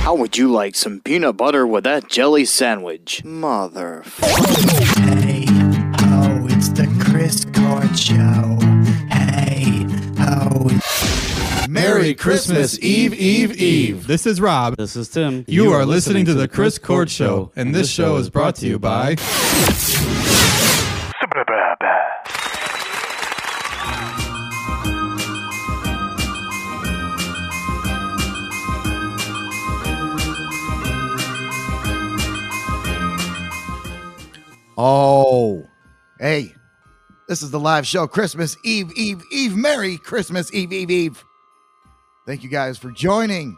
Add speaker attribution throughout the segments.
Speaker 1: How would you like some peanut butter with that jelly sandwich?
Speaker 2: Mother.
Speaker 3: Hey, ho, Oh, it's the Chris Corn Show. Hey, oh, ho.
Speaker 4: Merry Christmas, Eve, Eve, Eve. This is Rob.
Speaker 5: This is Tim.
Speaker 4: You, are, listening, to the Chris Cord Show, and this show is brought to you by.
Speaker 6: Oh, hey, this is the live show Christmas Eve, Eve, Eve. Merry Christmas Eve, Eve, Eve. Thank you guys for joining.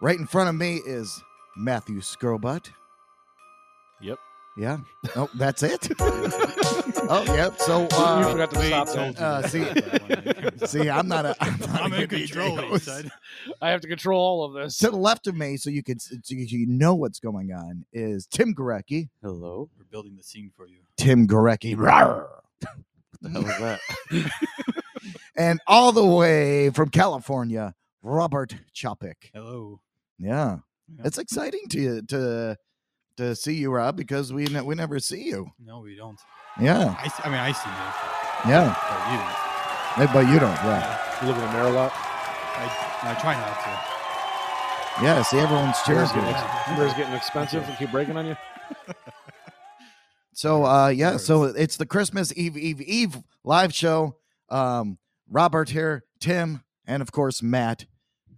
Speaker 6: Right in front of me is Matthew Scrobutt.
Speaker 5: Yep.
Speaker 6: Yeah. Oh, that's it. oh, yep. So, uh,
Speaker 7: you forgot to stop that.
Speaker 6: uh, see, see, I'm not a. I'm, not
Speaker 7: I'm
Speaker 6: a
Speaker 7: in
Speaker 6: good
Speaker 7: control.
Speaker 6: DJ
Speaker 7: he
Speaker 6: host.
Speaker 7: said. I have to control all of this.
Speaker 6: To the left of me, so you can so you know what's going on, is Tim Gorecki.
Speaker 5: Hello.
Speaker 4: We're building the scene for you.
Speaker 6: Tim Gorecki.
Speaker 5: How was that?
Speaker 6: and all the way from California, Robert Chopik.
Speaker 4: Hello.
Speaker 6: Yeah,
Speaker 4: Yeah.
Speaker 6: it's exciting to to to see you, Rob, because we ne- we never see you.
Speaker 4: No, we don't.
Speaker 6: Yeah,
Speaker 4: I, see, I mean, I see you,
Speaker 6: yeah,
Speaker 4: but you don't.
Speaker 6: Eh, but you don't. Yeah,
Speaker 7: You live in a mirror a lot.
Speaker 4: I, I try not to.
Speaker 6: yeah. See, everyone's cheers.
Speaker 7: Mirrors getting expensive and keep breaking on you.
Speaker 6: So, uh, yeah, so it's the Christmas Eve Eve Eve live show. Um, Robert here, Tim, and of course Matt.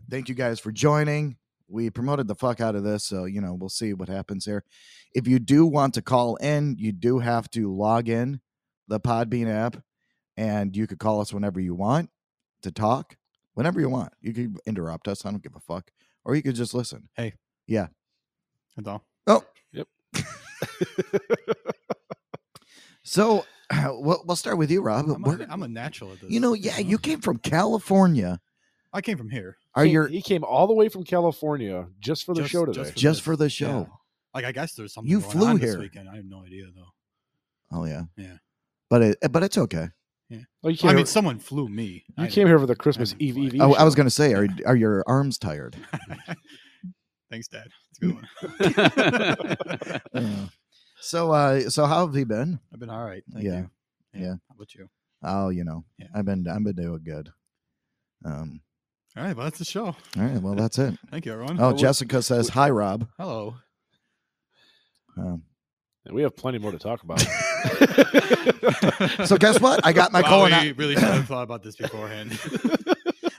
Speaker 6: Thank you guys for joining. We promoted the fuck out of this, so you know we'll see what happens here. If you do want to call in, you do have to log in the Podbean app, and you could call us whenever you want to talk, whenever you want. You could interrupt us. I don't give a fuck, or you could just listen.
Speaker 4: That's all.
Speaker 6: Oh. So, we'll, we'll start with you, Rob.
Speaker 4: I'm
Speaker 6: Where-
Speaker 4: a, I'm a natural at this.
Speaker 6: you know, yeah, you came from California.
Speaker 4: I came from here.
Speaker 6: Are
Speaker 7: Came-
Speaker 6: your
Speaker 7: He came all the way from California just for the
Speaker 4: Just-
Speaker 7: show
Speaker 4: just
Speaker 7: today.
Speaker 4: for
Speaker 6: just
Speaker 4: this.
Speaker 6: for the
Speaker 4: Yeah.
Speaker 6: show.
Speaker 4: Like, I guess there's something
Speaker 6: You
Speaker 4: going
Speaker 6: flew
Speaker 4: on
Speaker 6: here.
Speaker 4: this weekend. I have no idea though.
Speaker 6: Oh yeah.
Speaker 4: Yeah.
Speaker 6: But it, but it's okay.
Speaker 7: Oh, you came,
Speaker 4: I mean,
Speaker 7: here,
Speaker 4: someone flew me.
Speaker 7: you
Speaker 4: I
Speaker 7: came here for the Christmas
Speaker 4: I didn't
Speaker 7: Eve
Speaker 4: fly.
Speaker 7: Eve.
Speaker 6: Oh, I was
Speaker 7: show.
Speaker 6: gonna say, are are your arms tired?
Speaker 4: didn't. Thanks, Dad. It's a good one.
Speaker 6: Yeah. so uh, so how have you been?
Speaker 4: I've been all right. Thank
Speaker 6: Yeah.
Speaker 4: You.
Speaker 6: Yeah.
Speaker 4: How about you?
Speaker 6: Oh, you know,
Speaker 4: Yeah.
Speaker 6: I've been I've been doing good. Um.
Speaker 4: All right. Well, that's the show.
Speaker 6: All right. Well, that's it.
Speaker 4: Thank you, everyone.
Speaker 6: Oh,
Speaker 7: we-
Speaker 6: Jessica says hi, Rob.
Speaker 4: Hello.
Speaker 6: Um,
Speaker 7: And we have plenty more to talk about.
Speaker 6: so guess what? I got my
Speaker 4: Wow,
Speaker 6: colon.
Speaker 4: we really should have thought about this beforehand.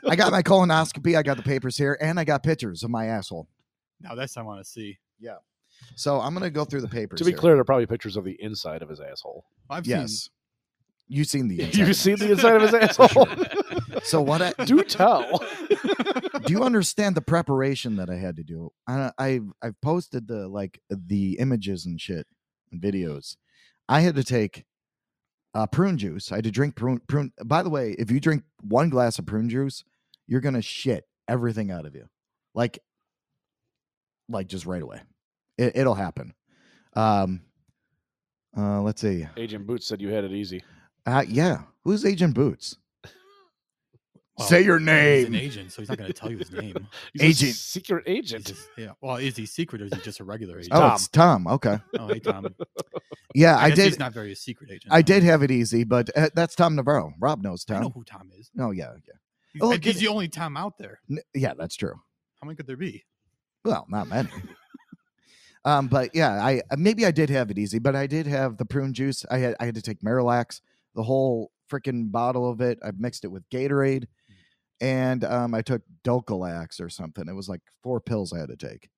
Speaker 6: I got my colonoscopy. I got the papers here, and I got pictures of my asshole.
Speaker 4: now that's I want to see.
Speaker 6: So I'm gonna go through the papers.
Speaker 7: to be
Speaker 6: here.
Speaker 7: clear, they're probably pictures of the inside of his asshole.
Speaker 4: I've
Speaker 6: yes, you've seen the.
Speaker 7: You've
Speaker 6: inside.
Speaker 7: seen the inside of his asshole.
Speaker 6: So what? I,
Speaker 7: Do tell.
Speaker 6: do you understand the preparation that I had to do? I I I've posted the like the images and shit and videos. I had to take uh, prune juice. I had to drink prune prune. By the way, if you drink one glass of prune juice, you're gonna shit everything out of you, like like just right away. It, it'll happen. Um, uh, let's see.
Speaker 7: Agent Boots said you had it easy.
Speaker 6: Uh, yeah, who's Agent Boots?
Speaker 4: Well,
Speaker 6: Say your
Speaker 4: He's an
Speaker 6: name.
Speaker 4: agent, so he's not going to tell you his name.
Speaker 7: He's a
Speaker 6: Agent.
Speaker 7: secret
Speaker 4: He's
Speaker 7: agent.
Speaker 4: just, yeah. Well, is he secret or is he just a regular agent?
Speaker 6: Oh, it's Tom. Okay.
Speaker 4: Oh, hey Tom.
Speaker 6: Yeah,
Speaker 4: I,
Speaker 6: I
Speaker 4: guess
Speaker 6: did.
Speaker 4: He's not very secret agent.
Speaker 6: I
Speaker 4: huh?
Speaker 6: did have it easy, but uh, that's Tom Navarro. Rob knows
Speaker 4: I know
Speaker 6: Tom.
Speaker 4: who Tom is.
Speaker 6: No, yeah, yeah,
Speaker 4: He's,
Speaker 6: Oh,
Speaker 4: I-
Speaker 6: look,
Speaker 4: he's
Speaker 6: it-
Speaker 4: the only Tom out there.
Speaker 6: N- yeah, that's true.
Speaker 4: How many could there be?
Speaker 6: Well, not many. um, but yeah, I uh, maybe I did have it easy, but I did have the prune juice. I had I had to take Marilax, the whole freaking bottle of it. I mixed it with
Speaker 4: Mm.
Speaker 6: Gatorade, and um, I took Dulcolax or something. It was like four pills I had to take,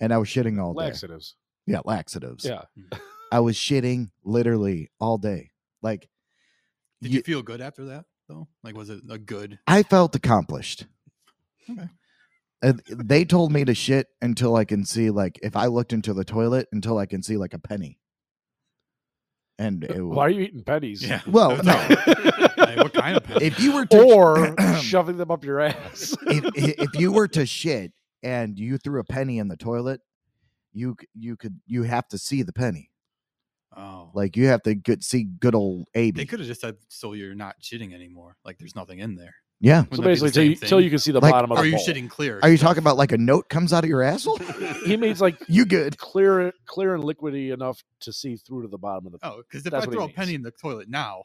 Speaker 6: and I was shitting all day.
Speaker 7: Laxatives.
Speaker 6: Yeah, laxatives.
Speaker 7: Yeah.
Speaker 4: Hmm.
Speaker 6: I was shitting literally all day. Like
Speaker 4: Did
Speaker 6: Ye-
Speaker 4: you, feel good after that though? Like, was it a good?
Speaker 6: I felt accomplished.
Speaker 4: Okay.
Speaker 6: Uh, they told me to shit until I can see, like, if I looked into the toilet, until I can see, like, a penny. And it,
Speaker 7: Uh, Why are you eating pennies?
Speaker 4: Yeah.
Speaker 6: Well,
Speaker 4: That's
Speaker 6: no.
Speaker 4: all. Like, what kind of? Pen?
Speaker 6: if you were to,
Speaker 7: Or shoving them up your ass.
Speaker 6: if, i- if you were to shit and you threw a penny in the toilet, you c- you could you have to see the penny,
Speaker 4: oh,
Speaker 6: like you have to good, see good old
Speaker 4: they
Speaker 6: Abe.
Speaker 4: could have just said, "So you're not shitting anymore. Like, there's nothing in there."
Speaker 6: Yeah.
Speaker 7: So basically, till you, till you can see the
Speaker 6: Like,
Speaker 7: bottom of
Speaker 8: Are
Speaker 7: the
Speaker 8: you
Speaker 7: bowl.
Speaker 8: shitting clear?
Speaker 6: Are you talking about like a note comes out of your asshole?
Speaker 7: He means like
Speaker 6: you good?
Speaker 7: clear, clear and liquidy enough to see through to the bottom of the.
Speaker 8: Oh, because if
Speaker 7: That's
Speaker 8: I
Speaker 7: what he
Speaker 8: throw a
Speaker 7: means.
Speaker 8: penny in the toilet now,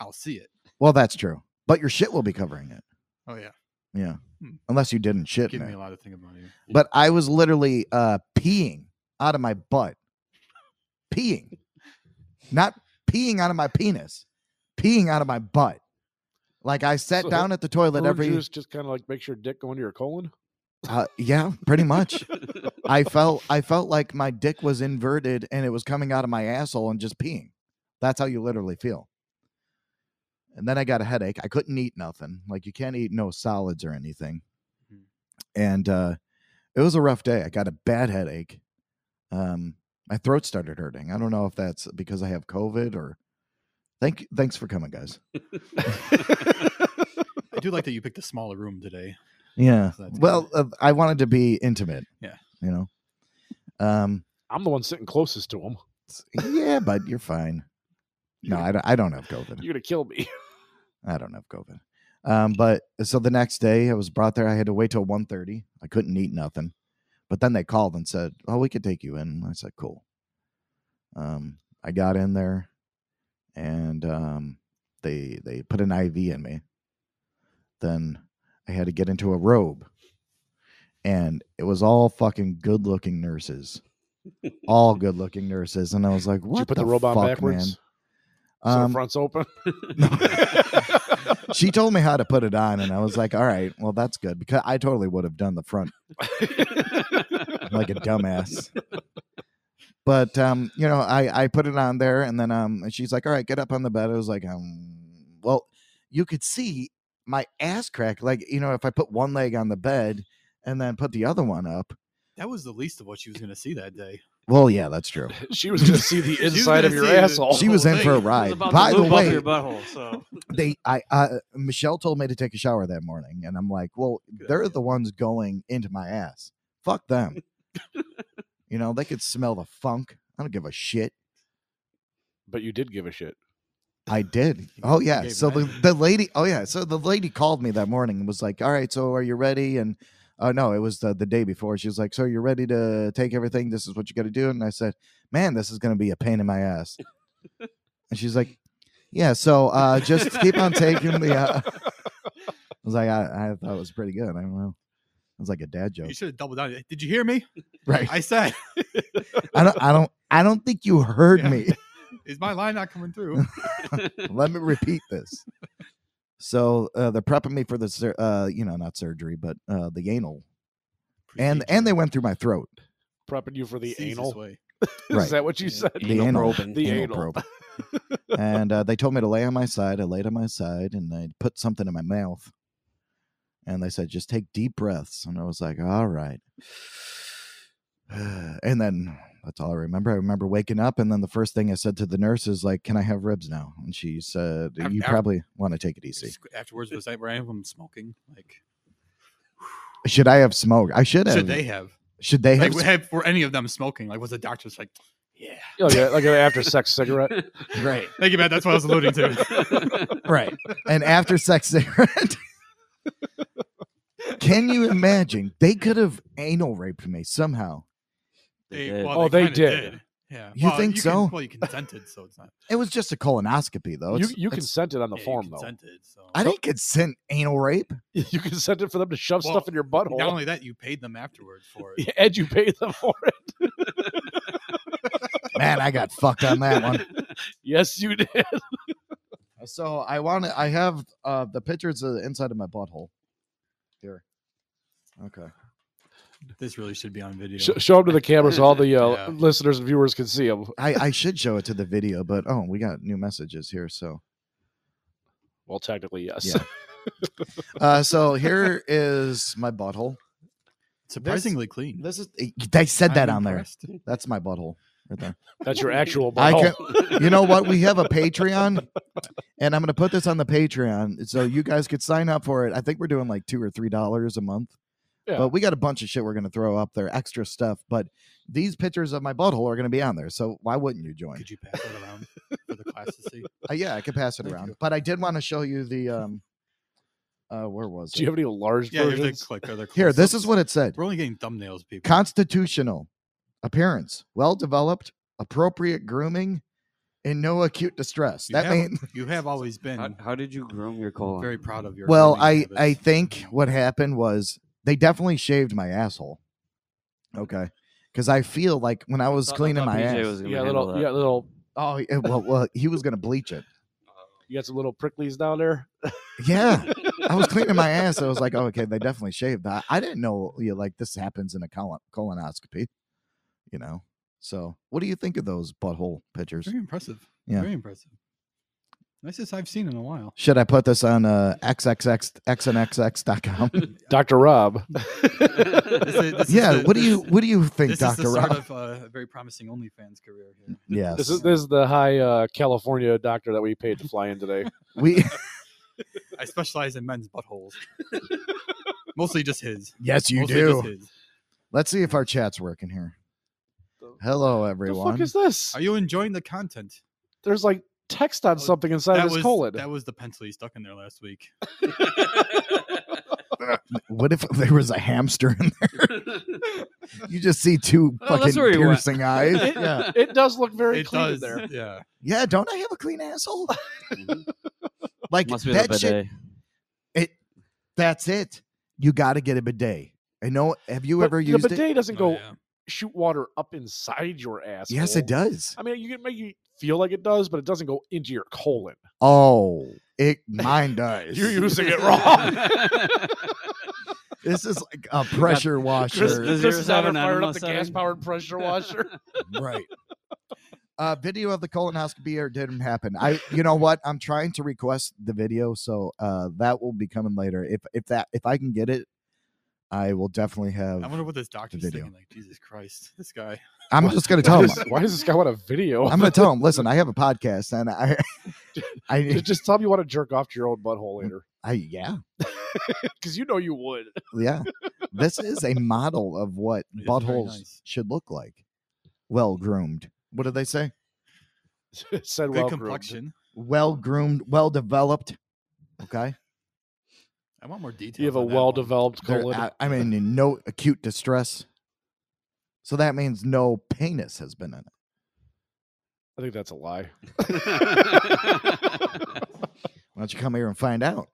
Speaker 8: I'll see it.
Speaker 6: Well, that's true. But your shit will be covering it.
Speaker 8: Oh yeah,
Speaker 6: Yeah.
Speaker 8: Hmm.
Speaker 6: Unless you didn't shit. in
Speaker 8: give me
Speaker 6: it.
Speaker 8: a lot of think about you.
Speaker 6: But I was literally uh peeing out of my butt. Peeing. Not peeing out of my penis. Peeing out of my butt. Like I sat
Speaker 7: So,
Speaker 6: down at the toilet
Speaker 7: Prune
Speaker 6: every
Speaker 7: juice just kind of like makes your dick go into your colon.
Speaker 6: Uh, yeah, pretty much. I felt I felt like my dick was inverted and it was coming out of my asshole and just peeing. That's how you literally feel. And then I got a headache. I couldn't eat nothing. Like you can't eat no solids or anything.
Speaker 8: Mhm.
Speaker 6: And uh it was a rough day. I got a bad headache. Um my throat started hurting. I don't know if that's because I have COVID or thank thanks for coming guys.
Speaker 8: I do like that you picked a smaller room today.
Speaker 6: Yeah.
Speaker 8: So that's good.
Speaker 6: Well, uh, I wanted to be intimate.
Speaker 8: Yeah.
Speaker 6: You know. Um
Speaker 7: I'm the one sitting closest to him.
Speaker 6: yeah, but you're fine. No, I don't, I don't have COVID.
Speaker 7: You're gonna kill me.
Speaker 6: I don't have COVID. Um, but so the next day I was brought there. I had to wait till 1.30. I couldn't eat nothing. But then they called and said, oh, we could take you in. I said, cool. Um, I got in there and um, they they put an IV in me. Then I had to get into a robe. And it was all fucking good looking nurses. all good looking nurses. And I was like, what
Speaker 7: Did you put the,
Speaker 6: the,
Speaker 7: robot
Speaker 6: fuck,
Speaker 7: backwards?
Speaker 6: man?
Speaker 7: So the
Speaker 6: Um,
Speaker 7: front's open.
Speaker 6: she told me how to put it on, and I was like, "All right, well, that's good because I totally would have done the front like a dumbass." But um, you know, I I put it on there, and then um, and she's like, "All right, get up on the bed." I was like, um, well, you could see my ass crack, like you know, if I put one leg on the bed and then put the other one up.
Speaker 8: That was the least of what she was going to see that day.
Speaker 6: Well, yeah, that's true.
Speaker 7: she was gonna see the
Speaker 8: She was
Speaker 7: inside of
Speaker 8: gonna
Speaker 7: your
Speaker 8: see the-
Speaker 7: asshole.
Speaker 6: She was in for a
Speaker 8: It was
Speaker 6: ride.
Speaker 4: about
Speaker 6: By
Speaker 4: to
Speaker 6: the
Speaker 4: lube up
Speaker 6: way,
Speaker 4: your butthole. So
Speaker 6: they i uh michelle told me to take a shower that morning and i'm like well
Speaker 8: Good
Speaker 6: they're
Speaker 8: idea.
Speaker 6: the ones going into my ass fuck them you know they could smell the funk i don't give a shit
Speaker 7: but you did give a shit.
Speaker 6: i did
Speaker 8: You
Speaker 6: oh yeah
Speaker 8: gave
Speaker 6: so the,
Speaker 8: that.
Speaker 6: the lady oh yeah so the lady called me that morning and was like all right so are you ready and oh no it was the, the day before she was like so you're ready to take everything this is what you got to do and i said man this is going to be a pain in my ass and she's like yeah so uh just keep on taking the uh, I was like, I, I thought it was pretty good. I don't know. It was like a dad joke,
Speaker 8: You should have doubled down. Did you hear me?
Speaker 6: right?
Speaker 8: I said,
Speaker 6: I don't, I don't, I don't think you heard
Speaker 8: Yeah.
Speaker 6: me.
Speaker 8: "Is my line not coming through?"
Speaker 6: Let me repeat this. So uh, they're prepping me for the, sur- uh, you know, not surgery, but uh, the anal, and and they went through my throat,
Speaker 7: Prepping you for the
Speaker 8: Sees this
Speaker 7: anal.
Speaker 8: way.
Speaker 6: right?
Speaker 7: Is that what you said?
Speaker 6: the anal,
Speaker 7: The
Speaker 6: anal
Speaker 7: anal.
Speaker 6: probe. and uh, they told me to lay on my side. I laid on my side, and I put something in my mouth. And they said, just take deep breaths. And I was like, all right. And then that's all I remember. I remember waking up, and then the first thing I said to the nurse is like, "Can I have ribs now?" And she said,
Speaker 8: Af-
Speaker 6: "You
Speaker 8: af-
Speaker 6: probably want to take it easy.
Speaker 8: Just Afterwards, was I where I am from smoking? Like,
Speaker 6: Should I have smoked? I should have.
Speaker 8: should they have?
Speaker 6: Should they
Speaker 8: Like,
Speaker 6: have?
Speaker 8: have, were any of them smoking? Like, was the doctor just like, "Yeah,
Speaker 7: Oh, Yeah,
Speaker 6: Oh,
Speaker 7: like, a, like an after sex cigarette.
Speaker 6: right,
Speaker 8: thank you, man." That's what I was alluding to.
Speaker 6: right." An after sex cigarette. Can you imagine? They could have anal raped me somehow.
Speaker 4: They did.
Speaker 8: well,
Speaker 7: Oh, they
Speaker 8: kinda
Speaker 7: did.
Speaker 8: Yeah.
Speaker 6: You think
Speaker 8: can-
Speaker 6: so?
Speaker 8: well, you consented, so it's not.
Speaker 6: It was just a colonoscopy, though.
Speaker 7: You
Speaker 6: It's-
Speaker 7: you
Speaker 6: it's-
Speaker 7: consented on the
Speaker 8: yeah, you
Speaker 7: form though.
Speaker 8: consented, So.
Speaker 6: I didn't consent anal rape.
Speaker 7: You consented for them to shove
Speaker 8: Well,
Speaker 7: stuff in your butthole.
Speaker 8: Not only that, you paid them afterwards for it.
Speaker 7: Yeah, and you paid them for it.
Speaker 6: Man, I got fucked on that one.
Speaker 7: Yes, you did.
Speaker 6: So I want to. I have uh, the pictures of the inside of my butthole here. Okay.
Speaker 8: This really should be on video.
Speaker 7: Sh- show them to the camera so all the uh,
Speaker 8: Yeah.
Speaker 7: listeners and viewers can see them.
Speaker 6: I, I should show it to the video, but oh, we got new messages here. So,
Speaker 7: Well, technically, yes.
Speaker 6: Yeah. uh, so here is my butthole.
Speaker 8: Surprisingly clean.
Speaker 6: This is they said that
Speaker 8: I'm
Speaker 6: on there.
Speaker 8: impressed.
Speaker 6: That's my butthole right there.
Speaker 7: That's your actual
Speaker 6: I
Speaker 7: butthole.
Speaker 6: You know what? We have a Patreon, and I'm gonna put this on the Patreon so you guys could sign up for it. I think we're doing like two or three dollars a month.
Speaker 7: Yeah.
Speaker 6: But we got a bunch of shit we're gonna throw up there, extra stuff. But these pictures of my butthole are gonna be on there, so why wouldn't you join?
Speaker 8: Could you pass that around for the class to see?
Speaker 6: Uh, yeah, I could pass it
Speaker 8: Thank
Speaker 6: around.
Speaker 8: you.
Speaker 6: But I did want to show you the um Uh, where was
Speaker 7: Do you
Speaker 6: it?
Speaker 7: have any large
Speaker 4: Yeah, here's the
Speaker 7: versions?
Speaker 4: clicker. they're
Speaker 6: Here, this
Speaker 4: close-ups.
Speaker 6: is what it said.
Speaker 4: We're only getting thumbnails, people.
Speaker 6: Constitutional. Appearance. Well developed. Appropriate grooming. And no acute distress.
Speaker 4: You
Speaker 6: that
Speaker 4: have-
Speaker 6: means
Speaker 4: you have always
Speaker 9: How,
Speaker 4: been
Speaker 9: how did you groom your colon?
Speaker 4: very proud of your.
Speaker 6: well
Speaker 4: grooming
Speaker 6: i i
Speaker 4: habits.
Speaker 6: think what happened was they definitely shaved my asshole okay because i feel like when i was
Speaker 9: thought- I
Speaker 6: cleaning
Speaker 9: thought
Speaker 6: my
Speaker 9: PJ
Speaker 6: ass
Speaker 9: was gonna
Speaker 7: you got
Speaker 9: handle
Speaker 7: little,
Speaker 9: that.
Speaker 7: you got little,
Speaker 6: oh yeah, well, well he was gonna bleach it
Speaker 7: you got some little pricklies down there.
Speaker 6: yeah i was cleaning my ass i was like oh, okay they definitely shaved i, I didn't know you know, like this happens in a colon, colonoscopy you know so what do you think of those butthole pictures
Speaker 4: very impressive.
Speaker 6: Yeah.
Speaker 4: very impressive. Nicest I've seen in a while.
Speaker 6: should i put this on uh xxx xnxx.com
Speaker 7: Dr. Rob.
Speaker 4: This is- this is
Speaker 6: yeah
Speaker 4: the-
Speaker 6: what do you
Speaker 4: this-
Speaker 6: what do you think
Speaker 4: This is
Speaker 6: dr
Speaker 4: the start
Speaker 6: rob
Speaker 4: of uh, a very promising OnlyFans career here.
Speaker 6: yes
Speaker 7: This is this is the high uh, California doctor that we paid to fly in today.
Speaker 6: we
Speaker 4: I specialize in men's buttholes. Mostly just his.
Speaker 6: yes you
Speaker 4: Mostly
Speaker 6: do
Speaker 4: Just his.
Speaker 6: Let's see if our chat's working here. Hello,
Speaker 7: the
Speaker 6: everyone.
Speaker 7: fuck is this?
Speaker 4: Are you enjoying the content?
Speaker 7: There's like text on
Speaker 4: Oh,
Speaker 7: something inside of his
Speaker 4: was
Speaker 7: colon.
Speaker 4: that was the pencil he stuck in there last week.
Speaker 6: what if there was a hamster in there? you just see two
Speaker 9: Oh, that's
Speaker 6: fucking
Speaker 9: where you went.
Speaker 6: piercing eyes. Yeah.
Speaker 7: It does look very
Speaker 4: it
Speaker 7: clean in
Speaker 4: does.
Speaker 7: there.
Speaker 4: Yeah.
Speaker 6: yeah, don't I have a clean asshole? like
Speaker 9: Must be the
Speaker 6: that
Speaker 9: bidet.
Speaker 6: shit. It. That's it. You got to get a bidet. I know. Have you
Speaker 7: But
Speaker 6: ever
Speaker 7: the
Speaker 6: used
Speaker 7: bidet
Speaker 6: it?
Speaker 7: doesn't
Speaker 4: Oh,
Speaker 7: go
Speaker 4: yeah.
Speaker 7: shoot water up inside your ass.
Speaker 6: Yes, it does.
Speaker 7: I mean, you can make you feel like it does, but it doesn't go into your colon.
Speaker 6: Oh, it. Mine does.
Speaker 7: You're using it wrong.
Speaker 6: this is like a pressure
Speaker 7: Chris,
Speaker 9: Does
Speaker 6: washer,
Speaker 9: yours
Speaker 7: Chris is out
Speaker 9: have an
Speaker 7: fired
Speaker 9: animal
Speaker 7: up the
Speaker 9: setting?
Speaker 7: gas-powered pressure washer.
Speaker 6: right? uh, video of the colonoscopy or it didn't happen. I, you know what? I'm trying to request the video, so uh, that will be coming later. If if that if I can get it, I will definitely have.
Speaker 4: I wonder what this doctor's
Speaker 6: video.
Speaker 4: thinking. Like, Jesus Christ, this guy.
Speaker 6: I'm just gonna
Speaker 7: Why
Speaker 6: tell him.
Speaker 7: does- why does this guy want a video?
Speaker 6: I'm gonna tell him. Listen, I have a podcast, and I, I,
Speaker 7: Just- Just tell me you want to jerk off to your own butthole later,
Speaker 6: I, yeah,
Speaker 7: because you know you would.
Speaker 6: yeah. This is a model of what
Speaker 4: It is very
Speaker 6: buttholes
Speaker 4: nice.
Speaker 6: should look like, well groomed. What did they say?
Speaker 7: Said
Speaker 4: Good
Speaker 7: well
Speaker 4: complexion.
Speaker 6: Well groomed, well developed. Okay.
Speaker 4: I want more details.
Speaker 7: You have a
Speaker 4: on that one.
Speaker 7: well-developed
Speaker 6: There-
Speaker 7: colon.
Speaker 6: I, I mean, no acute distress. So that means no penis has been in it.
Speaker 7: I think that's a lie.
Speaker 6: Why don't you come here and find out?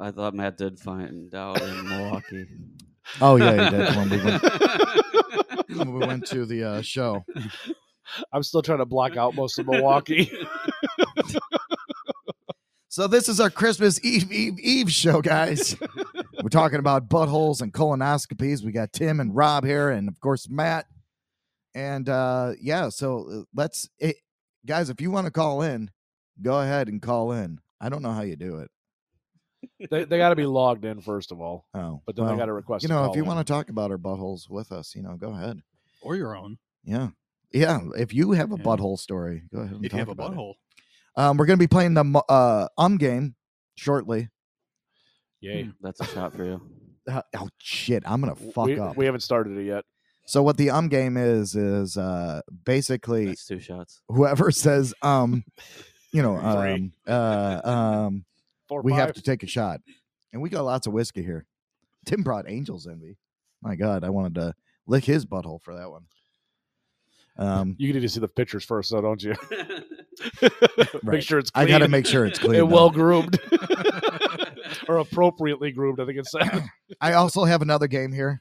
Speaker 9: I thought Matt did find out in Milwaukee.
Speaker 6: Oh yeah, you did when we went, when we went to the uh, show.
Speaker 7: I'm still trying to block out most of Milwaukee.
Speaker 6: So this is our Christmas Eve Eve Eve show, guys. We're talking about buttholes and colonoscopies. We got Tim and Rob here, and of course Matt. And uh, yeah, so uh, let's it, guys. If you want to call in, go ahead and call in. I don't know how you do it.
Speaker 7: they they got to be logged in first of
Speaker 4: Uh,
Speaker 7: all,
Speaker 6: Oh,
Speaker 7: but then
Speaker 6: well,
Speaker 7: they got to request.
Speaker 6: you know, if you want to talk about our buttholes with us, you know, go ahead.
Speaker 4: or your own.
Speaker 6: Yeah. Yeah. If you have a
Speaker 4: Yeah.
Speaker 6: butthole story, go ahead and
Speaker 4: If
Speaker 6: talk
Speaker 4: you have a
Speaker 6: about it.
Speaker 4: butthole,
Speaker 6: Um, we're going to be playing the mu- uh, um game shortly.
Speaker 7: Yay.
Speaker 4: Hmm.
Speaker 9: That's a shot for you.
Speaker 6: Uh, oh, shit. I'm going to
Speaker 7: W-
Speaker 6: fuck
Speaker 7: we,
Speaker 6: up.
Speaker 7: We haven't started it yet.
Speaker 6: so, what the um game is, is uh, basically
Speaker 9: That's two shots.
Speaker 6: whoever says, um, you know,
Speaker 4: Three.
Speaker 6: um, uh, um,
Speaker 7: Four,
Speaker 6: we have
Speaker 7: five.
Speaker 6: to take a shot. And we got lots of whiskey here. Tim brought Angel's Envy. My God. I wanted to lick his butthole for that one. Um,
Speaker 7: You need to see the pictures first, though, don't you?
Speaker 6: Right.
Speaker 7: Make sure it's
Speaker 6: I
Speaker 7: clean
Speaker 6: got to make sure it's clean.
Speaker 7: and
Speaker 6: though.
Speaker 7: well groomed, or appropriately groomed. I think it's
Speaker 6: I also have another game here.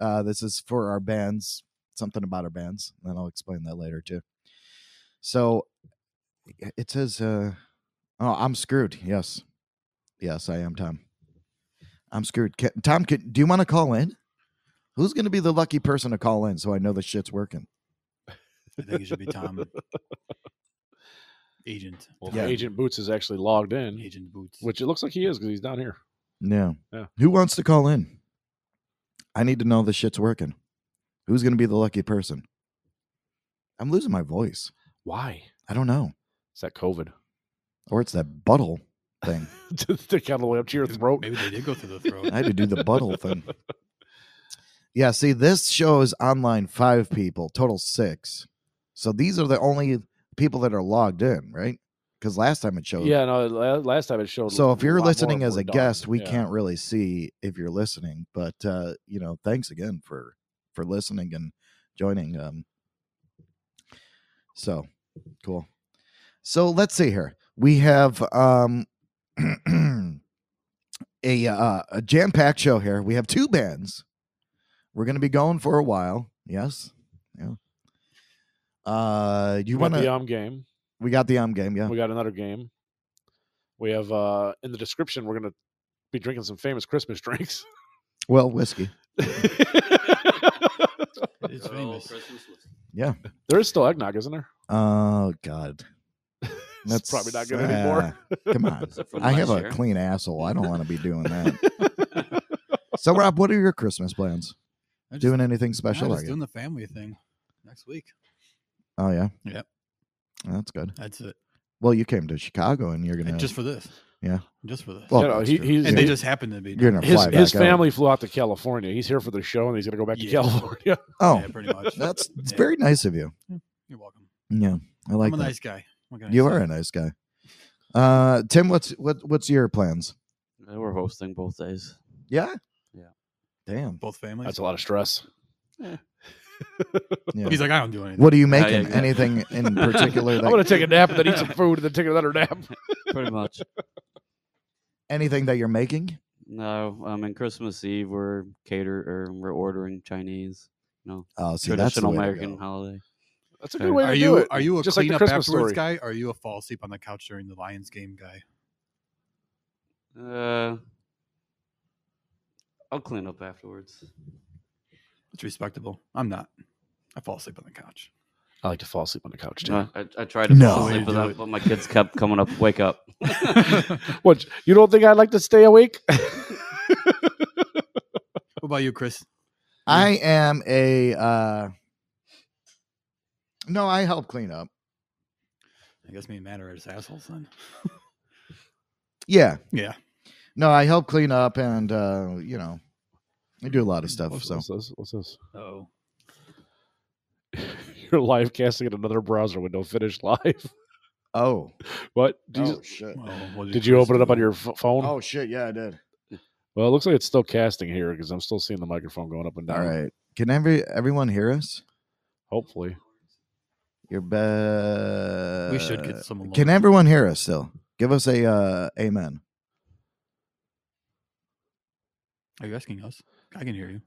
Speaker 6: Uh, this is for our bands, something about our bands, and I'll explain that later too. So i- it says, uh, "Oh, I'm screwed." Yes, yes, I am, Tom. I'm screwed. Ca Tom, could, do you want to call in? Who's going to be the lucky person to call in so I know the shit's working?
Speaker 4: I think it should be Tom. Agent.
Speaker 7: well,
Speaker 6: Yeah.
Speaker 7: Agent Boots is actually logged in,
Speaker 4: Agent Boots.
Speaker 7: which it looks like he is because he's down here.
Speaker 6: No.
Speaker 7: Yeah.
Speaker 6: Who wants to call in? I need to know the shit's working. Who's going to be the lucky person? I'm losing my voice.
Speaker 7: Why?
Speaker 6: I don't know.
Speaker 7: Is that COVID?
Speaker 6: or it's that butthole thing.
Speaker 7: to stick out all the way up to your
Speaker 4: Maybe-
Speaker 7: throat.
Speaker 4: Maybe they did go through the throat.
Speaker 6: I had to do the butthole thing. Yeah, see, this show is online five people, total six. So these are the only people that are logged in, right? because last time it showed.
Speaker 7: yeah, no. la- Last time it showed.
Speaker 6: So if
Speaker 7: a
Speaker 6: you're
Speaker 7: lot more
Speaker 6: listening
Speaker 7: of
Speaker 6: as
Speaker 7: her
Speaker 6: a
Speaker 7: dog.
Speaker 6: guest, we
Speaker 7: Yeah.
Speaker 6: can't really see if you're listening, but uh, you know, thanks again for for listening and joining. Um, so cool. So let's see here. We have um a uh, a jam packed show here. We have two bands. We're gonna be going for a while. Yes. Yeah. Uh, you
Speaker 7: We got
Speaker 6: want
Speaker 7: the
Speaker 6: to?
Speaker 7: um game.
Speaker 6: We got the um game. Yeah.
Speaker 7: We got another game. We have uh in the description. We're gonna be drinking some famous Christmas drinks.
Speaker 6: Well, whiskey.
Speaker 4: It's famous.
Speaker 6: Yeah.
Speaker 7: there is still eggnog, isn't there?
Speaker 6: Oh God.
Speaker 7: That's probably not good
Speaker 6: Ah,
Speaker 7: anymore.
Speaker 6: come on. I have a clean asshole. I don't want to be doing that. so Rob, what are your Christmas plans?
Speaker 4: I'm just-
Speaker 6: Doing anything
Speaker 4: nah,
Speaker 6: special?
Speaker 4: just
Speaker 6: are you?
Speaker 4: doing the family thing next week.
Speaker 6: oh yeah.
Speaker 4: Yep.
Speaker 6: That's good.
Speaker 4: That's it.
Speaker 6: Well, you came to Chicago and you're gonna
Speaker 4: And just for this.
Speaker 6: Yeah.
Speaker 4: Just for this.
Speaker 6: Well,
Speaker 7: you know,
Speaker 6: that's
Speaker 7: he,
Speaker 6: true.
Speaker 7: he's,
Speaker 4: and they
Speaker 7: he-
Speaker 4: just happen to be.
Speaker 6: you're gonna
Speaker 7: his,
Speaker 6: fly
Speaker 7: his
Speaker 6: back out.
Speaker 7: family flew out to California. He's here for the show, and he's gonna go back to
Speaker 4: Yeah.
Speaker 7: California.
Speaker 6: Oh,
Speaker 4: Yeah, pretty much.
Speaker 6: that's it's
Speaker 4: Yeah.
Speaker 6: very nice of you.
Speaker 4: You're welcome.
Speaker 6: Yeah, I like
Speaker 4: I'm a
Speaker 6: that.
Speaker 4: nice guy. What can I
Speaker 6: you
Speaker 4: say?
Speaker 6: are a nice guy. Uh, Tim, what's what what's your plans?
Speaker 9: We're hosting both days.
Speaker 6: Yeah.
Speaker 9: Yeah.
Speaker 6: Damn.
Speaker 4: both families.
Speaker 7: That's a lot of stress.
Speaker 6: Yeah.
Speaker 4: He's like, I don't do anything.
Speaker 6: What are you
Speaker 9: Yeah, yeah,
Speaker 6: making?
Speaker 9: yeah.
Speaker 6: Anything in particular?
Speaker 9: I'm
Speaker 6: That,
Speaker 7: I'm gonna take a nap and then eat some food and then take another nap.
Speaker 9: Pretty much.
Speaker 6: Anything that you're making?
Speaker 9: No, um, and Christmas Eve we're cater or we're ordering Chinese. You know,
Speaker 6: Oh, see, that's the
Speaker 9: traditional
Speaker 6: way to
Speaker 9: American
Speaker 6: go.
Speaker 9: holiday.
Speaker 7: That's a good way
Speaker 4: Are
Speaker 7: to
Speaker 4: you
Speaker 7: do it.
Speaker 4: are you a
Speaker 7: Just like the
Speaker 4: cleanup
Speaker 7: Christmas
Speaker 4: afterwards
Speaker 7: story.
Speaker 4: guy? Or are you a fall asleep on the couch during the Lions game guy?
Speaker 9: Uh, I'll clean up afterwards.
Speaker 4: It's respectable. I'm not. I fall asleep on the couch.
Speaker 7: I like to fall asleep on the couch too.
Speaker 9: No, I, I tried to
Speaker 6: No.
Speaker 9: fall
Speaker 4: Way
Speaker 9: asleep,
Speaker 4: to
Speaker 9: but,
Speaker 4: do
Speaker 9: that,
Speaker 4: it.
Speaker 9: but my kids kept coming up. Wake up!
Speaker 4: what
Speaker 7: What you don't think I'd like to stay awake?
Speaker 4: about you, Chris?
Speaker 7: Hmm.
Speaker 6: I am a. uh No, I help clean up.
Speaker 4: I guess me and Matt are just assholes then.
Speaker 6: Yeah.
Speaker 4: Yeah.
Speaker 6: No, I help clean up, and uh, you know, I do a lot of stuff.
Speaker 7: What's,
Speaker 6: So
Speaker 7: what's this? What's this?
Speaker 4: Oh.
Speaker 7: You're live casting in another browser window. Finish live.
Speaker 6: oh,
Speaker 7: What? Do you-
Speaker 6: shit!
Speaker 7: did you open it up on your ph- phone?
Speaker 6: Oh shit! Yeah, I did.
Speaker 7: Well, it looks like it's still casting here because I'm still seeing the microphone going up and
Speaker 6: All
Speaker 7: down.
Speaker 6: right. Can every everyone hear us?
Speaker 7: Hopefully.
Speaker 6: Your best.
Speaker 4: We should get someone.
Speaker 6: Uh, Can
Speaker 4: local.
Speaker 6: everyone hear us still? Give us a uh, amen.
Speaker 4: Are you asking us? I can hear you.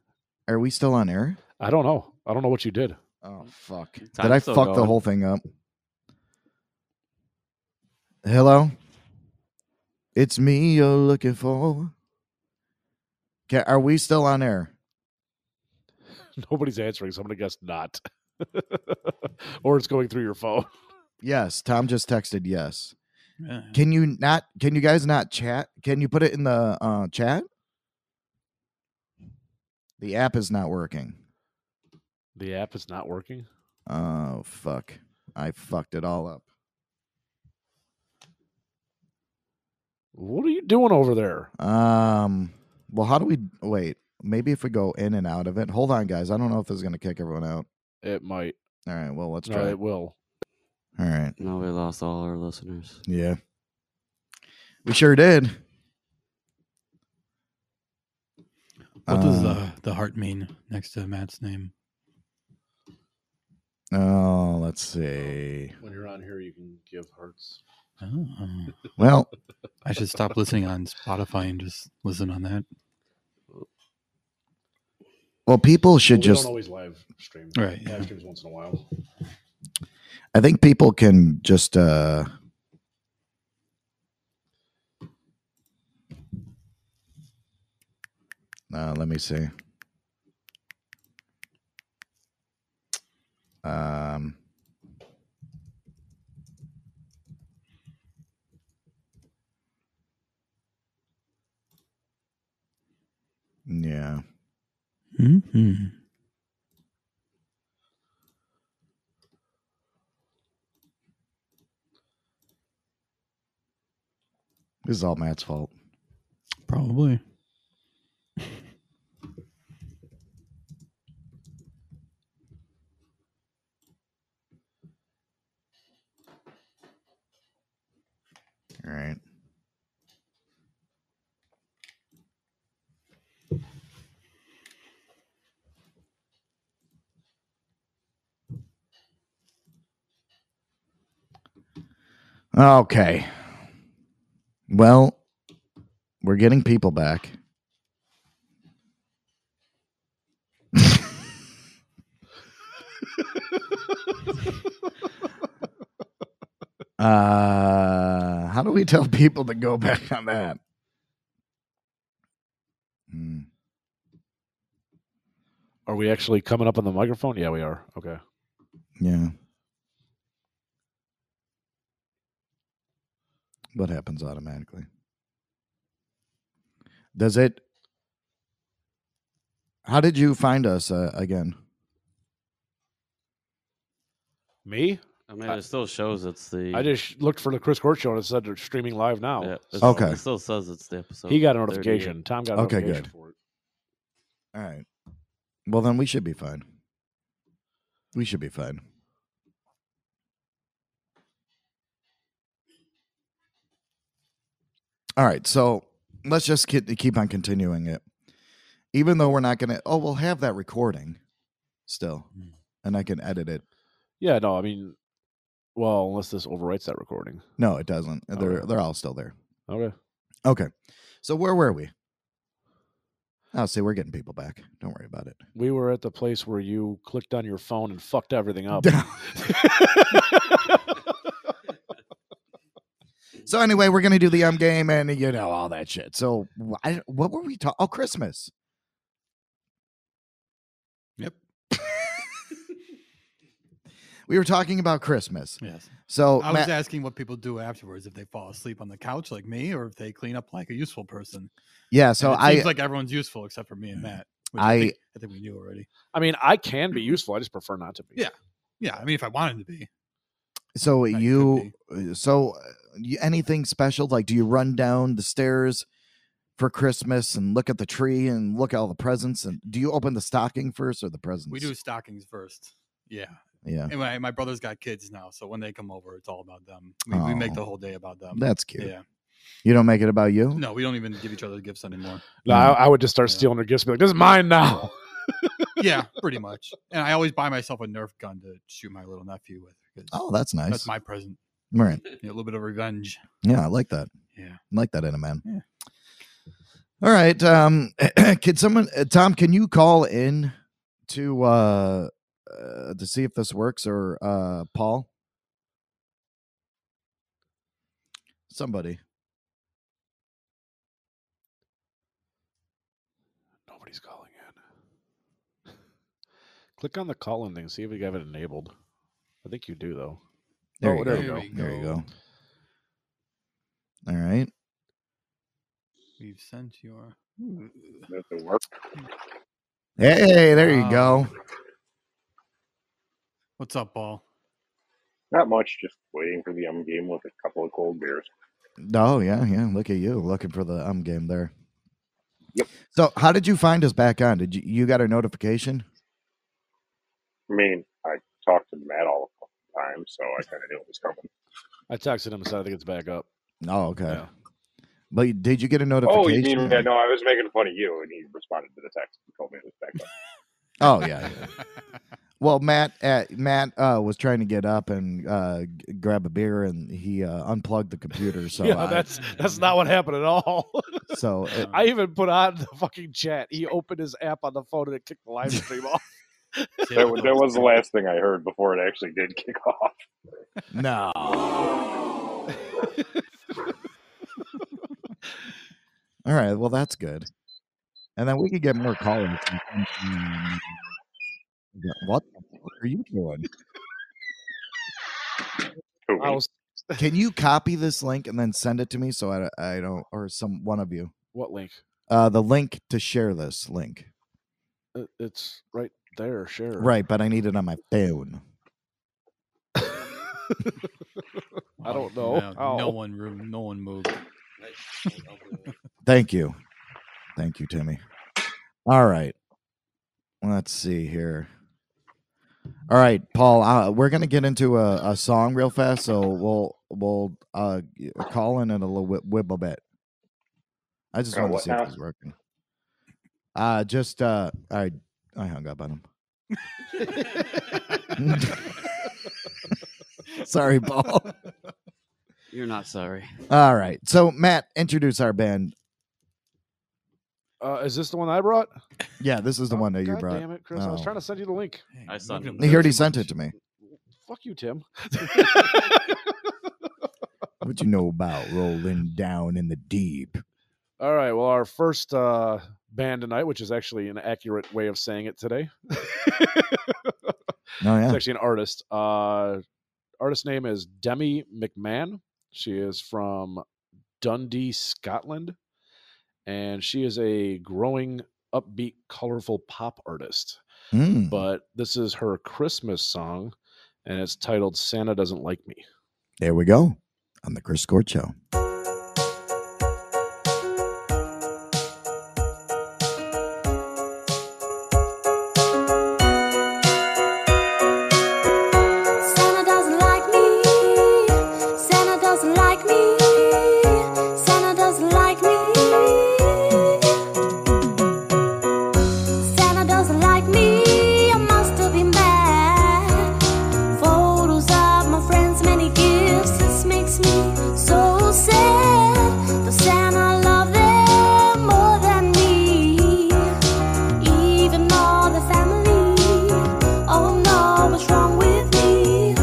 Speaker 6: Are we still on air?
Speaker 7: I don't know. I don't know what you did.
Speaker 6: Oh fuck! Did
Speaker 9: Time's
Speaker 6: I
Speaker 9: still
Speaker 6: fuck the
Speaker 9: going.
Speaker 6: whole thing up? Hello, it's me you're looking for. Okay, are we still on air?
Speaker 7: Nobody's answering, so I'm gonna guess not. or it's going through your phone.
Speaker 6: Yes, Tom just texted yes.
Speaker 4: Yeah.
Speaker 6: Can you not? Can you guys not chat? Can you put it in the uh, chat? The app is not working.
Speaker 7: The app is not working.
Speaker 6: Oh fuck! I fucked it all up.
Speaker 7: What are you doing over there?
Speaker 6: Um. Well, how do we wait? Maybe if we go in and out of it. Hold on, guys. I don't know if this is gonna kick everyone out.
Speaker 7: It might.
Speaker 6: All right. Well, let's
Speaker 7: No,
Speaker 6: try.
Speaker 7: it
Speaker 6: it.
Speaker 7: will.
Speaker 6: All right.
Speaker 9: No, we lost all our listeners.
Speaker 6: Yeah. We sure did.
Speaker 4: What does
Speaker 6: Uh,
Speaker 4: uh, the heart mean next to Matt's name?
Speaker 6: Oh, let's see.
Speaker 7: When you're on here, you can give hearts.
Speaker 4: Oh.
Speaker 6: Well,
Speaker 4: I should stop listening on Spotify and just listen on that.
Speaker 6: well, people should
Speaker 7: Well, we
Speaker 6: just.
Speaker 7: don't always live stream.
Speaker 4: Right, yeah.
Speaker 7: Live streams once in a while.
Speaker 6: I think people can just. uh uh, let me see. Um, yeah.
Speaker 4: Mm-hmm.
Speaker 6: This is all Matt's fault.
Speaker 4: Probably.
Speaker 6: Okay. Well, we're getting people back. uh, how do we tell people to go back on that? Hmm.
Speaker 7: Are we actually coming up on the microphone? Yeah, we are. Okay.
Speaker 6: Yeah. What happens automatically? Does it? How did you find us uh, again?
Speaker 7: Me?
Speaker 9: I mean,
Speaker 7: I-
Speaker 9: it still shows it's the.
Speaker 7: I just looked for the Chris Court show and it said they're streaming live now.
Speaker 9: Yeah, it's-
Speaker 6: Okay.
Speaker 9: It still says it's the episode.
Speaker 7: He got a
Speaker 9: 38.
Speaker 7: notification. Tom got a
Speaker 6: Okay,
Speaker 7: notification
Speaker 6: good.
Speaker 7: for it.
Speaker 6: All right. Well, then we should be fine. We should be fine. All right. So let's just get, keep on continuing it. Even though we're not going to, oh, we'll have that recording still,
Speaker 7: Hmm.
Speaker 6: and I can edit it.
Speaker 7: Yeah, no, I mean, well, unless this overwrites that recording.
Speaker 6: No, it doesn't. They're,
Speaker 7: Okay.
Speaker 6: they're all still there.
Speaker 7: Okay.
Speaker 6: Okay. So where were we? Oh, see, we're getting people back. Don't worry about it.
Speaker 7: We were at the place where you clicked on your phone and fucked everything up.
Speaker 6: So anyway, we're gonna do the um game and you know all that shit. So wh- I, what were we talking? Oh, Christmas.
Speaker 4: Yep.
Speaker 6: we were talking about Christmas.
Speaker 4: Yes.
Speaker 6: So
Speaker 4: I was
Speaker 6: Matt-
Speaker 4: asking what people do afterwards if they fall asleep on the couch like me or if they clean up like a useful person.
Speaker 6: yeah,
Speaker 4: And
Speaker 6: so
Speaker 4: it
Speaker 6: I
Speaker 4: seems like everyone's useful except for me and Matt. Which I,
Speaker 6: I-
Speaker 4: think, I think we knew already.
Speaker 7: I mean, I can be useful. I just prefer not to be.
Speaker 4: Yeah. Yeah, I mean, if I wanted to be,
Speaker 6: so
Speaker 4: could
Speaker 6: you so uh, you, anything special like do you run down the stairs for Christmas and look at the tree and look at all the presents and do you open the stocking first or the presents?
Speaker 4: we do stockings first. Yeah,
Speaker 6: Yeah,
Speaker 4: and my, my brother's got kids now, so when they come over, it's all about them. We, we make the
Speaker 6: Oh,
Speaker 4: whole day about them.
Speaker 6: that's cute.
Speaker 4: yeah,
Speaker 6: You don't make it about you.
Speaker 4: no, we don't even give each other gifts anymore.
Speaker 7: No, I, I would just start
Speaker 4: Yeah.
Speaker 7: stealing their gifts. Be like, this is mine now.
Speaker 4: yeah, pretty much. And I always buy myself a Nerf gun to shoot my little nephew with. 'cause
Speaker 6: Oh, that's nice.
Speaker 4: That's my present.
Speaker 6: All right.
Speaker 4: You know, a little bit of revenge.
Speaker 6: Yeah, I like that.
Speaker 4: Yeah.
Speaker 6: I like that in a man.
Speaker 4: Yeah.
Speaker 6: All right. Um, can someone, uh, Tom, can you call in to uh, uh to see if this works or uh Paul? Somebody.
Speaker 7: Nobody's calling in. Click on the call in thing. See if you have it enabled. I think you do, though.
Speaker 6: There
Speaker 7: Oh,
Speaker 6: you
Speaker 7: there
Speaker 6: go.
Speaker 7: we go.
Speaker 6: There you go. All right.
Speaker 4: We've sent your.
Speaker 6: Hmm. Hey, there you
Speaker 4: Wow.
Speaker 6: go.
Speaker 7: Um,
Speaker 4: What's up, Paul?
Speaker 10: Not much, just waiting for the um game with a couple of cold beers.
Speaker 6: Oh yeah, yeah. Look at you looking for the um game there.
Speaker 10: Yep.
Speaker 6: So, how did you find us back on? Did you you got a notification?
Speaker 10: I mean, I talked to Matt all the time, so I kind of knew it was coming.
Speaker 7: I texted him and said, I think it's back up.
Speaker 6: Oh, okay.
Speaker 7: Yeah.
Speaker 6: But you- did you get a notification?
Speaker 10: Oh, you mean, yeah, no, I was making fun of you, and he responded to the text and told me it was back up.
Speaker 6: Oh, yeah. yeah. well, Matt uh, Matt uh, was trying to get up and uh, g- grab a beer, and he uh, unplugged the computer. So,
Speaker 7: yeah,
Speaker 6: I-
Speaker 7: that's that's not what happened at all.
Speaker 6: so it,
Speaker 7: I even put on the fucking chat. He opened his app on the phone and it kicked the live stream off.
Speaker 4: See,
Speaker 10: That,
Speaker 4: I
Speaker 10: was-
Speaker 4: thought
Speaker 10: that
Speaker 4: it
Speaker 10: was the
Speaker 4: good.
Speaker 10: last thing I heard before it actually did kick off.
Speaker 6: no. All right. Well, that's good. And then we could get more callers. What the fuck are you doing?
Speaker 10: Who,
Speaker 7: I
Speaker 10: me?
Speaker 7: was
Speaker 6: Can you copy this link and then send it to me so I, I don't, or some one of you?
Speaker 7: what link?
Speaker 6: Uh, the link to share this link.
Speaker 7: It- It's right there. Share.
Speaker 6: Right, but I need it on my phone.
Speaker 7: I don't know.
Speaker 4: No,
Speaker 7: how.
Speaker 4: no one room. No one moved.
Speaker 6: Thank you. Thank you, Timmy. All right. Let's see here. All right, Paul, uh, we're going to get into a, a song real fast, so we'll we'll uh, y- call in in a little whi- whibble bit. I just
Speaker 10: Uh,
Speaker 6: wanted to
Speaker 10: what
Speaker 6: see if
Speaker 10: now?
Speaker 6: it was working. Uh, just uh, I I hung up on him. Sorry, Paul.
Speaker 9: You're not sorry.
Speaker 6: All right. So Matt, introduce our band.
Speaker 7: Uh, is this the one I brought?
Speaker 6: Yeah, this is the
Speaker 7: Oh,
Speaker 6: one that you
Speaker 7: God
Speaker 6: brought.
Speaker 7: Damn it, Chris! I was
Speaker 6: Oh.
Speaker 7: trying to send you the link.
Speaker 9: I saw
Speaker 4: look at him.
Speaker 6: He already sent it to me.
Speaker 7: Fuck you, Tim.
Speaker 6: What you know about rolling down in the deep?
Speaker 7: All right. Well, our first uh, band tonight, which is actually an accurate way of saying it today.
Speaker 6: Oh
Speaker 7: It's
Speaker 6: yeah.
Speaker 7: actually an artist. Uh, artist name is Demi McMahon. She is from Dundee, Scotland, and she is a growing, upbeat, colorful pop artist.
Speaker 6: Mm.
Speaker 7: But this is her Christmas song, and it's titled "Santa Doesn't Like Me."
Speaker 6: There we go. On the Chris Scorch Show.
Speaker 11: Santa doesn't like me. Santa doesn't like me. Santa doesn't like me. Santa doesn't like me. I must have been bad. Photos of my friends, many gifts. This makes me so sad. Though Santa loved them more than me, even more the family. Oh no, what's wrong with me?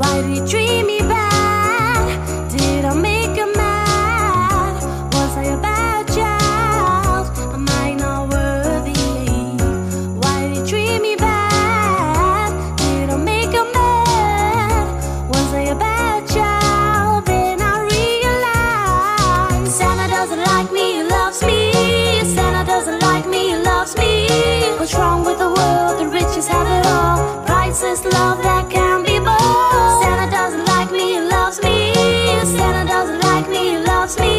Speaker 11: Why did you treat me bad? Did I make you mad? Was I a bad child? Am I not worthy? Why did you treat me bad? Did I make you mad? Was I a bad child? Then I realized Santa doesn't like me, he loves me. Santa doesn't like me, he loves me. What's wrong with the world? The riches have it all. Priceless love that can be bought. Santa doesn't like me, he loves me. Santa doesn't like me, he loves me.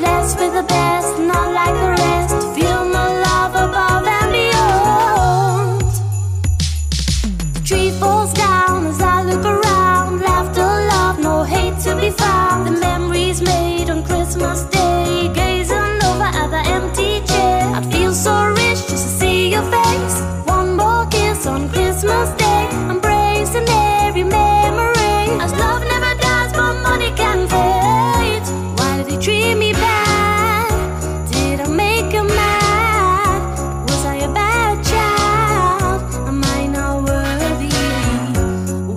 Speaker 11: Blessed with the best, not like the rest. Feel my love above and beyond. Tree falls down as I look around. Laughter, love, no hate to be found. The memories made on Christmas Day. Gazing over at the empty chair. I'd feel so rich just to see your face. One more kiss on Christmas Day. Embracing every memory. As love never dies, but money can fade. Why did they treat me bad? Did I make a mad? Was I a bad child? Am I not worthy?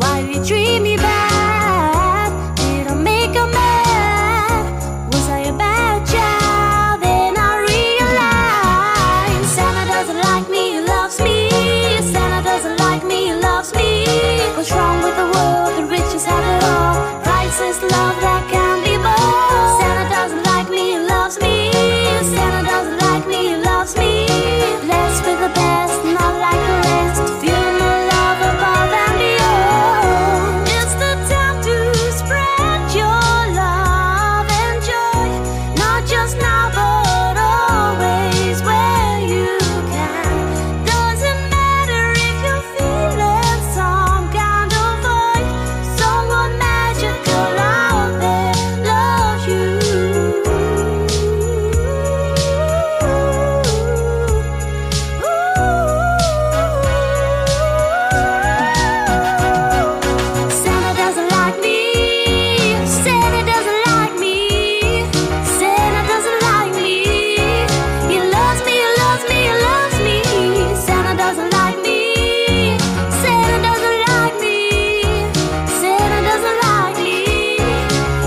Speaker 11: Why did you treat me bad? Did I make a mad? Was I a bad child? Then I realized Santa doesn't like me, he loves me. Santa doesn't like me, he loves me. What's wrong with the world? The riches have it all. Priceless love that can be bought. Santa doesn't like me, he loves me. Santa doesn't like me, he loves me. Blessed with the best, not like the rest. Feel my love above and beyond. It's the time to spread your love and joy, not just now but always where you can. Doesn't matter if you're feeling some kind of void. Someone magical out there loves you. Santa doesn't like me. Santa doesn't like me. Santa doesn't like me. He loves me, he loves me, he loves me. Santa doesn't like me. Santa doesn't like me. Santa doesn't like me.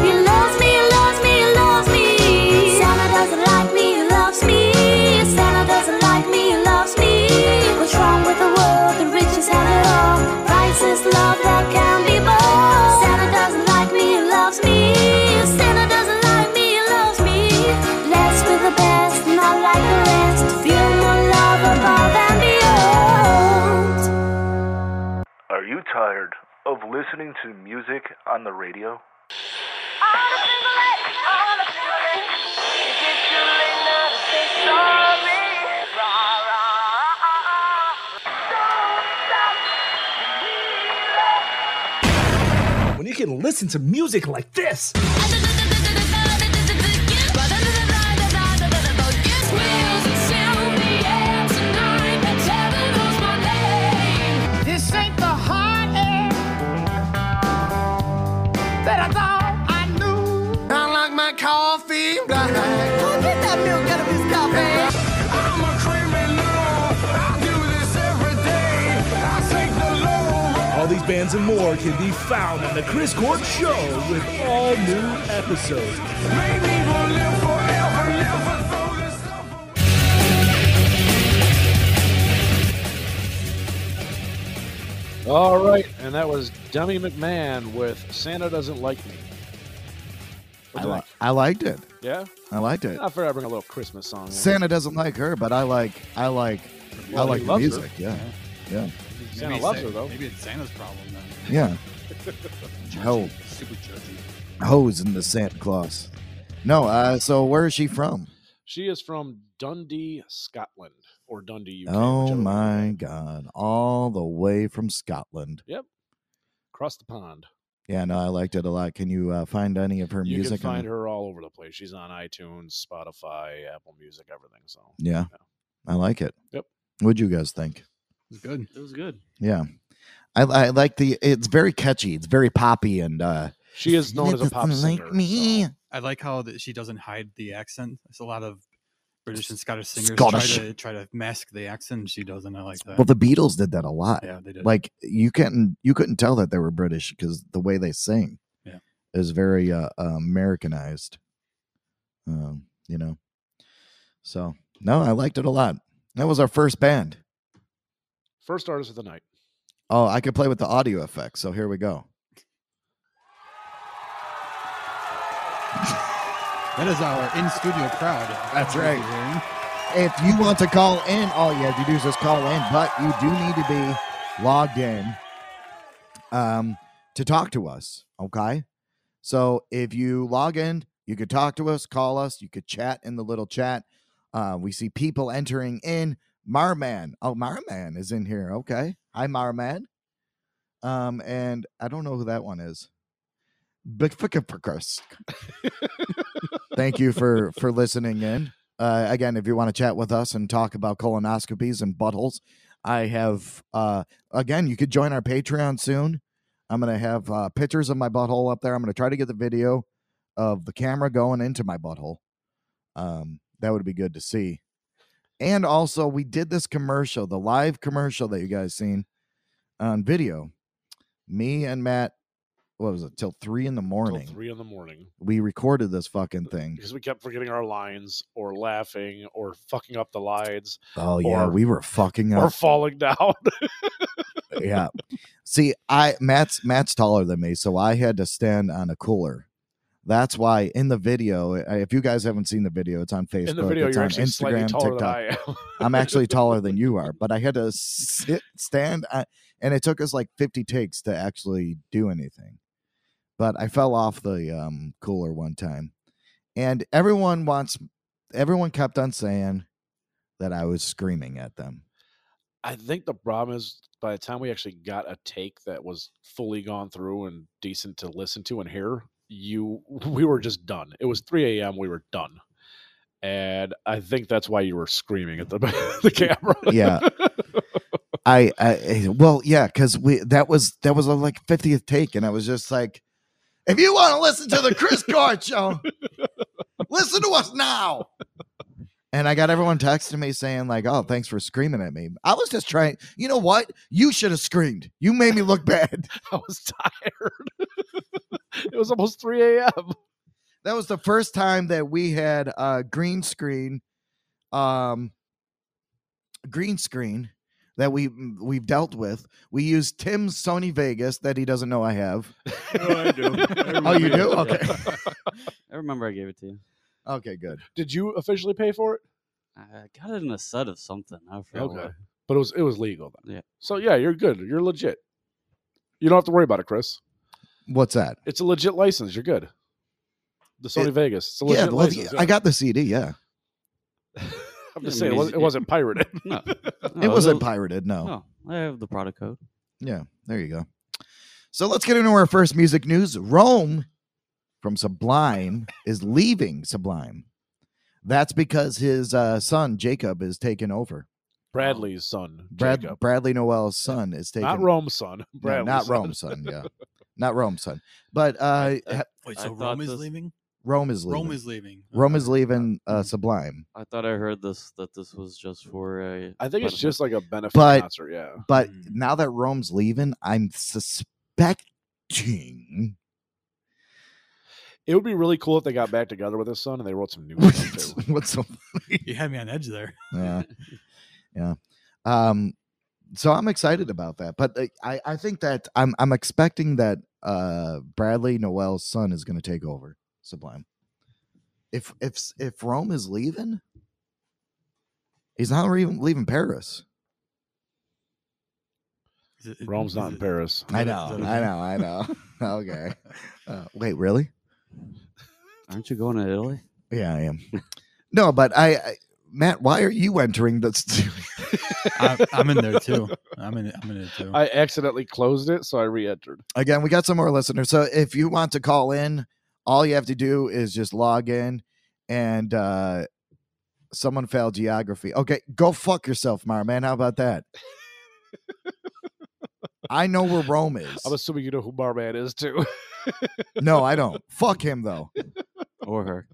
Speaker 11: He loves me, he loves me, he loves me. Santa doesn't like me, he loves me. Santa doesn't like me, he loves me. What's wrong with the world? The riches have it all. Priceless love that can be bought. Santa doesn't like me, he loves me. Santa doesn't like me, he loves me. Blessed with the best, not like the rest. Feel my love above and beyond.
Speaker 12: Are you tired of listening to music on the radio?
Speaker 13: When you can listen to music like this.
Speaker 14: This ain't the hot air that I thought I knew. caffeine black. Go get that milk out of his cafe. I'm a criminal. I do this every day. I take the low road.
Speaker 15: All these bands and more can be found on the Chris Court Show with all new episodes.
Speaker 7: All right, and that was Dummy McMahon with "Santa Doesn't Like Me."
Speaker 6: I, li- I liked it.
Speaker 7: Yeah,
Speaker 6: I liked it.
Speaker 7: I forgot to bring a little Christmas song. in.
Speaker 6: Santa doesn't like her, but I like I like
Speaker 7: Well,
Speaker 6: I
Speaker 7: he
Speaker 6: like the
Speaker 7: loves her.
Speaker 6: music. Yeah, yeah,
Speaker 7: Santa
Speaker 4: Maybe
Speaker 7: loves
Speaker 4: Sa-
Speaker 7: her though.
Speaker 4: Maybe it's Santa's problem then.
Speaker 6: yeah. Ho,
Speaker 4: Super judgy.
Speaker 6: hose in the Santa Claus. No, uh, so where is she from?
Speaker 7: She is from Dundee, Scotland, or Dundee, UK.
Speaker 6: oh my God, all the way from Scotland.
Speaker 7: Yep, across the pond.
Speaker 6: Yeah, no, I liked it a lot. Can you uh, find any of her
Speaker 7: you
Speaker 6: music?
Speaker 7: can
Speaker 6: on-
Speaker 7: find her all over the place. She's on iTunes, Spotify, Apple Music, everything. So
Speaker 6: Yeah, I like it.
Speaker 7: Yep.
Speaker 6: What'd you guys think?
Speaker 4: It was good. It was good.
Speaker 6: Yeah. I, I like the. It's very catchy. It's very poppy, and uh
Speaker 7: she is
Speaker 4: known as a pop
Speaker 6: Like
Speaker 4: singer,
Speaker 6: me,
Speaker 4: I like how that she doesn't hide the accent. There's a lot of British and Scottish singers
Speaker 6: Scottish.
Speaker 4: try to try to mask the accent. and She doesn't. I like that.
Speaker 6: well, the Beatles did that a lot.
Speaker 4: Yeah, they did.
Speaker 6: Like you couldn't you couldn't tell that they were British because the way they sing
Speaker 4: Yeah.
Speaker 6: is very uh, Americanized. Um, you know. So no, I liked it a lot. That was our first band.
Speaker 7: first artist of the night.
Speaker 6: Oh, I could play with the audio effects. So here we go.
Speaker 4: That is our in studio crowd.
Speaker 6: That's right. If you want to call in, all you have to do is just call in, but you do need to be logged in um, to talk to us. Okay. So if you log in, you could talk to us, call us, you could chat in the little chat. Uh, we see people entering in. Marman. Oh, Marman is in here. Okay. Hi, Marman. Um, and I don't know who that one is. But fucking for Chris. thank you for for listening in uh, again if you want to chat with us and talk about colonoscopies and buttholes i have uh again you could join our patreon soon i'm gonna have uh, pictures of my butthole up there i'm gonna try to get the video of the camera going into my butthole um that would be good to see and also we did this commercial the live commercial that you guys seen on video me and matt what was it till three in the morning
Speaker 7: Till three in the morning
Speaker 6: we recorded this fucking thing
Speaker 7: because we kept forgetting our lines or laughing or fucking up the lines.
Speaker 6: Oh yeah,
Speaker 7: or-
Speaker 6: we were fucking
Speaker 7: or
Speaker 6: up.
Speaker 7: falling down.
Speaker 6: yeah. See, I Matt's Matt's taller than me, so I had to stand on a cooler. That's why in the video, I- if you guys haven't seen the video, it's on Facebook,
Speaker 7: In the video,
Speaker 6: it's
Speaker 7: you're
Speaker 6: on
Speaker 7: actually slightly
Speaker 6: Instagram,
Speaker 7: taller
Speaker 6: TikTok.
Speaker 7: than I am.
Speaker 6: I'm actually taller than you are, but I had to sit stand on, and it took us like 50 takes to actually do anything. But I fell off the um, cooler one time, and everyone wants everyone kept on saying that I was screaming at them.
Speaker 7: I think the problem is by the time we actually got a take that was fully gone through and decent to listen to and hear, you we were just done. It was 3 a.m. We were done, and I think that's why you were screaming at the the camera.
Speaker 6: yeah I, I well yeah because we that was that was a like 50th take and i was just like if you want to listen to the chris Card show listen to us now and i got everyone texting me saying like oh thanks for screaming at me i was just trying you know what you should have screamed you made me look bad
Speaker 7: I was tired. it was almost 3 a.m.
Speaker 6: that was the first time that we had uh green screen um green screen that we mm, we've dealt with we used tim's sony vegas that he doesn't know i have
Speaker 9: I do.
Speaker 6: oh you do okay
Speaker 9: I remember I gave it to you.
Speaker 6: okay good
Speaker 7: Did you officially pay for it?
Speaker 9: I got it in a set of something. I forgot
Speaker 7: Okay.
Speaker 9: what.
Speaker 7: But it was it was legal
Speaker 9: then. Yeah.
Speaker 7: So yeah, you're good. You're legit. You don't have to worry about it, Chris.
Speaker 6: what's that
Speaker 7: It's a legit license. You're good. The Sony
Speaker 6: It-
Speaker 7: Vegas. It's a legit
Speaker 6: yeah, well,
Speaker 7: license.
Speaker 6: i got the cd yeah
Speaker 7: I'm
Speaker 9: Yeah,
Speaker 7: just
Speaker 9: I
Speaker 7: saying
Speaker 9: mean,
Speaker 7: it wasn't, it
Speaker 9: it's-
Speaker 7: wasn't pirated.
Speaker 9: No.
Speaker 6: it
Speaker 9: No,
Speaker 6: wasn't
Speaker 9: they'll-
Speaker 6: pirated no
Speaker 9: No, I have the product code.
Speaker 6: Yeah, there you go. So let's get into our first music news. Rome from Sublime is leaving Sublime. That's because his uh, son Jacob is taking over.
Speaker 7: Bradley's son.
Speaker 6: Brad
Speaker 7: Jacob.
Speaker 6: Bradley Noel's son is taking
Speaker 7: Not Rome's son.
Speaker 6: No,
Speaker 7: Bradley's
Speaker 6: not
Speaker 7: son.
Speaker 6: Rome's son. Yeah, not Rome's son. But uh, ha-
Speaker 4: Wait,
Speaker 9: I
Speaker 4: so
Speaker 9: thought
Speaker 4: Rome is
Speaker 9: this-
Speaker 4: leaving?
Speaker 6: Rome is leaving.
Speaker 4: Rome is leaving.
Speaker 6: Rome is leaving uh, Sublime.
Speaker 9: I thought I heard this that this was just for a.
Speaker 7: I think it's just like a benefit
Speaker 6: But
Speaker 7: concert. Yeah.
Speaker 6: But
Speaker 4: Hmm.
Speaker 6: now that Rome's leaving, I'm suspecting
Speaker 7: It would be really cool if they got back together with his son and they wrote some new stuff too.
Speaker 6: what's so
Speaker 4: You had me on edge there.
Speaker 6: yeah yeah um so i'm excited about that but uh, i i think that i'm i'm expecting that uh bradley noel's son is going to take over sublime if if s- if rome is leaving he's not even leaving paris
Speaker 7: Rome's not in Paris.
Speaker 6: i know i know i know okay uh, wait really
Speaker 9: Aren't you going to Italy?
Speaker 6: yeah i am no but i, I matt why are you entering this
Speaker 4: I'm, I'm in there too. I'm in. I'm in it too.
Speaker 7: I accidentally closed it, so I re-entered.
Speaker 6: again, we got some more listeners. So if you want to call in, all you have to do is just log in and uh someone failed geography. Okay, go fuck yourself, Mar man. How about that? I know where Rome is.
Speaker 7: I'm assuming you know who Barman is too.
Speaker 6: No, I don't. fuck him though.
Speaker 9: Or her.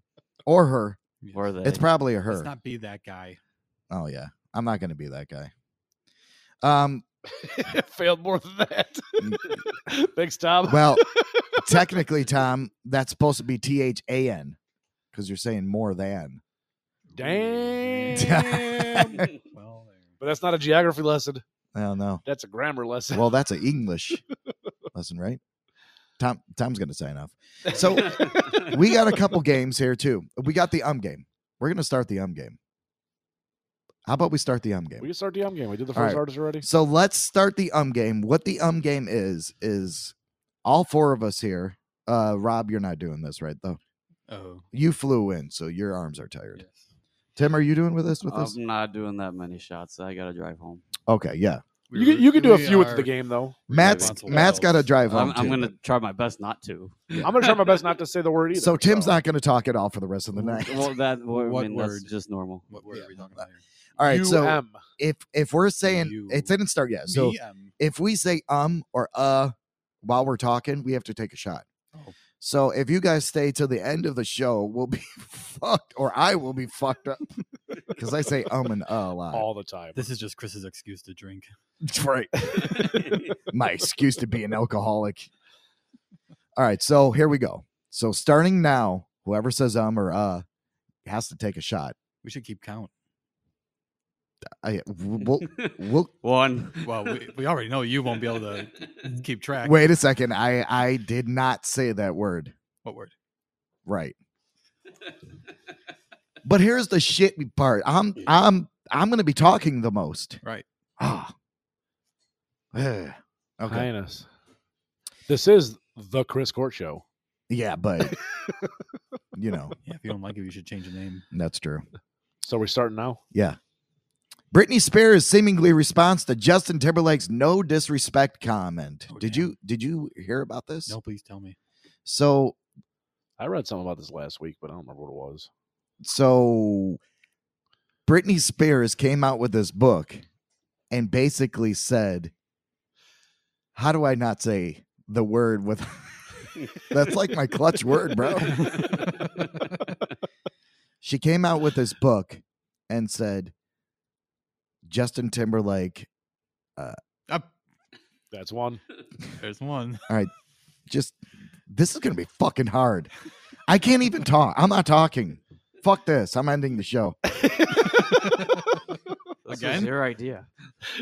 Speaker 6: Or her.
Speaker 9: Or they.
Speaker 6: It's probably a her.
Speaker 4: Let's not be that guy.
Speaker 6: oh yeah. I'm not gonna be that guy. Um
Speaker 7: Failed more than that. Thanks, Tom.
Speaker 6: Mm, well, technically, Tom, that's supposed to be T H A N because you're saying more than.
Speaker 7: damn. but that's not a geography lesson.
Speaker 6: I don't know.
Speaker 7: That's a grammar lesson.
Speaker 6: Well, that's an English lesson, right? Tom Tom's gonna sign off. So we got a couple games here too. We got the um game. We're gonna start the um game. How about we start the um game?
Speaker 7: we can start the um game. We did the
Speaker 6: All
Speaker 7: first
Speaker 6: right.
Speaker 7: artist already.
Speaker 6: So let's start the um game. What the um game is is all four of us here. Uh Rob, you're not doing this right though.
Speaker 4: Oh,
Speaker 6: You flew in, so your arms are tired. Tim, are you doing with this with
Speaker 9: I'm
Speaker 6: us?
Speaker 9: not doing that many shots. I gotta drive home.
Speaker 6: Okay, yeah.
Speaker 7: you can, you can do a
Speaker 4: we
Speaker 7: few with the
Speaker 4: are
Speaker 7: game though.
Speaker 6: Matt's Matt's gotta drive home.
Speaker 9: I'm, I'm
Speaker 6: too.
Speaker 9: gonna try my best not to.
Speaker 7: I'm gonna try my best not to say the word either.
Speaker 6: so Tim's not gonna talk at all for the rest of the night.
Speaker 9: Well, that well, I
Speaker 4: What
Speaker 9: mean, that's
Speaker 4: word?
Speaker 9: just normal.
Speaker 4: What word are we talking about here?
Speaker 6: All right, so
Speaker 7: UM.
Speaker 6: if if we're saying it didn't start yet, so
Speaker 4: VM.
Speaker 6: if we say um or uh while we're talking, we have to take a shot. So if you guys stay till the end of the show, we'll be fucked, or I will be fucked up because I say um and uh a lot.
Speaker 7: all the time.
Speaker 4: This is just Chris's excuse to drink.
Speaker 6: That's right. My excuse to be an alcoholic. All right, so here we go. So starting now, whoever says um or uh has to take a shot.
Speaker 4: We should keep count.
Speaker 6: I we'll, we'll
Speaker 9: One.
Speaker 4: Well, we, we already know you won't be able to keep track.
Speaker 6: wait a second. I I did not say that word.
Speaker 4: What word?
Speaker 6: Right. but here's the shit part. I'm I'm I'm gonna be talking the most.
Speaker 4: Right.
Speaker 6: Ah. Ugh. Okay.
Speaker 7: Highness. This is the Chris Court Show.
Speaker 6: Yeah, but you know,
Speaker 4: Yeah, if you don't like it, you should change the name.
Speaker 6: that's true.
Speaker 7: So we're starting now.
Speaker 6: Yeah. Britney Spears seemingly responds to Justin Timberlake's no disrespect comment. did you did you hear about this?
Speaker 4: No, please tell me.
Speaker 6: So
Speaker 7: I read something about this last week, but I don't remember what it was.
Speaker 6: so Britney Spears came out with this book and basically said, How do I not say the word with that's like my clutch word, bro? she came out with this book and said, Justin Timberlake, uh,
Speaker 4: Up.
Speaker 7: That's one.
Speaker 4: There's one.
Speaker 6: all right, just this is gonna be fucking hard. I can't even talk. I'm not talking. Fuck this. I'm ending the show.
Speaker 9: This
Speaker 4: Again?
Speaker 9: was your idea.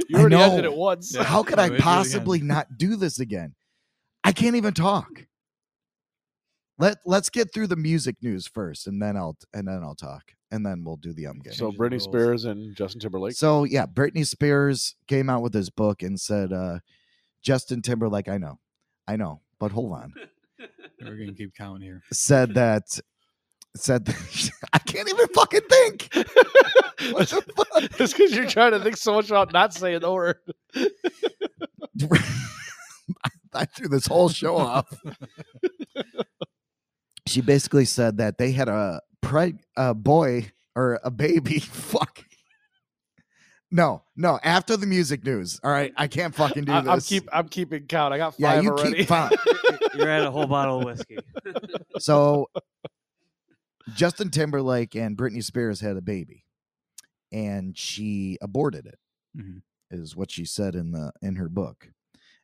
Speaker 7: You
Speaker 6: I
Speaker 7: already ended
Speaker 6: know.
Speaker 7: it once.
Speaker 4: Yeah.
Speaker 6: How could
Speaker 4: Oh,
Speaker 6: I
Speaker 4: we do it again.
Speaker 6: possibly not do this again? I can't even talk. Let Let's get through the music news first, and then I'll and then I'll talk, and then we'll do the um game.
Speaker 7: So
Speaker 4: Changes the
Speaker 7: Britney
Speaker 4: rules.
Speaker 7: Spears and Justin Timberlake.
Speaker 6: So yeah, Britney Spears came out with this book and said, uh, Justin Timberlake, I know, I know, but hold on,
Speaker 4: We're gonna keep count here.
Speaker 6: said that, said that, I can't even fucking think. What
Speaker 7: That's
Speaker 6: the fuck?
Speaker 7: because you're trying to think so much about not saying the word.
Speaker 6: I threw this whole show off. she basically said that they had a preg a boy or a baby. Fuck. No, no. After the music news, all right. I can't fucking do
Speaker 7: I,
Speaker 6: this.
Speaker 7: am keep I'm keeping count. I got
Speaker 6: yeah,
Speaker 7: five
Speaker 6: you
Speaker 7: already.
Speaker 6: keep fine.
Speaker 9: You're at a whole bottle of whiskey.
Speaker 6: So Justin Timberlake and Britney Spears had a baby, and she aborted it. Is
Speaker 4: Mm-hmm.
Speaker 14: Mhm.
Speaker 6: what she said in the in her book.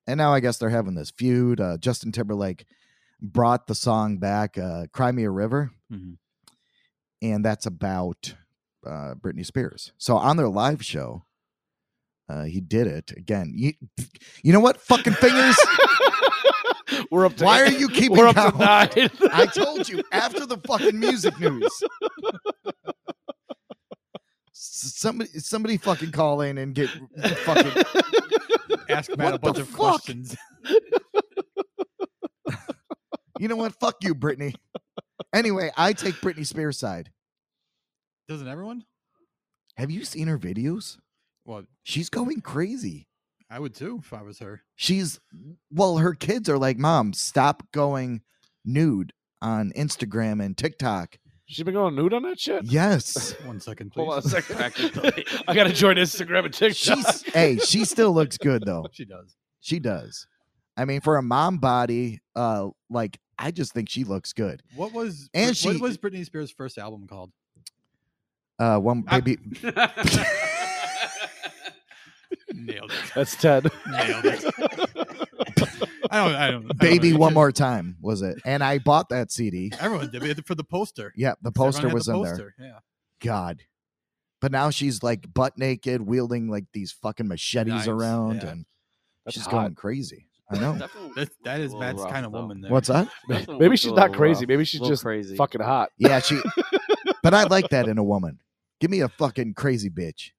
Speaker 6: And now I guess they're having this feud. Uh, Justin Timberlake brought the song back, uh, "Cry Me a River,"
Speaker 14: Mhm.
Speaker 6: and that's about uh, Britney Spears. So on their live show, uh, he did it again. You, you know what? Fucking fingers.
Speaker 7: We're up.
Speaker 14: to
Speaker 6: Why
Speaker 14: eight.
Speaker 6: are you keeping
Speaker 14: We're up to
Speaker 6: count?
Speaker 14: nine.
Speaker 6: I told you after the fucking music news. S- Somebody, somebody, fucking call in and get fucking
Speaker 4: Ask Matt
Speaker 6: What
Speaker 4: a bunch
Speaker 6: the
Speaker 4: of
Speaker 6: fuck?
Speaker 4: questions.
Speaker 6: You know what? Fuck you, Britney. Anyway, I take Britney Spears' side.
Speaker 4: Doesn't everyone?
Speaker 6: Have you seen her videos?
Speaker 4: Well,
Speaker 6: She's going crazy.
Speaker 4: I would too if I was her.
Speaker 6: She's well, her kids are like, Mom, stop going nude on Instagram and TikTok.
Speaker 7: She's been going nude on that shit.
Speaker 6: Yes.
Speaker 4: One second, please.
Speaker 7: Hold on a second. I gotta join Instagram and TikTok.
Speaker 6: She's hey, she still looks good though.
Speaker 4: She does.
Speaker 6: She does. I mean, for a mom body, uh, like I just think she looks good.
Speaker 4: What was
Speaker 6: And
Speaker 4: and
Speaker 6: she-
Speaker 4: what was Britney Spears' first album called?
Speaker 6: Uh, one
Speaker 4: I-
Speaker 6: baby.
Speaker 4: Nailed it.
Speaker 7: That's Ted.
Speaker 4: Nailed it. I don't. I don't. I don't
Speaker 6: Baby
Speaker 4: know.
Speaker 6: One More Time was it. And I bought that CD.
Speaker 4: Everyone did we had it for the poster.
Speaker 6: Yeah, the
Speaker 4: 'Cause
Speaker 6: poster
Speaker 4: everyone had the
Speaker 6: was in there.
Speaker 4: poster, Yeah.
Speaker 6: God. But now she's like butt naked, wielding like these fucking machetes
Speaker 4: Knives,
Speaker 6: around
Speaker 4: yeah.
Speaker 6: and
Speaker 4: That's
Speaker 6: she's
Speaker 4: hot.
Speaker 6: going crazy. I know.
Speaker 4: That, that is
Speaker 9: little
Speaker 4: Matt's
Speaker 9: rough,
Speaker 4: kind of
Speaker 9: though.
Speaker 4: woman. There.
Speaker 6: What's that?
Speaker 7: Maybe she's not crazy. Maybe she's just fucking hot.
Speaker 6: Yeah, she but I like that in a woman. Give me a fucking crazy bitch.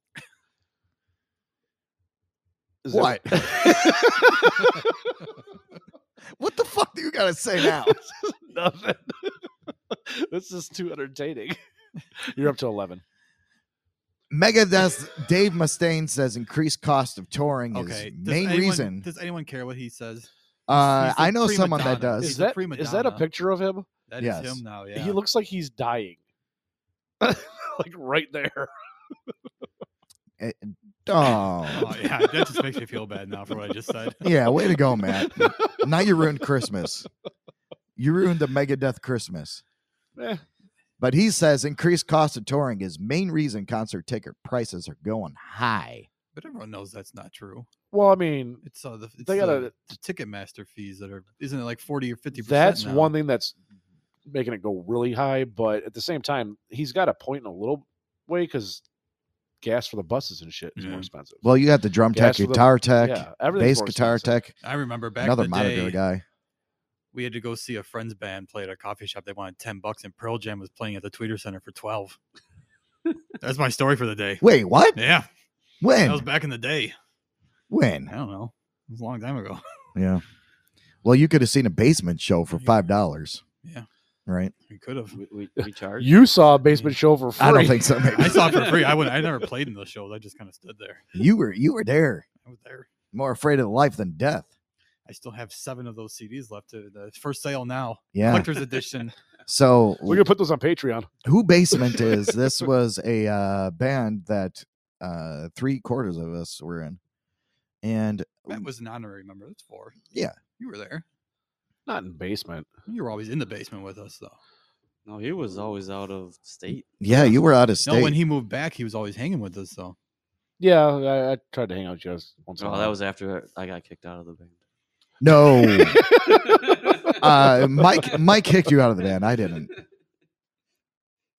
Speaker 7: that-
Speaker 6: what? what the fuck do you gotta say now?
Speaker 7: Nothing. this is too entertaining. You're up to eleven.
Speaker 6: Megadeth Dave Mustaine says increased cost of touring
Speaker 4: Okay.
Speaker 6: is
Speaker 4: does
Speaker 6: main
Speaker 4: anyone-
Speaker 6: reason.
Speaker 4: Does anyone care what he says? He's-
Speaker 6: Uh,
Speaker 4: he's the
Speaker 6: I know
Speaker 4: prima
Speaker 6: someone that
Speaker 4: donna.
Speaker 6: does.
Speaker 4: He's
Speaker 7: Is
Speaker 4: the
Speaker 7: that
Speaker 4: prima
Speaker 7: is that a
Speaker 4: donna.
Speaker 7: picture of him?
Speaker 4: That is
Speaker 6: Yes.
Speaker 4: him now. Yeah.
Speaker 7: He looks like he's dying. like right there.
Speaker 6: Eh,
Speaker 4: Oh
Speaker 6: oh.
Speaker 4: yeah, that just makes me feel bad now for what I just said.
Speaker 6: yeah, way to go, Matt. now you ruined Christmas. You ruined the Megadeth Christmas.
Speaker 7: Eh,
Speaker 6: But he says increased cost of touring is main reason concert ticket prices are going high.
Speaker 4: But everyone knows that's not true.
Speaker 7: Well, I mean,
Speaker 4: It's uh, the it's
Speaker 7: They
Speaker 4: the,
Speaker 7: gotta-
Speaker 4: the Ticketmaster fees that are isn't it like forty or fifty?
Speaker 7: that's one thing that's making it go really high. But at the same time, he's got a point in a little way because gas for the buses and shit is more expensive.
Speaker 6: Well, you got the drum tech,
Speaker 7: Gas for the-
Speaker 6: guitar tech,
Speaker 7: yeah, everything's
Speaker 6: bass
Speaker 7: more
Speaker 6: guitar
Speaker 7: expensive.
Speaker 6: tech.
Speaker 4: I remember back in
Speaker 6: another
Speaker 4: the
Speaker 6: monitor
Speaker 4: day-
Speaker 6: guy.
Speaker 4: We had to go see a friend's band play at a coffee shop. They wanted ten bucks, and Pearl Jam was playing at the Tweeter Center for twelve. that's my story for the day.
Speaker 6: Wait, what?
Speaker 4: Yeah.
Speaker 6: When?
Speaker 4: That was back in the day.
Speaker 6: When?
Speaker 4: I don't know. It was a long time ago.
Speaker 6: Yeah. Well, you could have seen a basement show for five dollars.
Speaker 4: Yeah.
Speaker 6: Right.
Speaker 4: We could have.
Speaker 9: We, we, we charged.
Speaker 7: You saw a basement show for free.
Speaker 6: I don't think so. Maybe.
Speaker 4: I saw it for free. I would. I never played in those shows. I just kind of stood there.
Speaker 6: You were you were there.
Speaker 4: I was there.
Speaker 6: More afraid of life than death.
Speaker 4: I still have seven of those CDs left. To the for sale now.
Speaker 6: Yeah.
Speaker 4: Collector's edition.
Speaker 6: So
Speaker 7: We're gonna put those on Patreon.
Speaker 6: who basement is this was a uh, band that uh, three quarters of us were in, and
Speaker 4: Matt was an honorary member. That's four.
Speaker 6: yeah,
Speaker 4: You were there.
Speaker 7: Not in basement.
Speaker 4: You were always in the basement with us, though.
Speaker 9: No, he was always out of state.
Speaker 6: yeah, you were out of state.
Speaker 4: No, when he moved back, he was always hanging with us, though.
Speaker 7: Yeah, I, I tried to hang out with you guys once. in a
Speaker 9: Oh, that
Speaker 7: while.
Speaker 9: was after I got kicked out of the band.
Speaker 6: No. uh, Mike Mike kicked you out of the band. I didn't.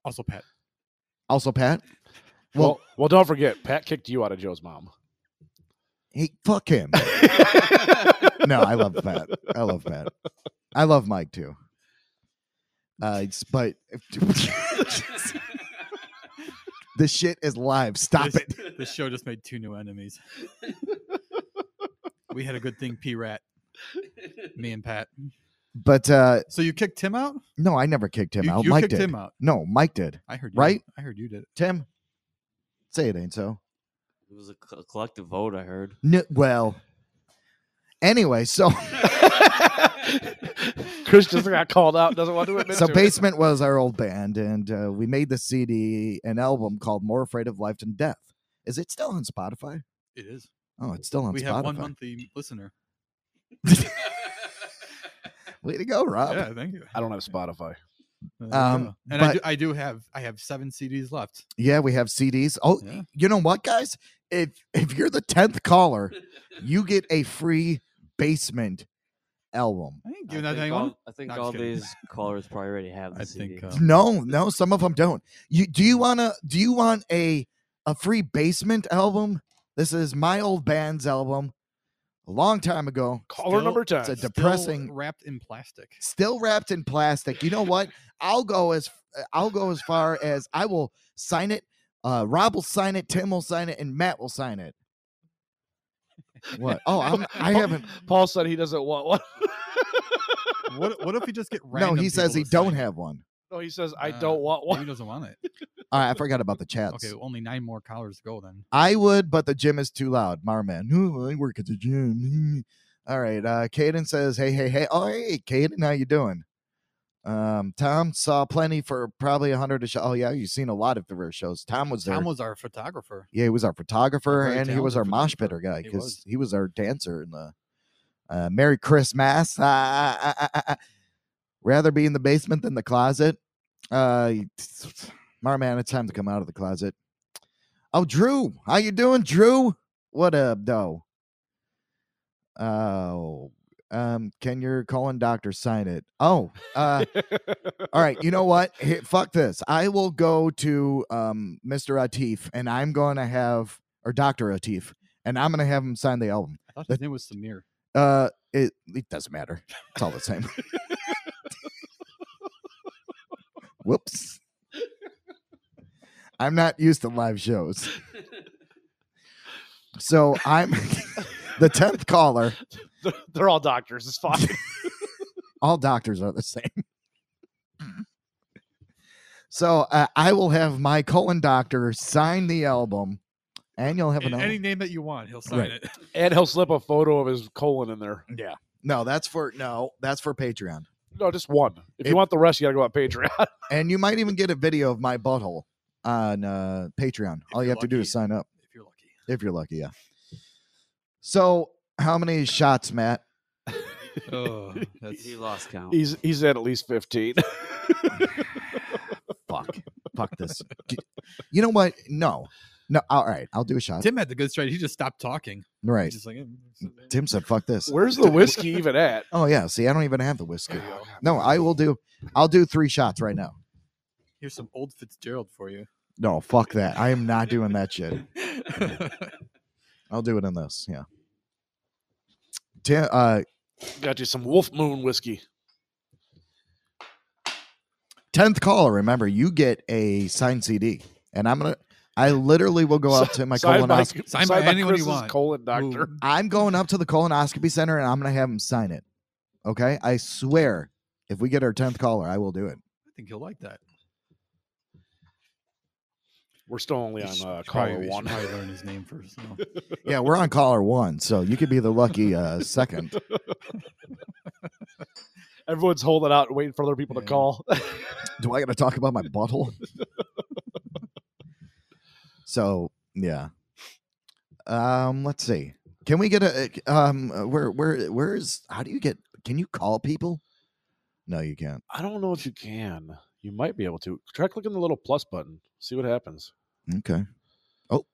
Speaker 4: Also, Pat.
Speaker 6: Also, Pat.
Speaker 7: well,
Speaker 6: Well,
Speaker 7: well. don't forget, Pat kicked you out of Joe's mom.
Speaker 6: he fuck him. no, I love Pat. I love Pat. I love Mike too. Uh, it's- but this shit is live. Stop
Speaker 4: this,
Speaker 6: it.
Speaker 4: This show just made two new enemies. we had a good thing, P Rat. Me and Pat.
Speaker 6: But uh,
Speaker 4: So you kicked Tim out?
Speaker 6: no, I never kicked him
Speaker 4: You-
Speaker 6: out.
Speaker 4: you
Speaker 6: Mike
Speaker 4: kicked
Speaker 6: did.
Speaker 4: him out.
Speaker 6: No, Mike did.
Speaker 4: I heard. You,
Speaker 6: Right,
Speaker 4: I heard you did it.
Speaker 6: Tim? Say it ain't so.
Speaker 9: It was a co- collective vote. I heard.
Speaker 6: No, well, anyway, so
Speaker 7: Chris just got called out. Doesn't want to admit.
Speaker 6: so
Speaker 7: to it.
Speaker 6: basement was our old band, and uh, we made the CD, an album called "More Afraid of Life Than Death." Is it still on Spotify?
Speaker 4: It is.
Speaker 6: Oh, it's still on
Speaker 4: we
Speaker 6: Spotify.
Speaker 4: have one monthly listener.
Speaker 6: Way to go, Rob!
Speaker 4: Yeah, thank you.
Speaker 7: I don't have Spotify.
Speaker 6: Um,
Speaker 4: and I,
Speaker 6: but
Speaker 4: do, I do have I have seven CDs left.
Speaker 6: yeah, we have CDs. Oh, you know what, guys? If if you're the tenth caller, you get a free basement album.
Speaker 4: I
Speaker 9: I
Speaker 4: ain't giving that to
Speaker 9: think
Speaker 4: anyone.
Speaker 9: all, I think
Speaker 4: No, I'm
Speaker 9: all
Speaker 4: just kidding. uh,
Speaker 9: these callers probably already have the CD.
Speaker 6: No, no, some of them don't. You do you wanna do you want a a free basement album? This is my old band's album, a long time ago.
Speaker 7: Caller number
Speaker 6: Still-
Speaker 7: 10.
Speaker 6: It's a
Speaker 7: Still
Speaker 6: depressing,
Speaker 4: wrapped in plastic.
Speaker 6: still wrapped in plastic. You know what? I'll go as I'll go as far as I will sign it. Uh, Rob will sign it. Tim will sign it, and Matt will sign it. What? Oh, I'm, I
Speaker 7: Paul-
Speaker 6: haven't.
Speaker 7: Paul said he doesn't want one.
Speaker 4: What what if we just get
Speaker 6: No,
Speaker 4: random
Speaker 6: he says
Speaker 4: people
Speaker 6: he
Speaker 4: to
Speaker 6: don't have one.
Speaker 7: No, he says I
Speaker 4: Uh,
Speaker 7: don't want
Speaker 4: sign it? Maybe
Speaker 7: one.
Speaker 4: He doesn't want it.
Speaker 6: All right, I forgot about the chats.
Speaker 4: Okay, only nine more callers to go then.
Speaker 6: I would, but the gym is too loud. Marman, "Ooh, I work at the gym. All right. Uh, Caden says, "Hey, hey, hey! Oh, hey, Caden, how you doing?" Um, Tom saw plenty for probably a hundred a show. Oh yeah, you've seen a lot of diverse shows. Tom was there.
Speaker 4: Tom was our photographer.
Speaker 6: yeah, he was our photographer
Speaker 4: very
Speaker 6: and he was our
Speaker 4: talented
Speaker 6: mosh pitter guy
Speaker 4: He
Speaker 6: because
Speaker 4: was.
Speaker 6: he, was our dancer in the. Uh, Merry Christmas. Ah, ah, ah, ah, ah. Rather be in the basement than the closet. Uh, Marman, it's time to come out of the closet. Oh, Drew, how you doing, Drew? What up, though? Oh, um, can your colon doctor sign it? Oh, uh, all right. You know what? Here, fuck this. I will go to um Mr. Atif, and I'm going to have or Doctor Atif, and I'm going to have him sign the album.
Speaker 4: I thought
Speaker 6: The-
Speaker 4: his name was Samir.
Speaker 6: uh, it it doesn't matter. It's all the same. Whoops. I'm not used to live shows. So I'm the tenth caller.
Speaker 7: They're, they're all doctors. It's fine.
Speaker 6: All doctors are the same.
Speaker 7: Hmm.
Speaker 6: So uh, I will have my colon doctor sign the album, and you'll have an
Speaker 4: And
Speaker 6: album.
Speaker 4: any name that you want, he'll sign
Speaker 6: Right.
Speaker 4: it.
Speaker 7: and he'll slip a photo of his colon in there.
Speaker 6: Yeah. No, that's for no, that's for Patreon.
Speaker 7: No, just one. If
Speaker 6: It-
Speaker 7: you want the rest, you got to go on Patreon.
Speaker 6: and you might even get a video of my butthole on uh, Patreon. All you
Speaker 4: you're
Speaker 6: have to do is
Speaker 4: lucky.
Speaker 6: sign up
Speaker 4: If you're lucky.
Speaker 6: if you're lucky. Yeah. So, how many shots, Matt?
Speaker 4: Oh,
Speaker 9: He lost count.
Speaker 7: he's he's at at least fifteen.
Speaker 6: Fuck, fuck this. D- You know what? No, no. All right, I'll do a shot.
Speaker 4: Tim had the good strategy. He just stopped talking.
Speaker 6: right.
Speaker 4: He's just like, "Mm, it's okay."
Speaker 6: Tim said, "Fuck this."
Speaker 7: Where's the whiskey even at?
Speaker 6: Oh yeah. See, I don't even have the whiskey. No, I will do. I'll do three shots right now.
Speaker 4: here's some old Fitzgerald for you.
Speaker 6: No, fuck that. I am not doing that shit. I'll do it in this. Yeah. Tim, uh,
Speaker 7: Got you some Wolf Moon whiskey.
Speaker 6: tenth caller, remember you get a signed CD, and I'm gonna. I literally will go up to my
Speaker 7: Signed by-
Speaker 6: colonoscopy.
Speaker 4: Sign
Speaker 7: signed
Speaker 4: by anyone you
Speaker 7: Chris's
Speaker 4: want.
Speaker 7: Colon doctor.
Speaker 6: I'm going up to the colonoscopy center, and I'm gonna have him sign it. Okay, I swear, if we get our tenth caller, I will do it.
Speaker 4: I think he'll like that.
Speaker 7: We're still only
Speaker 4: You
Speaker 7: on
Speaker 4: should-
Speaker 7: uh,
Speaker 4: you should
Speaker 7: caller
Speaker 4: probably- you should
Speaker 7: one.
Speaker 4: probably learn his name first. you know.
Speaker 6: Yeah, we're on caller one, so you could be the lucky uh, second.
Speaker 7: Everyone's holding out, and waiting for other people to
Speaker 4: Yeah.
Speaker 7: call.
Speaker 6: Do I got to talk about my butthole? so yeah. Um, let's see. Can we get a um? uh, Where where where is? How do you get? Can you call people? No, you can't.
Speaker 7: I don't know if you can. You might be able to. Try clicking the little plus button. See what happens.
Speaker 6: Okay. Oh.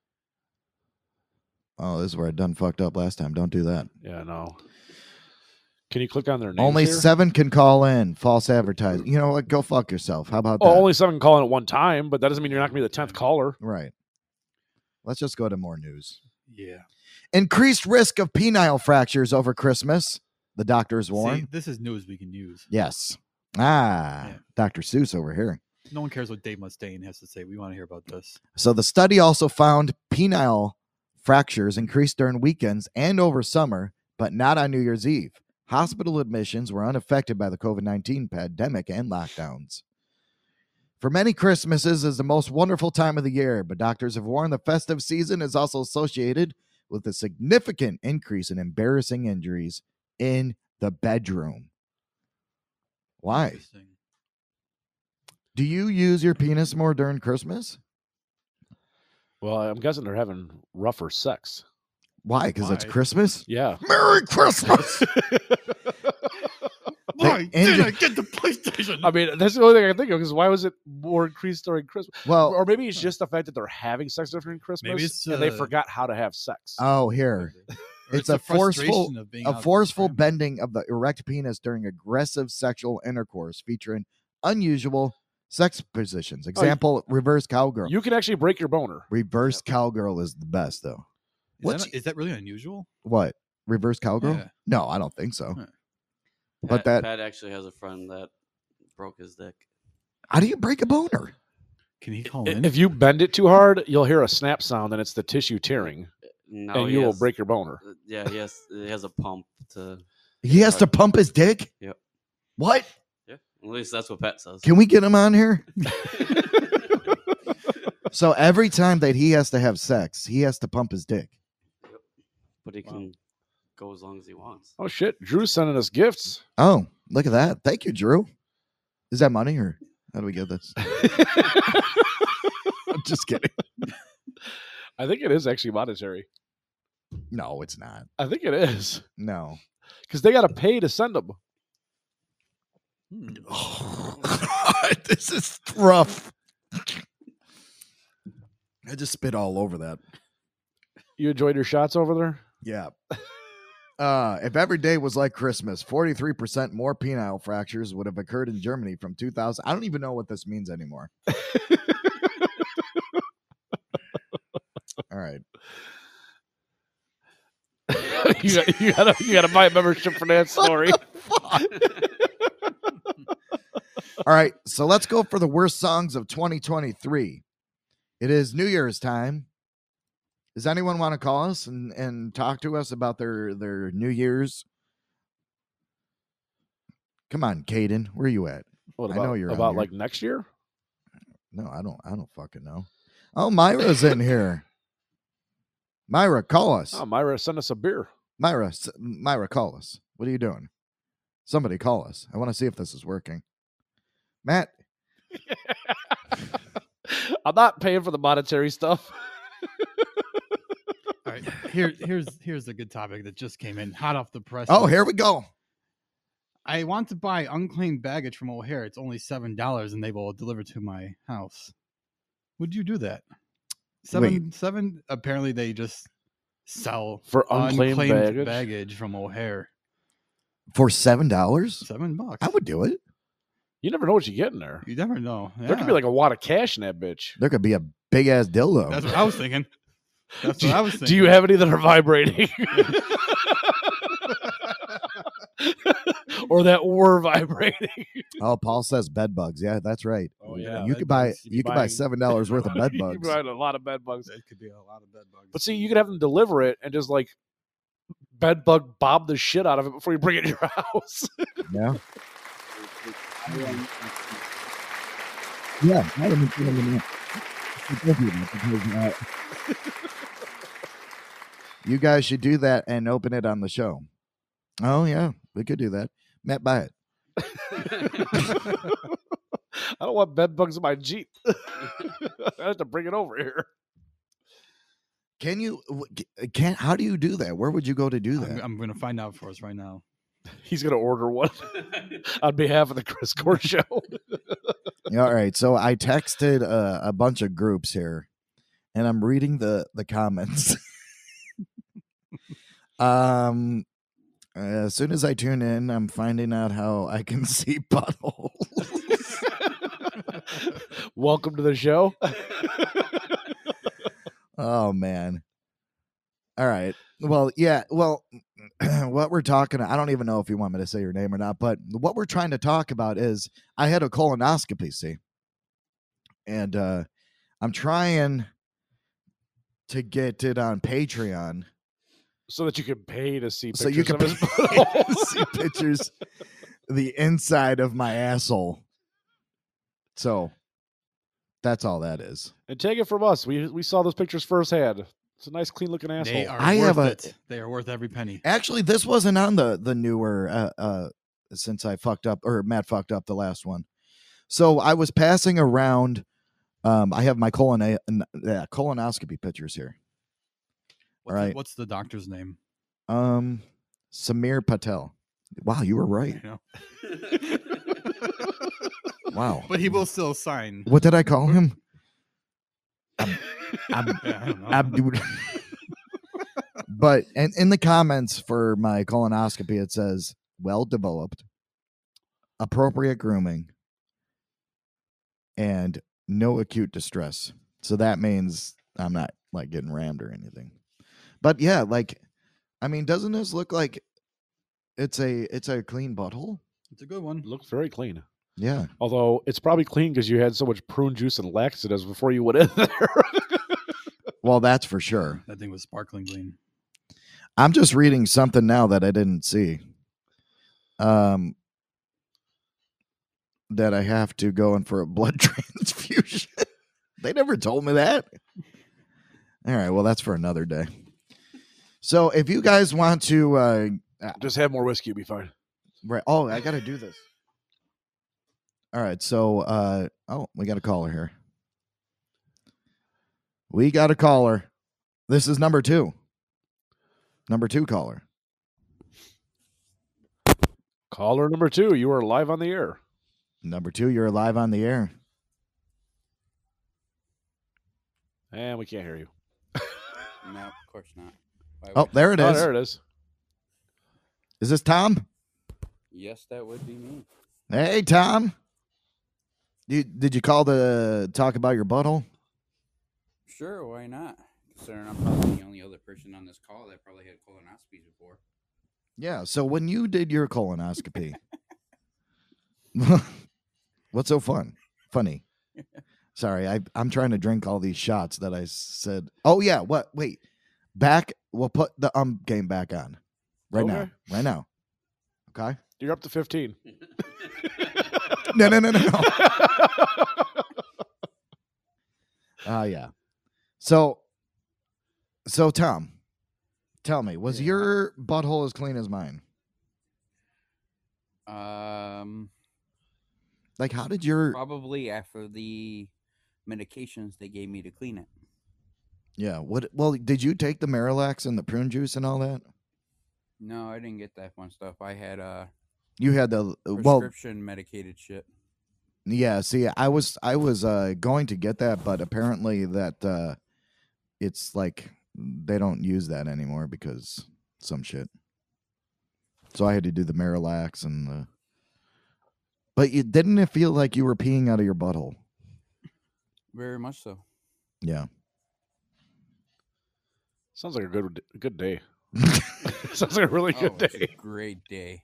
Speaker 6: Oh, this is where I done fucked up last time. Don't do that.
Speaker 7: Yeah, no. Can you click on their names?
Speaker 6: Only
Speaker 7: here?
Speaker 6: seven can call in. False advertising. You know what? Go fuck yourself. How about that?
Speaker 7: Oh, only seven can call in at one time, but that doesn't mean you're not going to be the tenth caller.
Speaker 6: right. Let's just go to more news.
Speaker 4: Yeah.
Speaker 6: Increased risk of penile fractures over Christmas. The doctors warn.
Speaker 4: See, this is news we can use.
Speaker 6: Yes. Ah, Dr. Seuss over here.
Speaker 4: No one cares what Dave Mustaine has to say. We want to hear about this.
Speaker 6: So the study also found penile fractures increased during weekends and over summer, but not on New Year's Eve. Hospital admissions were unaffected by the COVID 19 pandemic and lockdowns. For many, Christmases is the most wonderful time of the year, but doctors have warned the festive season is also associated with a significant increase in embarrassing injuries in the bedroom. Why?
Speaker 4: Interesting.
Speaker 6: Do you use your penis more during Christmas?
Speaker 7: Well, I'm guessing they're having rougher sex.
Speaker 6: Why? Because it's
Speaker 4: Why?
Speaker 6: Christmas?
Speaker 7: Yeah.
Speaker 6: Merry Christmas!
Speaker 4: Why Why did I get the PlayStation?
Speaker 7: I mean, that's the only thing I can think of. Because why was it more increased during Christmas?
Speaker 6: Well- uh,
Speaker 7: or maybe it's just the fact that they're having sex during Christmas,
Speaker 4: Maybe it's,
Speaker 7: and they
Speaker 4: uh,
Speaker 7: forgot how to have sex.
Speaker 6: Oh, here. It's,
Speaker 4: it's
Speaker 6: a,
Speaker 4: the
Speaker 6: forceful,
Speaker 4: frustration of being out
Speaker 6: a
Speaker 4: of
Speaker 6: forceful bending of the erect penis during aggressive sexual intercourse, featuring unusual sex positions. Example: reverse cowgirl.
Speaker 7: Oh, You can actually break your boner.
Speaker 6: reverse cowgirl is the best, though.
Speaker 4: Is that, is that really unusual?
Speaker 6: What reverse cowgirl?
Speaker 4: Yeah.
Speaker 6: No, I don't think so.
Speaker 4: Huh.
Speaker 6: But
Speaker 9: Pat,
Speaker 6: that
Speaker 9: Pat actually has a friend that broke his dick.
Speaker 6: how do you break a boner?
Speaker 4: Can he call
Speaker 7: I-
Speaker 4: in?
Speaker 7: If you bend it too hard, you'll hear a snap sound, and it's the tissue tearing,
Speaker 9: No,
Speaker 7: and
Speaker 9: he
Speaker 7: you will
Speaker 9: has-
Speaker 7: break your boner.
Speaker 9: uh, Yeah, he has he has a pump to.
Speaker 6: He has to pump his dick.
Speaker 9: Yep.
Speaker 6: What?
Speaker 9: Yeah, at least that's what Pat says.
Speaker 6: Can we get him on here? so every time that he has to have sex, he has to pump his dick.
Speaker 9: But he can go as long as he wants.
Speaker 7: Oh shit! Drew's sending us gifts.
Speaker 6: Oh, look at that! Thank you, Drew. Is that money or how do we get this? I'm just kidding.
Speaker 7: I think it is actually monetary.
Speaker 6: No, it's not.
Speaker 7: I think it is
Speaker 6: No.
Speaker 7: because they got to pay to send them. Hmm.
Speaker 6: this is rough. I just spit all over that.
Speaker 7: You enjoyed your shots over there.
Speaker 6: Yeah. Uh, if every day was like Christmas, 43% more penile fractures would have occurred in Germany from 2000. I don't even know what this means anymore. All right.
Speaker 7: you, got, you gotta you gotta buy a membership for that story.
Speaker 6: All right. So let's go for the worst songs of 2023. It is New Year's time. Does anyone want to call us and, and talk to us about their, their New Year's? Come on, Caden. Where you at?
Speaker 7: What
Speaker 6: I
Speaker 7: about,
Speaker 6: know you're on
Speaker 7: about
Speaker 6: here.
Speaker 7: like next year?
Speaker 6: No, I don't. I don't fucking know. Oh, Myra's in here. Myra, call us.
Speaker 7: Oh, Myra, send us a beer.
Speaker 6: Myra, s- Myra, call us. What are you doing? Somebody call us. I want to see if this is working. Matt,
Speaker 7: I'm not paying for the monetary stuff.
Speaker 4: All right, here, here's here's a good topic that just came in, hot off the press.
Speaker 6: Oh, here we go.
Speaker 4: I want to buy unclaimed baggage from O'Hare. It's only seven dollars, and they will deliver to my house. Would you do that? Seven, seven. Apparently, they just sell
Speaker 7: For unclaimed baggage?
Speaker 4: from O'Hare.
Speaker 6: for seven dollars,
Speaker 4: Seven bucks.
Speaker 6: I would do it.
Speaker 7: You never know what you get in there.
Speaker 4: You never know.
Speaker 7: There could be
Speaker 4: Yeah.
Speaker 7: like a wad of cash in that bitch.
Speaker 6: There could be a big ass dildo.
Speaker 4: That's what I was thinking. That's what I was thinking.
Speaker 7: Do you have any that are vibrating? or that were vibrating?
Speaker 6: oh, Paul says bed bugs. Yeah, that's right.
Speaker 7: Oh, yeah,
Speaker 6: you
Speaker 7: bed
Speaker 6: could buy.
Speaker 7: bugs. You'd be
Speaker 6: You could buy
Speaker 7: buying-
Speaker 6: seven dollars worth of bed
Speaker 7: You
Speaker 6: bugs.
Speaker 7: brought a lot of bed bugs.
Speaker 4: It could be a lot of bed bugs.
Speaker 7: But see, you could have them deliver it and just like bed bug bob the shit out of it before you bring it to your house.
Speaker 6: Yeah. Yeah, I wouldn't feel any- it's different because, uh, you guys should do that and open it on the show. Oh yeah, we could do that. Matt, buy it.
Speaker 7: I don't want bed bugs in my Jeep. I have to bring it over here.
Speaker 6: Can you? w- c- Can how do you do that? Where would you go to do
Speaker 4: I'm,
Speaker 6: that?
Speaker 4: I'm going to find out for us right now.
Speaker 7: He's gonna order one on behalf of the Chris Gore show.
Speaker 6: Yeah, All right, so I texted uh, a bunch of groups here, and I'm reading the the comments. um, as soon as I tune in, I'm finding out how I can see buttholes.
Speaker 7: Welcome to the show.
Speaker 6: Oh man. All right. Well, yeah. Well, what we're talking I don't even know if you want me to say your name or not, but what we're trying to talk about is I had a colonoscopy, see. And uh I'm trying to get it on Patreon
Speaker 7: so that you can pay to see.
Speaker 6: so you can
Speaker 7: pictures of his
Speaker 6: pay-
Speaker 7: balls.
Speaker 6: see pictures the inside of my asshole. So that's all that is.
Speaker 7: and take it from us. We we saw those pictures firsthand. It's a nice, clean looking asshole.
Speaker 4: They are
Speaker 6: I
Speaker 4: worth
Speaker 6: have a-
Speaker 4: it. They are worth every penny.
Speaker 6: Actually, this wasn't on the the newer uh, uh since I fucked up or Matt fucked up the last one. So I was passing around. Um, I have my colon uh, colonoscopy pictures here.
Speaker 4: What's the-
Speaker 6: right.
Speaker 4: What's the doctor's name?
Speaker 6: Um, Samir Patel. Wow, you were right.
Speaker 4: You know?
Speaker 6: Wow.
Speaker 4: But he will still sign.
Speaker 6: What did I call him?
Speaker 4: Yeah, I don't know.
Speaker 6: Abdu- but and in the comments for my colonoscopy, it says well developed, appropriate grooming, and no acute distress. So that means I'm not like getting rammed or anything. But yeah, like I mean, doesn't this look like it's a it's a clean butthole?
Speaker 4: It's a good one.
Speaker 7: Looks very clean.
Speaker 6: Yeah.
Speaker 7: Although it's probably clean because you had so much prune juice and laxatives before you went in there.
Speaker 6: Well, that's for sure.
Speaker 4: That thing was sparkling clean.
Speaker 6: I'm just reading something now that I didn't see. Um that I have to go in for a blood transfusion. they never told me that. All right, well that's for another day. So if you guys want to uh
Speaker 7: Just have more whiskey, you'll be fine.
Speaker 6: right oh, I got to do this. All right, so uh oh, we got a caller here. We got a caller. This is number 2. Number 2 caller.
Speaker 7: Caller number two, you are live on the air.
Speaker 6: Number 2, you're live on the air.
Speaker 7: And we can't hear you.
Speaker 9: No, of course not. Why
Speaker 6: Oh,
Speaker 9: would-
Speaker 6: there it is.
Speaker 7: there it is.
Speaker 6: Is this Tom?
Speaker 9: Yes, that would be me.
Speaker 6: Hey, Tom. You, did you call to talk about your butthole?
Speaker 9: Sure, why not? Considering I'm probably the only other person on this call that probably had colonoscopies before.
Speaker 6: Yeah. So when you did your colonoscopy, what's so fun? Funny. Sorry, I, I'm trying to drink all these shots that I said. Oh yeah. What? Wait. Back. We'll put the um game back on. Right now.
Speaker 7: Okay.
Speaker 6: Right now. Okay.
Speaker 7: You're up to 15.
Speaker 6: No. No. No. No. no. Oh yeah. So so Tom, tell me, was your butthole as clean as mine?
Speaker 9: Um,
Speaker 6: Like how did your
Speaker 9: probably after the medications they gave me to clean it.
Speaker 6: Yeah, what well did you take the Marilax and the prune juice and all that?
Speaker 9: No, I didn't get that fun stuff. I had uh
Speaker 6: You had the uh, well
Speaker 9: prescription medicated shit.
Speaker 6: yeah, see I was I was uh going to get that but apparently that uh it's like they don't use that anymore because some shit. So I had to do the Marilax and the But you didn't it feel like you were peeing out of your butthole?
Speaker 9: Very much so.
Speaker 6: Yeah.
Speaker 7: Sounds like a good good day. Sounds like a really good
Speaker 9: Oh, it's
Speaker 7: day.
Speaker 9: a great day,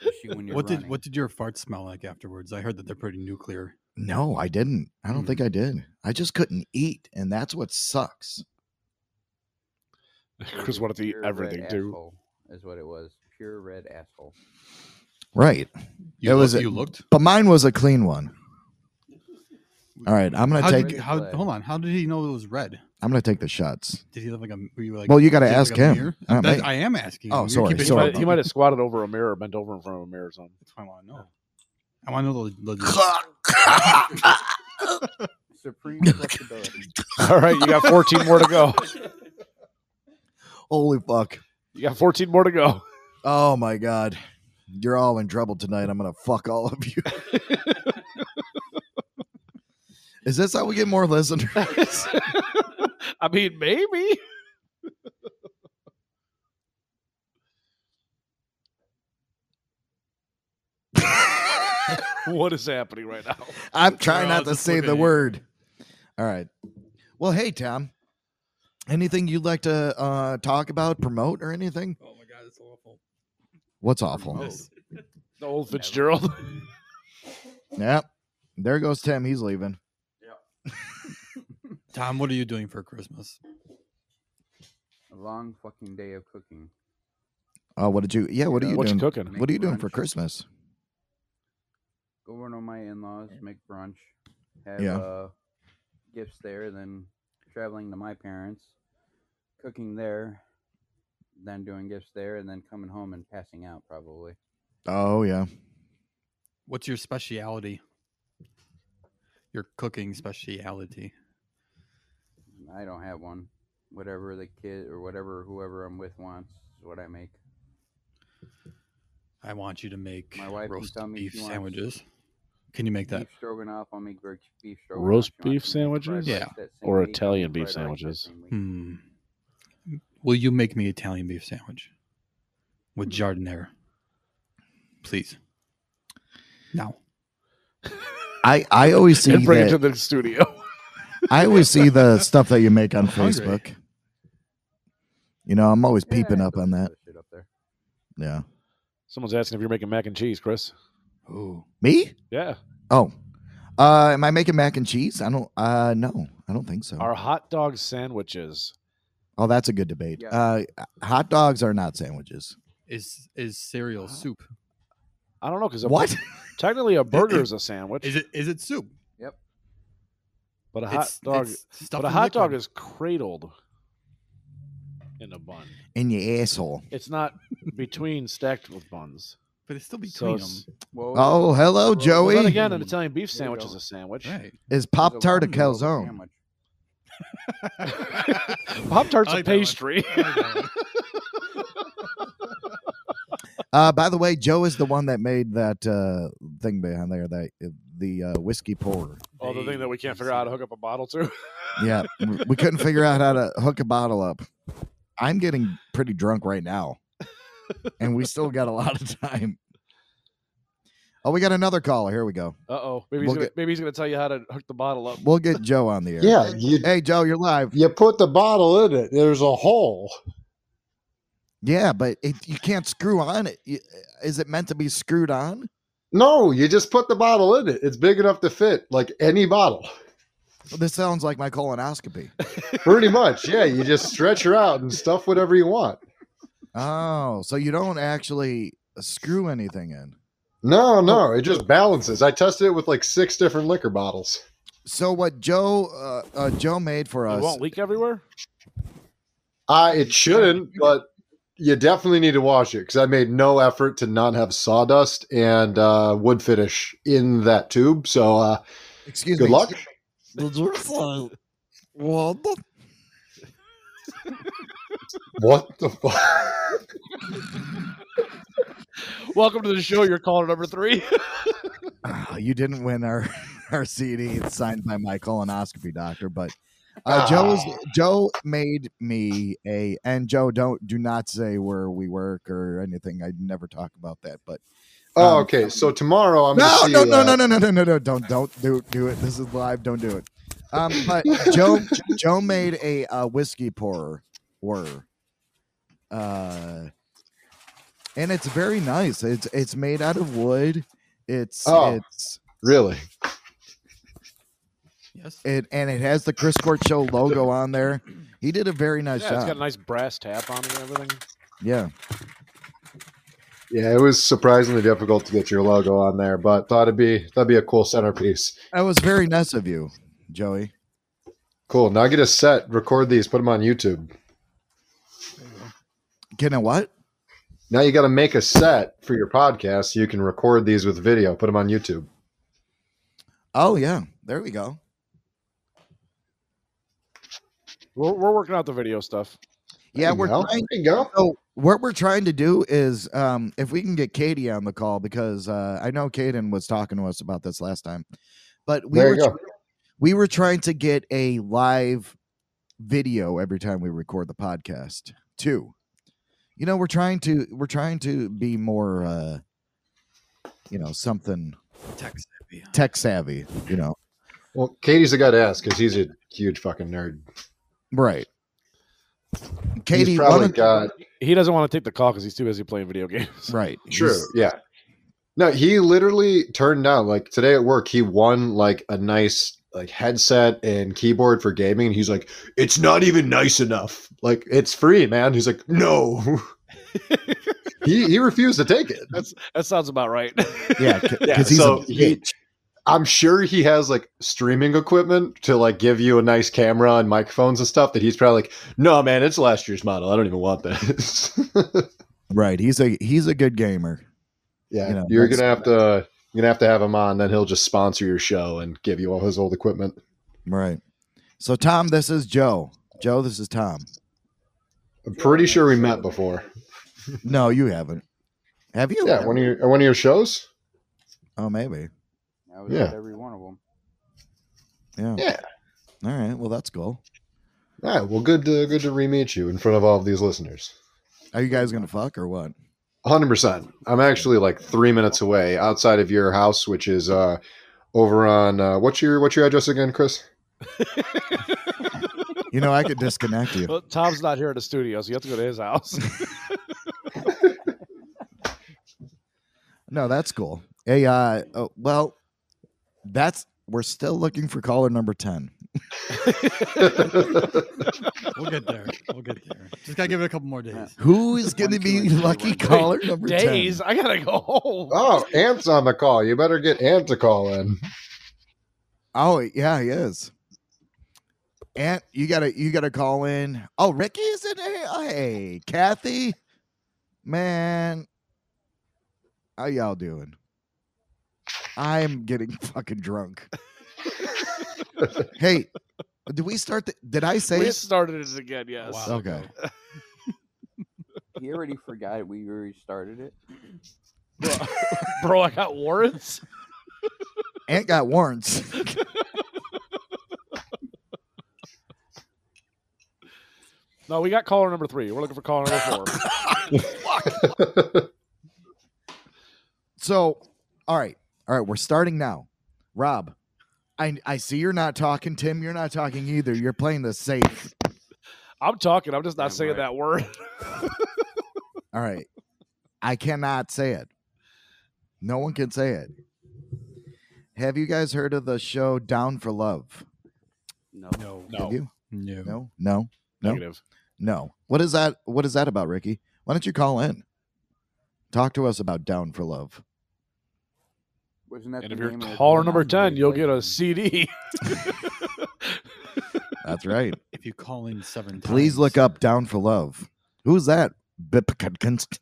Speaker 9: especially when you're
Speaker 4: what
Speaker 9: running.
Speaker 4: did what did your farts smell like afterwards? I heard that they're pretty nuclear.
Speaker 6: No, I didn't. I don't
Speaker 4: Hmm.
Speaker 6: think I did. I just couldn't eat, and that's what sucks.
Speaker 7: Chris wanted to eat
Speaker 9: Pure red
Speaker 7: everything, too.
Speaker 9: asshole Is what it was. Pure red asshole.
Speaker 6: Right.
Speaker 4: You
Speaker 6: it was
Speaker 4: look-
Speaker 6: a-
Speaker 4: you looked?
Speaker 6: But mine was a clean one. All right, I'm gonna
Speaker 4: How
Speaker 6: take
Speaker 4: did, how, hold on. How did he know it was red?
Speaker 6: I'm gonna take the shots.
Speaker 4: Did he live like a? Were you like?
Speaker 6: Well, you gotta
Speaker 4: did he have,
Speaker 6: ask
Speaker 4: like, a
Speaker 6: him,
Speaker 4: mirror?
Speaker 6: not
Speaker 4: That's-
Speaker 6: me.
Speaker 4: I am asking.
Speaker 6: Oh,
Speaker 4: him. You're
Speaker 6: sorry,
Speaker 4: keeping
Speaker 7: He
Speaker 6: sorry
Speaker 4: track.
Speaker 7: might, he might have squatted over a mirror, bent over in front of a mirror or something.
Speaker 4: That's why I want to know. I want to know the.
Speaker 9: Supreme flexibility.
Speaker 7: All right, you got 14 more to go.
Speaker 6: Holy fuck!
Speaker 7: You got 14 more to go.
Speaker 6: Oh my god, you're all in trouble tonight. I'm gonna fuck all of you. Is this how we get more listeners?
Speaker 7: I mean, maybe. what is happening right now?
Speaker 6: I'm trying
Speaker 7: I'll
Speaker 6: not to
Speaker 7: just
Speaker 6: say
Speaker 7: look
Speaker 6: the
Speaker 7: at you.
Speaker 6: word. All right. Well, hey Tom, anything you'd like to uh, talk about, promote, or anything?
Speaker 4: Oh my god, that's awful.
Speaker 6: What's awful?
Speaker 7: The old Fitzgerald.
Speaker 6: Yep. There goes Tim. He's leaving.
Speaker 4: Tom, what are you doing for Christmas?
Speaker 9: A long fucking day of cooking.
Speaker 6: Oh, what did you? Yeah, what are
Speaker 7: Yeah,
Speaker 6: you
Speaker 7: what you
Speaker 6: doing?
Speaker 7: cooking?
Speaker 6: What are you
Speaker 9: Make
Speaker 6: doing for
Speaker 9: brunch.
Speaker 6: Christmas?
Speaker 9: Go over to my in-laws, make brunch, have
Speaker 6: Yeah.
Speaker 9: uh, gifts there, then traveling to my parents, cooking there, then doing gifts there, and then coming home and passing out probably.
Speaker 6: Oh yeah.
Speaker 4: What's your speciality? Your cooking speciality.
Speaker 9: I don't have one. Whatever the kid or whatever whoever I'm with wants is what I make.
Speaker 4: I want you to make
Speaker 9: My wife can
Speaker 4: roast
Speaker 9: tell me if
Speaker 4: beef
Speaker 9: she wants
Speaker 4: sandwiches. Can you make that?
Speaker 9: Beef stroganoff. I'll make roast beef stroganoff.
Speaker 7: Roast
Speaker 9: She wants me
Speaker 7: beef
Speaker 9: to make
Speaker 7: sandwiches?
Speaker 9: fried rice that same
Speaker 7: Or
Speaker 9: week,
Speaker 7: Italian beef
Speaker 9: fried rice that
Speaker 7: sandwiches?
Speaker 4: Hmm. Will you make me Italian beef sandwich
Speaker 6: Hmm.
Speaker 4: with jardinera, please? No.
Speaker 6: I I always see
Speaker 7: and bring it to
Speaker 6: that,
Speaker 7: the studio.
Speaker 6: I always see the stuff that you make on
Speaker 7: hungry.
Speaker 6: Facebook. You know, I'm always peeping up on that.
Speaker 9: shit up there.
Speaker 6: Yeah.
Speaker 7: Someone's asking if you're making mac and cheese, Chris.
Speaker 4: Ooh.
Speaker 6: Me?
Speaker 7: Yeah.
Speaker 6: Oh. Uh am I making mac and cheese? I don't uh no, I don't think so.
Speaker 7: Are hot dog sandwiches?
Speaker 6: Oh, that's a good debate. Uh hot dogs are not sandwiches.
Speaker 4: Is is cereal soup?
Speaker 7: I don't know because
Speaker 6: What?
Speaker 7: Technically, a burger is a sandwich.
Speaker 4: Is it is it soup?
Speaker 9: Yep.
Speaker 7: But a hot
Speaker 4: It's-
Speaker 7: dog,
Speaker 4: it's stuffed
Speaker 7: but a
Speaker 4: in
Speaker 7: hot dog
Speaker 4: liquid.
Speaker 7: is cradled in a bun.
Speaker 6: In your asshole.
Speaker 7: It's not between stacked with buns.
Speaker 4: But it's still
Speaker 7: between
Speaker 4: them.
Speaker 6: Oh, hello, Joey.
Speaker 7: But then again, an Italian beef sandwich is a sandwich.
Speaker 6: Is Pop Tart a calzone?
Speaker 7: Pop tart's
Speaker 14: I like that one.
Speaker 7: a pastry.
Speaker 6: Uh, by the way, Joe is the one that made that uh, thing behind there, that the uh, whiskey pourer.
Speaker 7: Oh, the thing that we can't figure out how to hook up a bottle to.
Speaker 6: Yeah, w- we couldn't figure out how to hook a bottle up. I'm getting pretty drunk right now, and we still got a lot of time. Oh, we got another caller. Here we go.
Speaker 7: Uh oh. Maybe he's
Speaker 6: We'll
Speaker 7: gonna,
Speaker 6: get-
Speaker 7: maybe he's gonna tell you how to hook the bottle up.
Speaker 6: We'll get Joe on the air.
Speaker 16: Yeah, you-
Speaker 6: hey, Joe, you're live.
Speaker 16: You put the bottle in it. There's a hole.
Speaker 6: Yeah, but it, you can't screw on it. You- Is it meant to be screwed on?
Speaker 16: No, you just put the bottle in it. It's big enough to fit like any bottle.
Speaker 6: This sounds like my colonoscopy.
Speaker 16: Pretty much. Yeah, you just stretch her out and stuff whatever you want.
Speaker 6: Oh, so you don't actually screw anything in.
Speaker 16: No, no, it just balances. I tested it with like six different liquor bottles.
Speaker 6: So what Joe uh, uh, Joe made for
Speaker 7: It
Speaker 6: us?
Speaker 7: won't leak everywhere.
Speaker 16: Uh, it shouldn't, but you definitely need to wash it because I made no effort to not have sawdust and uh, wood finish in that tube. So, uh,
Speaker 6: excuse
Speaker 16: good
Speaker 6: me.
Speaker 16: luck.
Speaker 6: Did you say what?
Speaker 16: What the fuck?
Speaker 7: Welcome to the show. You're caller number three.
Speaker 6: Oh, you didn't win our our CD. It's signed by my colonoscopy doctor, but
Speaker 16: Ah.
Speaker 6: uh, Joe is, Joe made me a and Joe don't do not say where we work or anything. I never talk about that, but.
Speaker 16: Oh,
Speaker 6: um,
Speaker 16: okay. So tomorrow I'm
Speaker 6: no,
Speaker 16: gonna see,
Speaker 6: no, no,
Speaker 16: uh,
Speaker 6: no, no, no, no, no, no! Don't, don't do do it. This is live. Don't do it. Um, but Joe, Joe made a uh, whiskey pourer, were, uh, and it's very nice. It's it's made out of wood. It's
Speaker 16: Oh,
Speaker 6: it's
Speaker 16: really
Speaker 4: yes.
Speaker 6: It and it has the Chris Court Show logo on there. He did a very nice
Speaker 7: yeah, it's
Speaker 6: job.
Speaker 7: got a nice brass tap on it and everything.
Speaker 6: yeah.
Speaker 16: Yeah, it was surprisingly difficult to get your logo on there, but thought it'd be that'd be a cool centerpiece.
Speaker 6: That was very nice of you, Joey.
Speaker 16: Cool. Now get a set, record these, put them on YouTube.
Speaker 6: Getting a what?
Speaker 16: Now you got to make a set for your podcast so you can record these with video, put them on YouTube.
Speaker 6: Oh yeah, there we go.
Speaker 7: We're, we're working out the video stuff.
Speaker 6: Yeah,
Speaker 7: you
Speaker 6: we're
Speaker 7: go.
Speaker 6: trying.
Speaker 7: There you go.
Speaker 6: So what we're trying to do is, um, if we can get Katie on the call because uh, I know Kaden was talking to us about this last time, but we
Speaker 16: There
Speaker 6: were
Speaker 16: you go.
Speaker 6: tr- we were trying to get a live video every time we record the podcast too. You know, we're trying to we're trying to be more, uh, you know, something
Speaker 4: tech
Speaker 6: savvy. Tech savvy, you know,
Speaker 16: Well, Katie's the guy to ask because he's a huge fucking nerd.
Speaker 6: right? Katie,
Speaker 16: he's
Speaker 6: why
Speaker 16: probably
Speaker 6: don't-
Speaker 16: got
Speaker 7: He doesn't want to take the call because he's too busy playing video games.
Speaker 6: Right.
Speaker 16: True. Yeah. No, he literally turned down like today at work. He won like a nice like headset and keyboard for gaming. And he's like, it's not even nice enough. Like it's free, man. He's like, no. he he refused to take it.
Speaker 7: That's that sounds about right.
Speaker 6: Yeah,
Speaker 16: Yeah. So he, I'm sure he has like streaming equipment to like give you a nice camera and microphones and stuff. That he's probably like, no, man, it's last year's model. I don't even want this.
Speaker 6: right? He's a he's a good gamer.
Speaker 16: Yeah,
Speaker 6: You know,
Speaker 16: you're
Speaker 6: that's-
Speaker 16: gonna have to you're gonna have to have him on. Then he'll just sponsor your show and give you all his old equipment.
Speaker 6: Right. So Tom, this is Joe. Joe, this is Tom.
Speaker 16: I'm pretty sure we met before.
Speaker 6: No, you haven't. Have you?
Speaker 16: Yeah, one of your one of your shows.
Speaker 6: Oh, maybe.
Speaker 9: I was
Speaker 16: Yeah.
Speaker 9: at every one of them.
Speaker 6: Yeah.
Speaker 16: Yeah.
Speaker 6: All right. Well, that's cool.
Speaker 16: All right. Well, good to good to re-meet you in front of all of these listeners.
Speaker 6: Are you guys gonna fuck or what?
Speaker 16: Hundred percent. I'm actually like three minutes away outside of your house, which is uh over on uh, what's your what's your address again, Chris?
Speaker 6: You know, I could disconnect you.
Speaker 7: Well, Tom's not here at the studio, so you have to go to his house.
Speaker 6: No, that's cool. Hey, uh, oh, well, that's we're still looking for caller number ten.
Speaker 4: We'll get there. We'll get there. Just gotta give it a couple more days.
Speaker 6: Who is going to be lucky caller number ten?
Speaker 7: I gotta go home.
Speaker 16: Oh, Ant's on the call. You better get Ant to call in.
Speaker 6: Oh yeah, he is. And you gotta you gotta call in. Oh, Ricky's in here. Oh, hey, Kathy, man, how y'all doing? I'm getting fucking drunk. hey, did we start? The, did I say?
Speaker 7: we
Speaker 6: it?
Speaker 7: started it again. Yes.
Speaker 6: Okay.
Speaker 9: He already forgot we already started it.
Speaker 7: Bro, I got warrants.
Speaker 6: Ant got warrants.
Speaker 7: No, we got caller number three. We're looking for caller number four.
Speaker 6: So, all right, all right, we're starting now. Rob, I I see you're not talking. Tim, you're not talking either. You're playing the safe.
Speaker 7: I'm talking. I'm just not saying that word.
Speaker 6: All right, I cannot say it. No one can say it. Have you guys heard of the show Down for Love?
Speaker 9: No.
Speaker 7: No.
Speaker 6: Have you?
Speaker 4: No.
Speaker 6: No. No. No.
Speaker 7: Negative.
Speaker 6: No. What is that? What is that about, Ricky? Why don't you call in? Talk to us about Down for Love.
Speaker 9: Wasn't that
Speaker 7: And
Speaker 9: the
Speaker 7: if you're
Speaker 9: name of the
Speaker 7: caller
Speaker 9: band?
Speaker 7: number ten, you'll get a CD.
Speaker 6: That's right.
Speaker 4: If you call in seven times,
Speaker 6: Please look up Down for Love. Who's that? Bipkadkinst.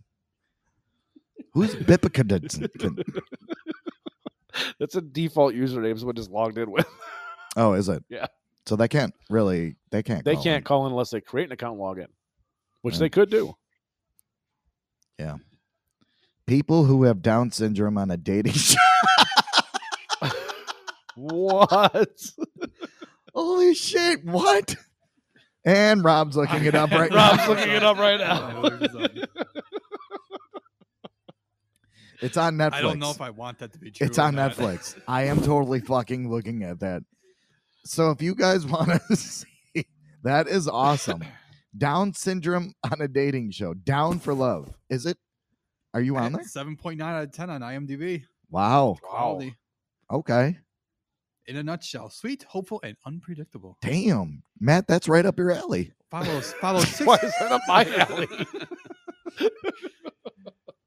Speaker 6: Who's Bipkadkinst?
Speaker 7: That's a default username. Someone just logged in with.
Speaker 6: Oh, is it?
Speaker 7: Yeah.
Speaker 6: So they can't really. They can't.
Speaker 7: They
Speaker 6: call
Speaker 7: can't call in unless they create an account and log in, which
Speaker 6: Yeah.
Speaker 7: they could do.
Speaker 6: in. Yeah. People who have Down syndrome on a dating show.
Speaker 7: What?
Speaker 6: Holy shit! What? And Rob's looking it up right
Speaker 7: Rob's
Speaker 6: now.
Speaker 7: looking it up right now.
Speaker 6: It's on Netflix.
Speaker 4: I don't know if I want that to be true.
Speaker 6: It's
Speaker 4: or
Speaker 6: on
Speaker 4: not.
Speaker 6: Netflix. I am totally fucking looking at that. So if you guys want to see, that is awesome. Down syndrome on a dating show. Down for love. Is it? Are you on there?
Speaker 4: Seven point nine out of ten on IMDb.
Speaker 6: Wow.
Speaker 4: Quality.
Speaker 6: Okay.
Speaker 4: In a nutshell, sweet, hopeful, and unpredictable.
Speaker 6: Damn, Matt, that's right up your alley.
Speaker 4: Follows follows six.
Speaker 7: Why is that up my alley?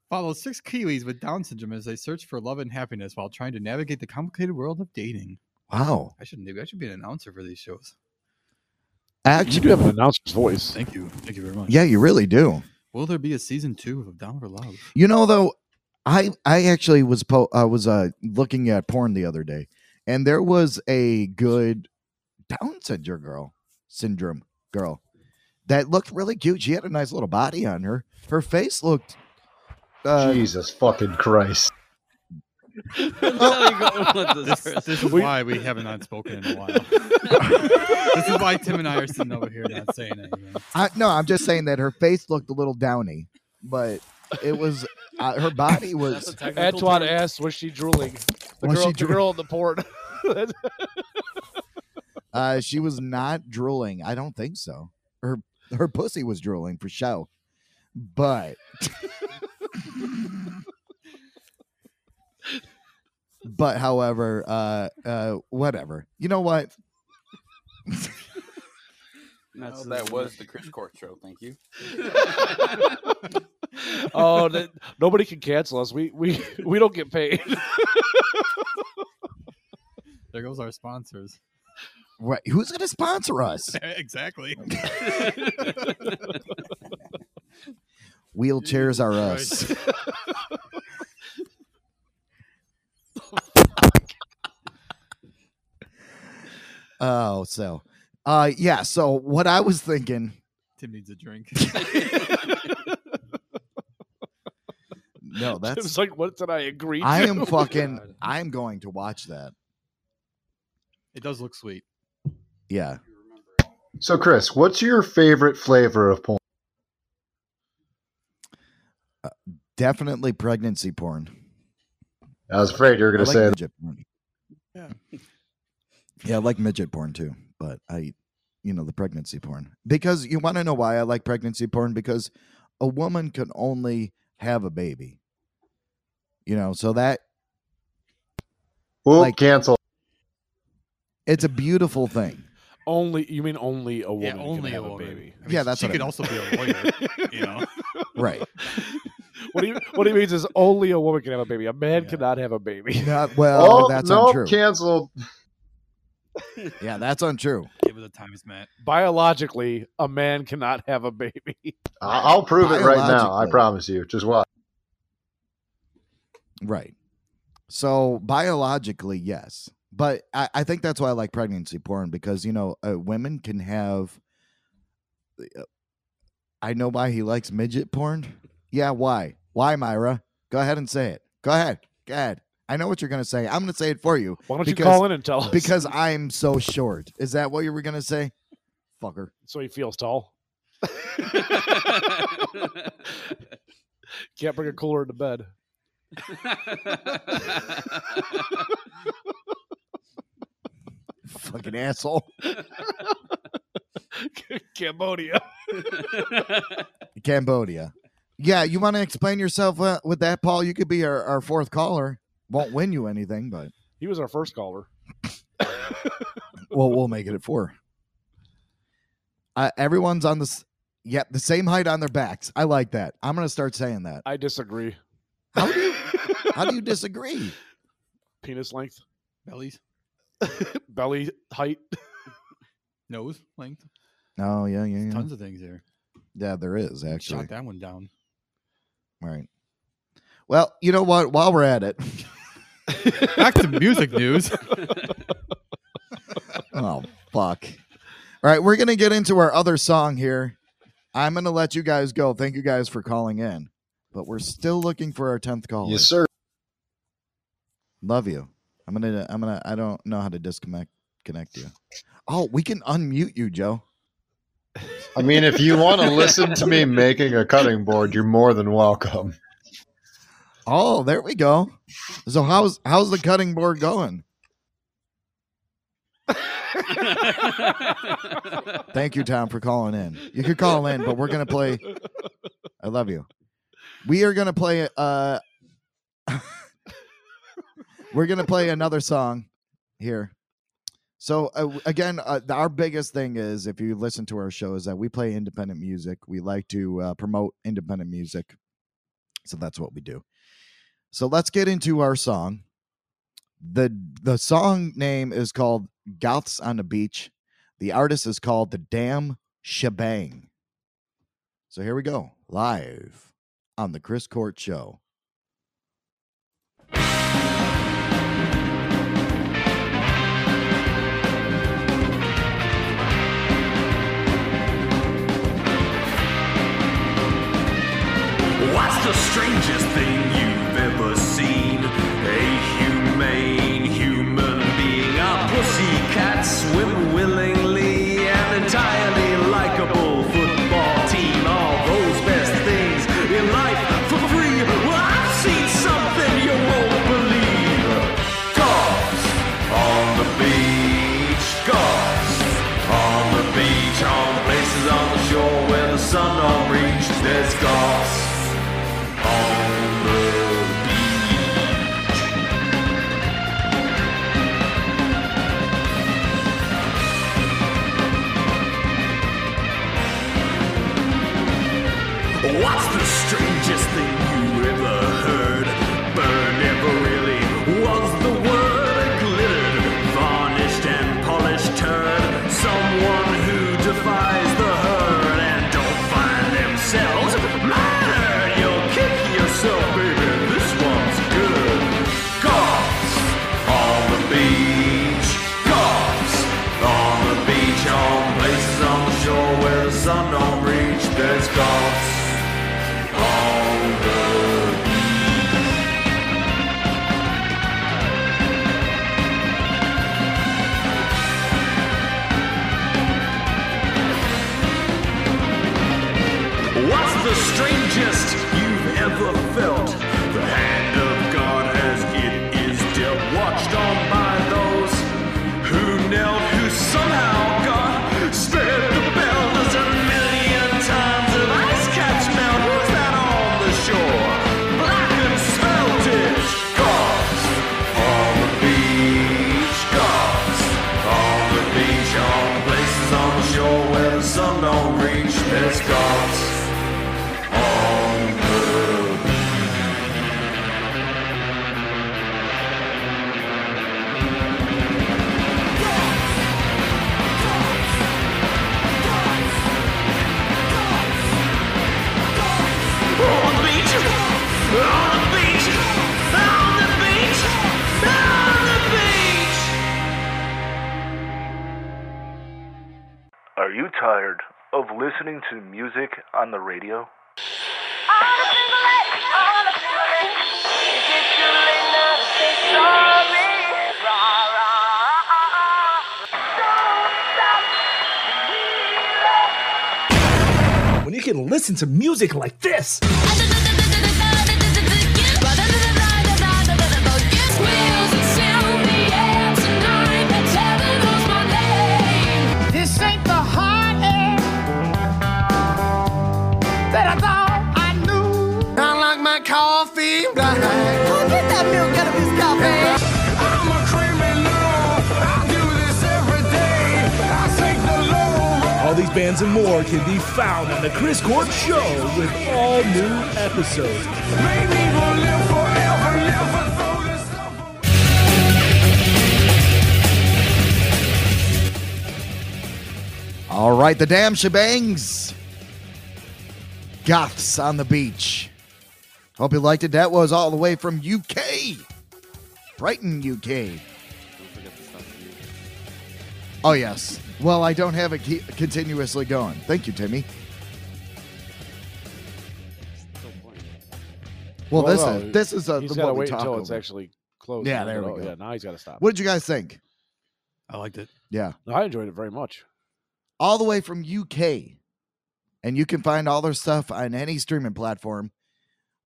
Speaker 4: Follow six Kiwis with Down syndrome as they search for love and happiness while trying to navigate the complicated world of dating.
Speaker 6: Wow.
Speaker 4: I shouldn't do. I should be an announcer for these shows.
Speaker 6: Actually,
Speaker 7: you do have an announcer's voice.
Speaker 4: Thank you. Thank you very much.
Speaker 6: Yeah, you really do.
Speaker 4: Will there be a season two of Down for Love?
Speaker 6: You know, though, I I actually was po- I was uh, looking at porn the other day, and there was a good Down syndrome girl, syndrome girl, that looked really cute. She had a nice little body on her. Her face looked. Uh,
Speaker 16: Jesus fucking Christ!
Speaker 4: This, this is why we haven't not spoken in a while. this is why Tim and I are sitting over here not saying anything.
Speaker 6: I, no, I'm just saying that her face looked a little downy, but it was uh, her body was.
Speaker 7: Antoine asked, "Was she drooling?" The
Speaker 6: Was
Speaker 7: girl,
Speaker 6: she
Speaker 7: the
Speaker 6: drool-
Speaker 7: girl in the port.
Speaker 6: Uh, she was not drooling. I don't think so. Her her pussy was drooling for show, but but however, uh, uh, whatever. You know what?
Speaker 9: That's that was the Chris Court show. Thank you.
Speaker 7: oh, that, nobody can cancel us. We we we don't get paid.
Speaker 4: There goes our sponsors.
Speaker 6: Right? Who's gonna sponsor us?
Speaker 4: exactly.
Speaker 6: Wheelchairs are us. Oh, so uh, yeah. So what I was thinking
Speaker 4: Tim needs a drink.
Speaker 6: No, that's
Speaker 7: Jim's like, what did I agree?
Speaker 6: I
Speaker 7: to?
Speaker 4: Oh
Speaker 6: am fucking I'm going to watch that.
Speaker 4: It does look sweet.
Speaker 6: Yeah.
Speaker 16: So, Chris, what's your favorite flavor of porn?
Speaker 6: Definitely pregnancy porn.
Speaker 16: I was afraid you were
Speaker 6: I
Speaker 16: going
Speaker 6: like
Speaker 16: to say
Speaker 6: midget porn. Yeah, I like midget porn too, but I, you know, the pregnancy porn. Because you want to know why I like pregnancy porn? Because a woman can only have a baby. You know, so that.
Speaker 16: Well, cancel.
Speaker 6: It's a beautiful thing.
Speaker 7: Only you mean only a woman? can
Speaker 4: only a
Speaker 7: have
Speaker 4: woman.
Speaker 7: baby.
Speaker 6: I mean, Yeah, that's
Speaker 4: she
Speaker 6: what I
Speaker 4: could
Speaker 6: meant.
Speaker 4: also be a lawyer, you know.
Speaker 6: Right.
Speaker 7: what he what he means is only a woman can have a baby. A man cannot have a baby.
Speaker 6: Not, well,
Speaker 16: Oh,
Speaker 6: that's
Speaker 16: no,
Speaker 6: untrue.
Speaker 16: canceled.
Speaker 6: Yeah, that's untrue.
Speaker 4: Give it the times, Matt.
Speaker 7: Biologically, a man cannot have a baby.
Speaker 16: I- I'll prove it right now. I
Speaker 6: Biologically.
Speaker 16: promise you. Just watch.
Speaker 6: Right. So biologically, yes. But I, I think that's why I like pregnancy porn because, you know, uh, women can have. uh, I know why he likes midget porn. Yeah, why? Why, Myra? Go ahead and say it. Go ahead. Go ahead. I know what you're going to say. I'm going to say it for you.
Speaker 7: Why don't you call in and tell us?
Speaker 6: Because I'm so short. Is that what you were going to say? Fucker.
Speaker 7: So he feels tall. Can't bring a cooler into bed.
Speaker 6: Fucking asshole.
Speaker 7: Cambodia.
Speaker 6: Cambodia. Yeah, you want to explain yourself uh, with that, Paul? You could be our, our fourth caller. Won't win you anything, but
Speaker 7: He was our first caller.
Speaker 6: well, we'll make it at four. Uh, everyone's on the s- yep the same height on their backs. I like that. I'm gonna start saying that.
Speaker 7: I disagree.
Speaker 6: How do you disagree?
Speaker 7: Penis length,
Speaker 4: Bellies,
Speaker 7: belly height.
Speaker 4: nose length,
Speaker 6: Oh yeah, yeah, yeah.
Speaker 4: tons of things here.
Speaker 6: yeah. There is actually
Speaker 4: Shot that one down.
Speaker 6: right. Well, you know what? While we're at it,
Speaker 4: Back to music news.
Speaker 6: oh fuck. All right, we're gonna get into our other song here. I'm gonna let you guys go. Thank you guys for calling in, but we're still looking for our tenth caller.
Speaker 16: Yes, sir.
Speaker 6: Love you. I'm gonna. I'm gonna. I don't know how to disconnect connect you. Oh, we can unmute you, Joe.
Speaker 16: I mean, if you want to listen to me making a cutting board, you're more than welcome.
Speaker 6: Oh, there we go. So how's how's the cutting board going? Thank you, Tom, for calling in. You could call in, but we're gonna play. I love you. We are gonna play. Uh, we're gonna play another song here. So uh, w- again, uh, the, our biggest thing is if you listen to our show is that we play independent music. We like to uh, promote independent music, so that's what we do. So let's get into our song. the The song name is called "Goths on the Beach." The artist is called the Damn Shebang. So here we go, live on the Chris Court Show.
Speaker 3: What's the strangest thing you've ever seen? A humane human being, a pussycat swim willingly, an entirely likable football team. All those best things in life for free. Well, I've seen something you won't believe. Dogs on the beach, dogs on the beach, on places on the shore where the sun don't reach. There's dogs on the beach. What's the strangest thing you ever heard? Burn never really was the word. A glittered, varnished, and polished turd. Someone who defies the herd and don't find themselves mattered. You'll kick yourself, baby. This one's good. Goths on the beach. Goths on the beach. On places on the shore where the sun don't reach. There's goths on the beach. the strangest you've ever felt. The hand of God as it is dealt, watched on by those who knelt, who somehow God spared the bell. There's a million times of ice caps melt. Who's that on the shore? Black and smelted. Gods on the beach. Gods on the beach. On places on the shore where the sun don't reach. There's gods on the beach. On the beach! On the beach! On the beach! On the beach!
Speaker 12: Are you tired of listening to music on the radio?
Speaker 13: When you can listen to music like this.
Speaker 14: This ain't the hot air eh, that I thought I knew. I like my coffee black. Who get that milk out of his eh? coffee? I'm a creamy little. I do this every day. I take the low road.
Speaker 15: All these bands and more can be found on the Chris Court Show with all new episodes.
Speaker 6: All right, the damn shebangs. Goths on the beach. Hope you liked it. That was all the way from UK, Brighton, UK. Oh yes. Well, I don't have it ke- continuously going. Thank you, Timmy. Well, this
Speaker 7: no,
Speaker 6: is this is a,
Speaker 7: he's
Speaker 6: the
Speaker 7: gotta
Speaker 6: one we
Speaker 7: wait
Speaker 6: talk
Speaker 7: until it's
Speaker 6: over.
Speaker 7: actually closed.
Speaker 6: Yeah,
Speaker 7: and then
Speaker 6: there
Speaker 7: go,
Speaker 6: we
Speaker 7: "Oh,
Speaker 6: go.
Speaker 7: Yeah, now he's got to stop.
Speaker 6: What did you guys think?
Speaker 4: I liked it.
Speaker 6: Yeah.
Speaker 7: No, I enjoyed it very much.
Speaker 6: all the way from UK. And you can find all their stuff on any streaming platform.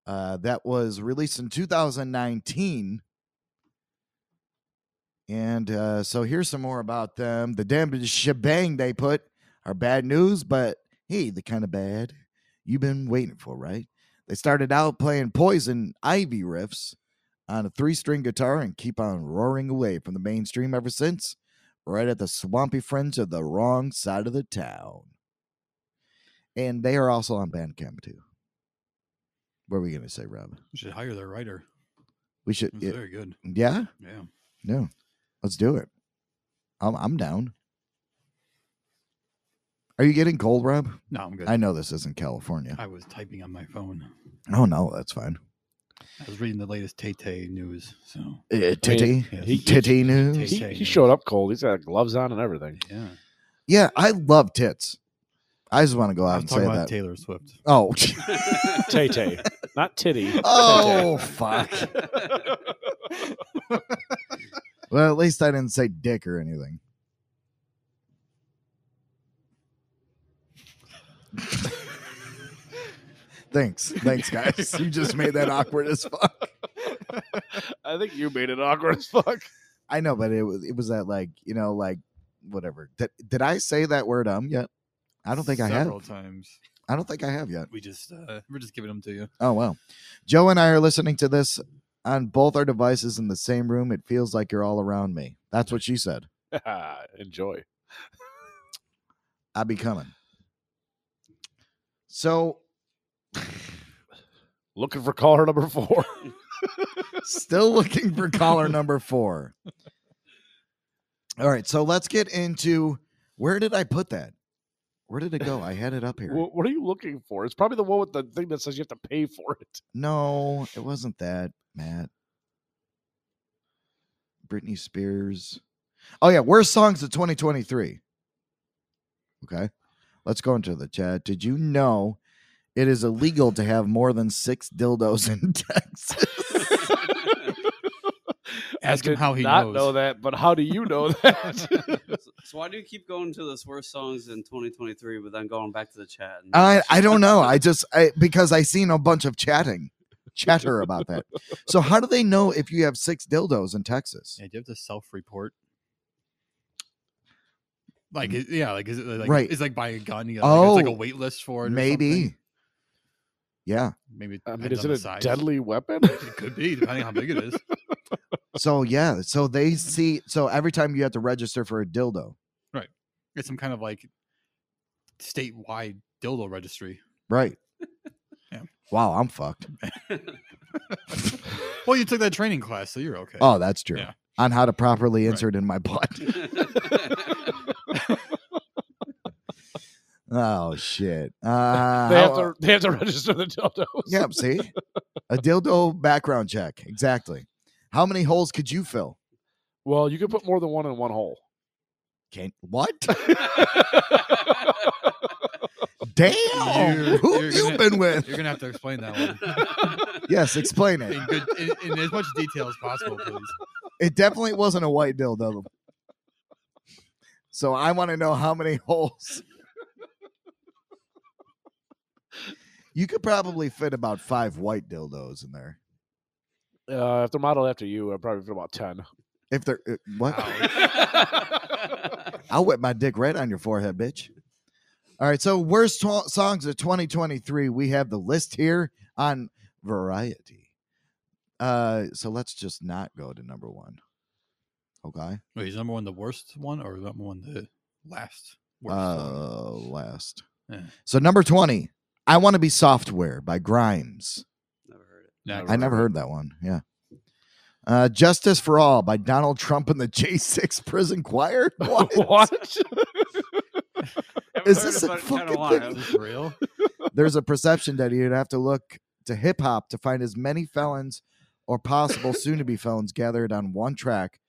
Speaker 6: Uh, that was released in 2019. And uh, so here's some more about them. The damn shebang they put are bad news, but hey, the kind of bad you've been waiting for, right? They started out playing Poison Ivy riffs on a three string guitar and keep on roaring away from the mainstream ever since, right at the swampy fringe of the wrong side of the town. And they are also on Bandcamp too. What are we going to say, Rob?
Speaker 4: We should hire their writer.
Speaker 6: We should.
Speaker 4: It's
Speaker 6: yeah-
Speaker 4: very good.
Speaker 6: Yeah.
Speaker 4: Yeah.
Speaker 6: No. Let's do it. I'm I'm down. Are you getting cold, Rob?
Speaker 4: No, I'm good.
Speaker 6: I know this isn't California.
Speaker 4: I was typing on my phone.
Speaker 6: Oh no, that's fine.
Speaker 4: I was reading the latest Tay Tay news. So
Speaker 6: Uh, titty, titty news.
Speaker 7: He, he showed up cold. He's got gloves on and everything.
Speaker 4: Yeah.
Speaker 6: Yeah, I love tits. I just want to go out and say
Speaker 4: talking
Speaker 6: that.
Speaker 4: about Taylor Swift.
Speaker 6: Oh,
Speaker 7: Tay Tay, not titty.
Speaker 6: Oh,
Speaker 7: Tay-tay.
Speaker 6: fuck. well, at least I didn't say dick or anything. Thanks, thanks, guys. You just made that awkward as fuck.
Speaker 7: I think you made it awkward as fuck.
Speaker 6: I know, but it was it was that like you know like whatever. Did did I say that word um yet? I don't think I
Speaker 4: Several
Speaker 6: have.
Speaker 4: times.
Speaker 6: I don't think I have yet.
Speaker 4: We just uh, we're just giving them to you.
Speaker 6: Oh wow. Joe and I are listening to this on both our devices in the same room. It feels like you're all around me. That's what she said.
Speaker 7: Enjoy.
Speaker 6: I be coming. So
Speaker 7: Looking for caller number four.
Speaker 6: still looking for caller number four. All right, so let's get into where did I put that? Where did it go? I had it up here.
Speaker 7: Wh- what are you looking for? It's probably the one with the thing that says you have to pay for it.
Speaker 6: No, it wasn't that, Matt. Britney Spears. Oh yeah, worst songs of 2023. Okay. Let's go into the chat. Did you know it is illegal to have more than 6 dildos in Texas?
Speaker 4: Ask
Speaker 7: I
Speaker 4: him
Speaker 7: did
Speaker 4: how he
Speaker 7: not
Speaker 4: knows.
Speaker 7: know that, but how do you know that?
Speaker 5: so why do you keep going to the worst songs in 2023, but then going back to the chat? And
Speaker 6: I I don't know. I just I because I seen a bunch of chatting, chatter about that. So how do they know if you have six dildos in Texas?
Speaker 4: Yeah, do you have to self-report? Like, it- yeah, like is it like
Speaker 6: Mm. Right.
Speaker 4: It's like buying a gun. You know,
Speaker 6: oh,
Speaker 4: like, it's like a wait list for it. or something.
Speaker 6: maybe. Yeah.
Speaker 4: Maybe. it
Speaker 7: I mean,
Speaker 4: depends
Speaker 7: is
Speaker 4: on
Speaker 7: it
Speaker 4: the
Speaker 7: a
Speaker 4: size.
Speaker 7: deadly weapon?
Speaker 4: It could be, depending on how big it is.
Speaker 6: So yeah. So they see. So every time you have to register for a dildo,
Speaker 4: Right. It's some kind of like statewide dildo registry.
Speaker 6: right?
Speaker 4: Yeah.
Speaker 6: Wow, I'm fucked.
Speaker 4: Well, you took that training class, so you're okay.
Speaker 6: Oh, that's true.
Speaker 4: Yeah.
Speaker 6: On how to properly insert in my butt. oh shit. Uh,
Speaker 7: they, have
Speaker 6: how-
Speaker 7: to, they have to register the dildos.
Speaker 6: Yep, see? A dildo background check. Exactly. How many holes could you fill?
Speaker 7: Well, you could put more than one in one hole.
Speaker 6: Can what? Damn.
Speaker 4: You're-
Speaker 6: Who
Speaker 4: you're
Speaker 6: you
Speaker 4: gonna-
Speaker 6: been with?
Speaker 4: You're gonna have to explain that one
Speaker 6: Yes, explain it.
Speaker 4: in good, in, in as much detail as possible, please.
Speaker 6: It definitely wasn't a white dildo. So I want to know how many holes. You could probably fit about five white dildos in there.
Speaker 7: Uh, if they're modeled after you, I'd probably fit about 10.
Speaker 6: If they're uh, what? I'll whip my dick right on your forehead, bitch. All right, so worst to- songs of 2023. We have the list here on Variety. Uh, so let's just not go to number one. Okay.
Speaker 4: Wait, is number one the worst one or number one the last?
Speaker 6: Uh, last.
Speaker 4: Yeah.
Speaker 6: So number 20, I Want to Be Software by Grimes.
Speaker 4: Never
Speaker 6: I never heard that one. Yeah. Uh, Justice for All by Donald Trump and the J6 Prison Choir. What? Is this a fucking thing?
Speaker 4: Is this real?
Speaker 6: There's a perception that you'd have to look to hip hop to find as many felons or possible soon to be felons gathered on one track.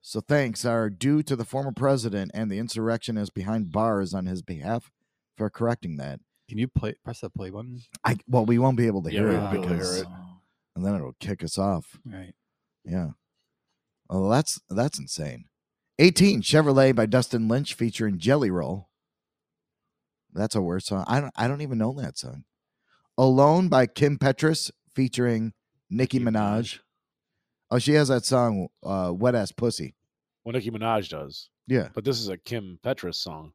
Speaker 6: So thanks are due to the former president and the insurrection is behind bars on his behalf for correcting that.
Speaker 4: Can you play press that play button?
Speaker 6: I well, we won't be able to
Speaker 4: Yeah,
Speaker 6: hear
Speaker 4: we
Speaker 6: it
Speaker 4: won't be able to hear
Speaker 6: because,
Speaker 4: it.
Speaker 6: and then it'll kick us off.
Speaker 4: Right.
Speaker 6: Yeah. Oh, that's that's insane. 18 Chevrolet by Dustin Lynch featuring Jelly Roll. That's a weird song. I don't I don't even know that song. Alone by Kim Petras featuring Nicki Minaj. Oh, she has that song uh Wet Ass Pussy.
Speaker 7: Well, Nicki Minaj does.
Speaker 6: Yeah.
Speaker 7: But this is a Kim Petras song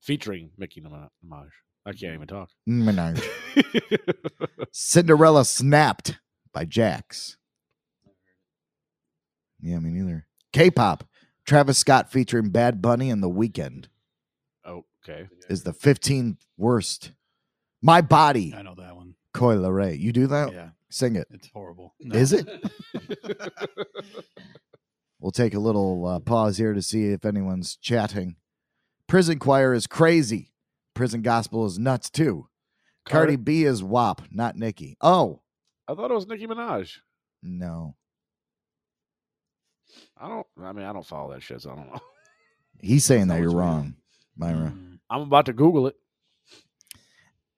Speaker 7: featuring Nicki Mina- Minaj. I can't even talk.
Speaker 6: Mm, Minaj. Cinderella Snapped by Jax. Yeah, me neither. K-pop. Travis Scott featuring Bad Bunny and The Weeknd.
Speaker 7: Okay.
Speaker 6: is the 15th worst. My body.
Speaker 4: I know that one.
Speaker 6: Coil Ray. You do that?
Speaker 4: Yeah.
Speaker 6: Sing it.
Speaker 4: It's horrible.
Speaker 6: Is it? We'll take a little uh, pause here to see if anyone's chatting. Prison choir is crazy. Prison gospel is nuts too. Cardi B is WAP, not Nicki. Oh,
Speaker 7: I thought it was Nicki Minaj.
Speaker 6: no.
Speaker 7: I don't, I mean, I don't follow that shit, so I don't know.
Speaker 6: He's saying that you're wrong, Myra.
Speaker 7: I'm about to Google it.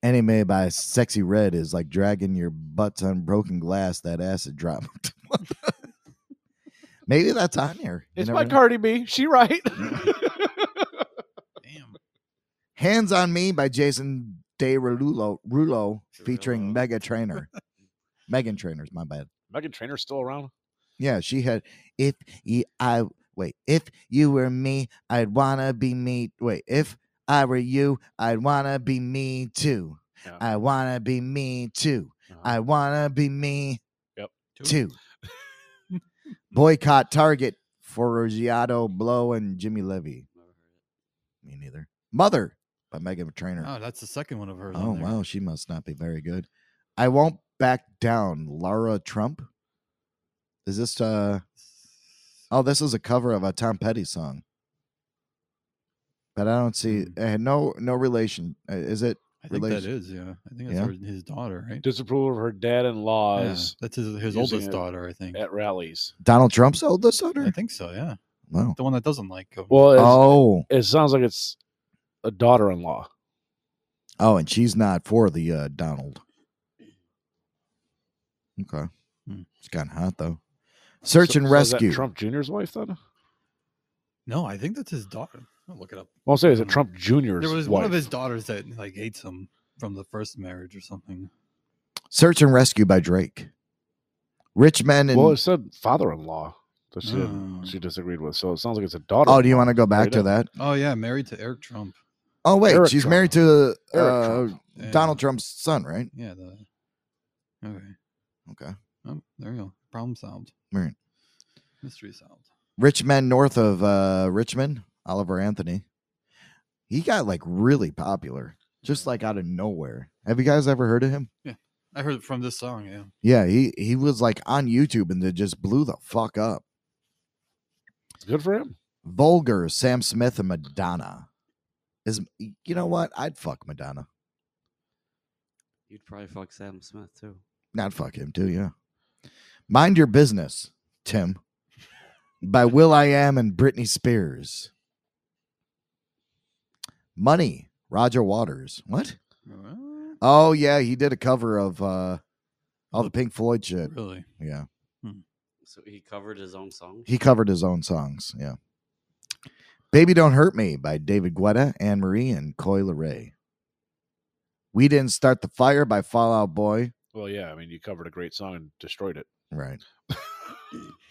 Speaker 6: Anime by Sexy Red is like dragging your butts on broken glass, that acid drop. Maybe that's on here. You
Speaker 7: It's
Speaker 6: never
Speaker 7: by
Speaker 6: know.
Speaker 7: Cardi B. She right.
Speaker 6: Hands on Me by Jason Derulo, Rulo, featuring Mega Trainer. Megan Trainer's my bad.
Speaker 7: Megan Trainor's still around.
Speaker 6: Yeah, she had if you, I wait, if you were me, I'd wanna be me. Wait, if I were you, I'd wanna be me too. I wanna be me too. I wanna be me
Speaker 7: Yep.
Speaker 6: too. Boycott Target for Ruggiato, Blow, and Jimmy Levy. Me neither. Mother by Megan Trainer.
Speaker 4: Oh, that's the second one of hers.
Speaker 6: Oh
Speaker 4: on there.
Speaker 6: wow, she must not be very good. I won't back down, Lara Trump. Is this uh Oh, this is a cover of a Tom Petty song. But I don't see I had no no relation. Uh, Is it
Speaker 4: Hmm. I think
Speaker 6: relation?
Speaker 4: that is. Yeah, I think that's
Speaker 6: Yeah.
Speaker 4: her, his daughter, right?
Speaker 7: Disapproval of her dad in laws.
Speaker 4: that's his, his
Speaker 7: using
Speaker 4: oldest
Speaker 7: it
Speaker 4: daughter, I think.
Speaker 7: At rallies.
Speaker 6: Donald Trump's oldest daughter?
Speaker 4: I think so. Yeah.
Speaker 6: Wow.
Speaker 4: The one that doesn't like him.
Speaker 7: Well, it's-
Speaker 6: Oh.
Speaker 7: it sounds like it's a daughter in law.
Speaker 6: Oh, and she's not for the uh
Speaker 4: Hmm.
Speaker 6: Donald. Okay. It's kind of hot though. Search
Speaker 7: So-
Speaker 6: and
Speaker 7: so is that
Speaker 6: rescue.
Speaker 7: Trump Jr.'s wife, then?
Speaker 4: No, I think that's his daughter. I'll look it up.
Speaker 7: Well, I'll say, is it Trump Jr.'s
Speaker 4: Hmm. There was
Speaker 7: wife?
Speaker 4: one of his daughters that like hates him from the first marriage or something.
Speaker 6: Search and rescue by Drake. Rich men and
Speaker 7: well, it said father-in-law that she, she disagreed with. So it sounds like it's a daughter.
Speaker 6: oh, do you want to go back to that?
Speaker 4: Oh yeah, married to Eric Trump.
Speaker 6: Oh wait,
Speaker 7: Eric
Speaker 6: she's
Speaker 7: Trump.
Speaker 6: married to uh,
Speaker 7: Eric Trump.
Speaker 6: Donald Trump's son, right?
Speaker 4: Yeah. The, okay.
Speaker 6: Okay.
Speaker 4: Oh, there you go. Problem solved.
Speaker 6: Right.
Speaker 4: Mystery solved.
Speaker 6: Rich men north of uh, Richmond, Oliver Anthony. He got like really popular, just like out of nowhere. Have you guys ever heard of him?
Speaker 4: Yeah, I heard it from this song. Yeah.
Speaker 6: Yeah, he he was like on YouTube and it just blew the fuck up.
Speaker 7: It's good for him.
Speaker 6: Vulgar Sam Smith and Madonna. Is you know what? I'd fuck Madonna.
Speaker 5: You'd probably fuck Sam Smith too.
Speaker 6: Not fuck him too, yeah. Mind your business, Tim. By Will I Am and Britney Spears. Money, Roger Waters. What? Oh yeah, he did a cover of uh all the Pink Floyd shit.
Speaker 4: Really?
Speaker 6: Yeah.
Speaker 4: Hmm.
Speaker 5: So he covered his own song.
Speaker 6: He covered his own songs, yeah. Baby Don't Hurt Me by David Guetta, Anne Marie, and Coy Ray. We Didn't Start the Fire by Fallout Boy.
Speaker 7: Well, yeah. I mean, you covered a great song and destroyed it.
Speaker 6: Right.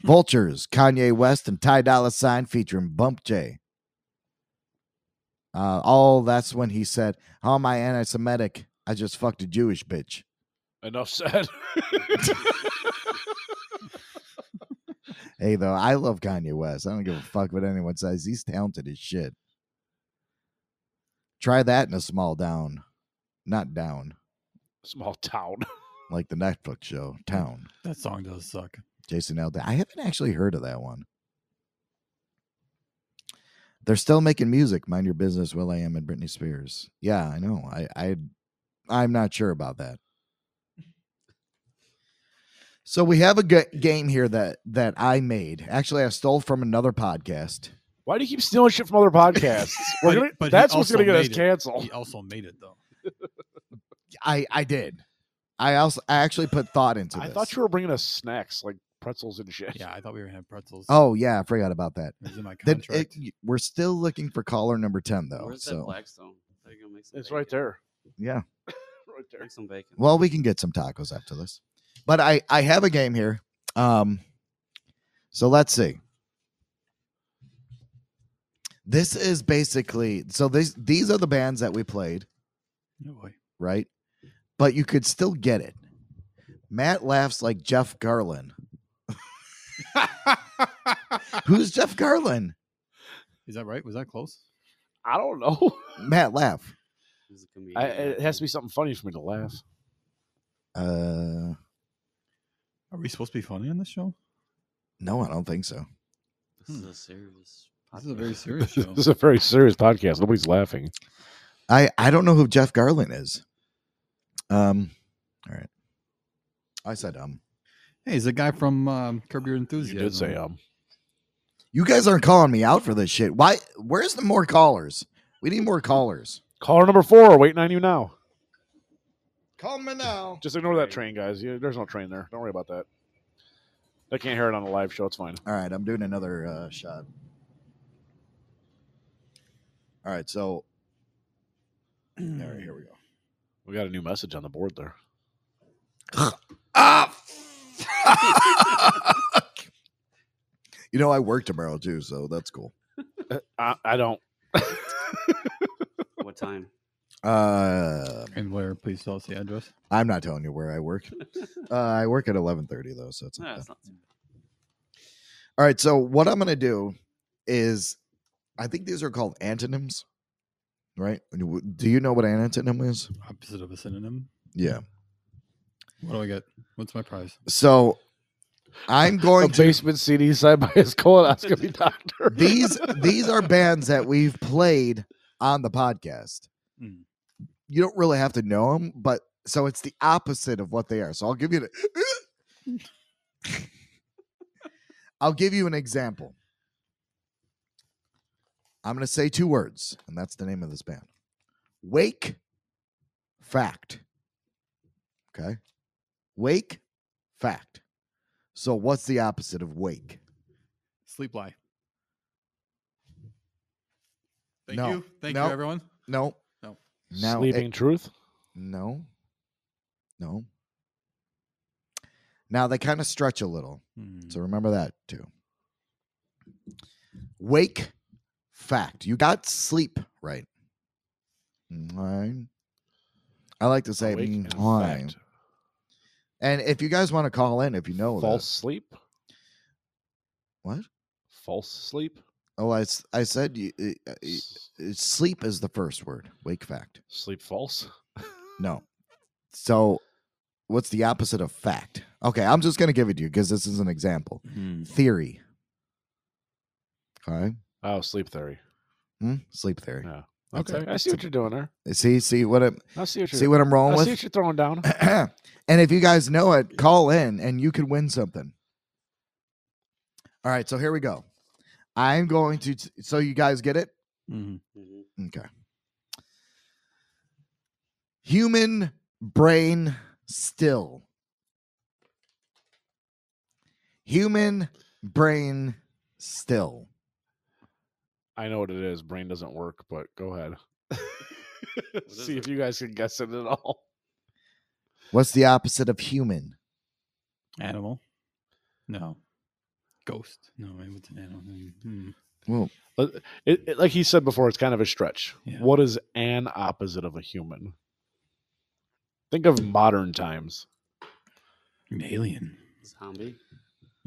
Speaker 6: Vultures, Kanye West, and Ty Dolla Sign featuring Bump J. Uh, oh, that's when he said, How am I anti Semitic? I just fucked a Jewish bitch.
Speaker 7: Enough said.
Speaker 6: Hey, though, I love Kanye West. I don't give a fuck what anyone says. He's talented as shit. Try that in a small down, not down,
Speaker 7: Small town.
Speaker 6: like the Netflix show, Town.
Speaker 4: That song does suck.
Speaker 6: Jason Aldean. I haven't actually heard of that one. They're still making music. Mind your business, Will I Am and Britney Spears. Yeah, I know. I, I I'm not sure about that. So we have a g- game here that that I made. Actually, I stole from another podcast.
Speaker 7: Why do you keep stealing shit from other podcasts? We're
Speaker 6: But-
Speaker 7: gonna,
Speaker 6: but he
Speaker 7: that's what's going to
Speaker 6: also
Speaker 7: get us
Speaker 6: made it.
Speaker 7: canceled.
Speaker 4: He also made it though.
Speaker 6: I I did. I also I actually put thought into
Speaker 7: I
Speaker 6: this.
Speaker 7: thought you were bringing us snacks like pretzels and shit.
Speaker 4: Yeah, I thought we were going to have pretzels.
Speaker 6: Oh yeah, I forgot about that.
Speaker 4: It was in my
Speaker 6: Then
Speaker 4: contract.
Speaker 6: it- we're still looking for caller number ten though.
Speaker 5: Where's
Speaker 6: so
Speaker 5: that Blackstone? They're gonna make some
Speaker 7: It's right there.
Speaker 6: yeah.
Speaker 7: Right there.
Speaker 5: Make some bacon.
Speaker 6: Well, we can get some tacos after this. But I I have a game here. Um so let's see. This is basically so these these are the bands that we played,
Speaker 4: Oh, boy.
Speaker 6: right? But you could still get it. Matt laughs like Jeff Garland. Who's Jeff Garland?
Speaker 4: Is that right? Was that close?
Speaker 7: I don't know.
Speaker 6: Matt laugh.
Speaker 7: I, it has to be something funny for me to laugh.
Speaker 6: Uh
Speaker 4: Are we supposed to be funny on this show?
Speaker 6: no, I don't think so.
Speaker 5: This
Speaker 6: Hmm.
Speaker 5: is a serious.
Speaker 4: This is a very
Speaker 5: podcast.
Speaker 4: serious show.
Speaker 7: This is a very serious podcast. Nobody's laughing.
Speaker 6: I I don't know who Jeff Garland is. Um all right. I said um
Speaker 4: Hey, he's a guy from um, Curb Your Enthusiasm.
Speaker 7: say, um,
Speaker 6: You guys aren't calling me out for this shit. Why? Where's the more callers? We need more callers.
Speaker 7: Caller number four, waiting on you now.
Speaker 6: Call me now.
Speaker 7: Just ignore that train, guys. You- There's no train there. Don't worry about that. They can't hear it on the live show. It's fine.
Speaker 6: All right, I'm doing another uh, shot. All right, so all right, here we go.
Speaker 7: We got a new message on the board there.
Speaker 6: You know, I work tomorrow too, so that's cool.
Speaker 7: I, I don't.
Speaker 5: what time?
Speaker 6: Uh,
Speaker 4: And where? Please tell us the address.
Speaker 6: I'm not telling you where I work. Uh, I work at 11:30 though, so it's not
Speaker 5: No,
Speaker 6: bad.
Speaker 5: it's not too
Speaker 6: All right, so what I'm gonna do is, I think these are called antonyms, right? Do you know what an antonym is?
Speaker 4: Opposite of a synonym.
Speaker 6: Yeah.
Speaker 4: What do I get? What's my prize?
Speaker 6: So I'm going to
Speaker 7: basement CD side by his colonoscopy doctor.
Speaker 6: these these are bands that we've played on the podcast.
Speaker 4: Mm.
Speaker 6: You don't really have to know them, but so it's the opposite of what they are. So I'll give you the, I'll give you an example. I'm going to say two words, and that's the name of this band. Wake fact. Okay. Wake fact. So what's the opposite of wake?
Speaker 4: Sleep lie.
Speaker 6: Thank
Speaker 4: you. Thank you, everyone.
Speaker 6: No.
Speaker 4: No.
Speaker 7: Sleeping truth?
Speaker 6: No. No. Now they kind of stretch a little. So remember that too. Wake fact. You got sleep right. Mine. I like to say mine. And if you guys want to call in, if you know
Speaker 7: False
Speaker 6: this-
Speaker 7: sleep?
Speaker 6: What?
Speaker 7: False sleep?
Speaker 6: Oh, I, s- I said you, uh, uh, uh, sleep is the first word. Wake fact.
Speaker 7: Sleep false?
Speaker 6: No. So, what's the opposite of fact? Okay, I'm just going to give it to you because this is an example.
Speaker 7: Mm-hmm.
Speaker 6: Theory. Okay.
Speaker 7: Oh, sleep theory.
Speaker 6: Hmm? Sleep theory.
Speaker 7: Yeah.
Speaker 6: That's
Speaker 7: Okay,
Speaker 6: it.
Speaker 7: I see what you're doing there.
Speaker 6: See, see what I'm.
Speaker 7: I see what you're
Speaker 6: see what I'm rolling
Speaker 7: I
Speaker 6: with.
Speaker 7: See what you're throwing down.
Speaker 6: and if you guys know it, call in and you could win something. All right, so here we go. I'm going to. t- so you guys get it?
Speaker 4: Mm-hmm.
Speaker 6: Okay. Human brain still. Human brain still.
Speaker 7: I know what it is. Brain doesn't work, but go ahead. see if you guys can guess it at all.
Speaker 6: What's the opposite of human?
Speaker 4: Animal? No. Ghost? No, it was an animal. Hmm.
Speaker 6: Well,
Speaker 7: it, it- like he said before, it's kind of a stretch. What is an opposite of a human? Think of modern times.
Speaker 4: An alien.
Speaker 5: Zombie.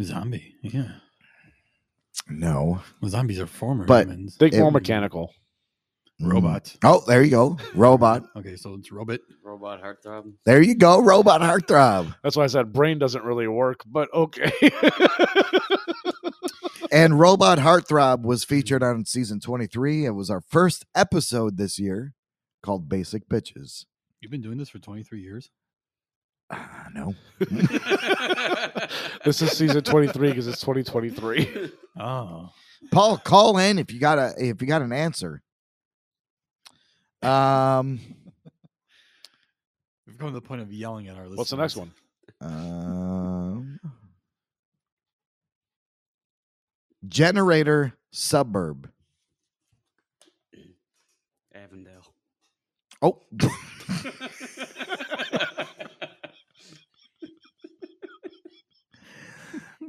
Speaker 4: Zombie. Hmm. Yeah.
Speaker 6: No.
Speaker 4: Well, zombies are former
Speaker 6: But
Speaker 4: humans.
Speaker 6: Think more it-
Speaker 7: mechanical.
Speaker 4: Robot.
Speaker 6: Oh, there you go. Robot.
Speaker 4: Okay, so it's robot.
Speaker 5: Robot heartthrob.
Speaker 6: There you go. Robot heartthrob.
Speaker 7: That's why I said brain doesn't really work, but okay.
Speaker 6: And Robot Heartthrob was featured on season 23. It was our first episode this year called Basic Bitches.
Speaker 4: You've been doing this for 23 years?
Speaker 6: I know.
Speaker 7: this is season 23 because it's 2023.
Speaker 4: Oh.
Speaker 6: Paul, call in if you got a if you got an answer. Um
Speaker 4: We've come to the point of yelling at our listeners.
Speaker 7: What's the next one?
Speaker 6: um, Generator suburb.
Speaker 5: Avondale.
Speaker 6: Oh.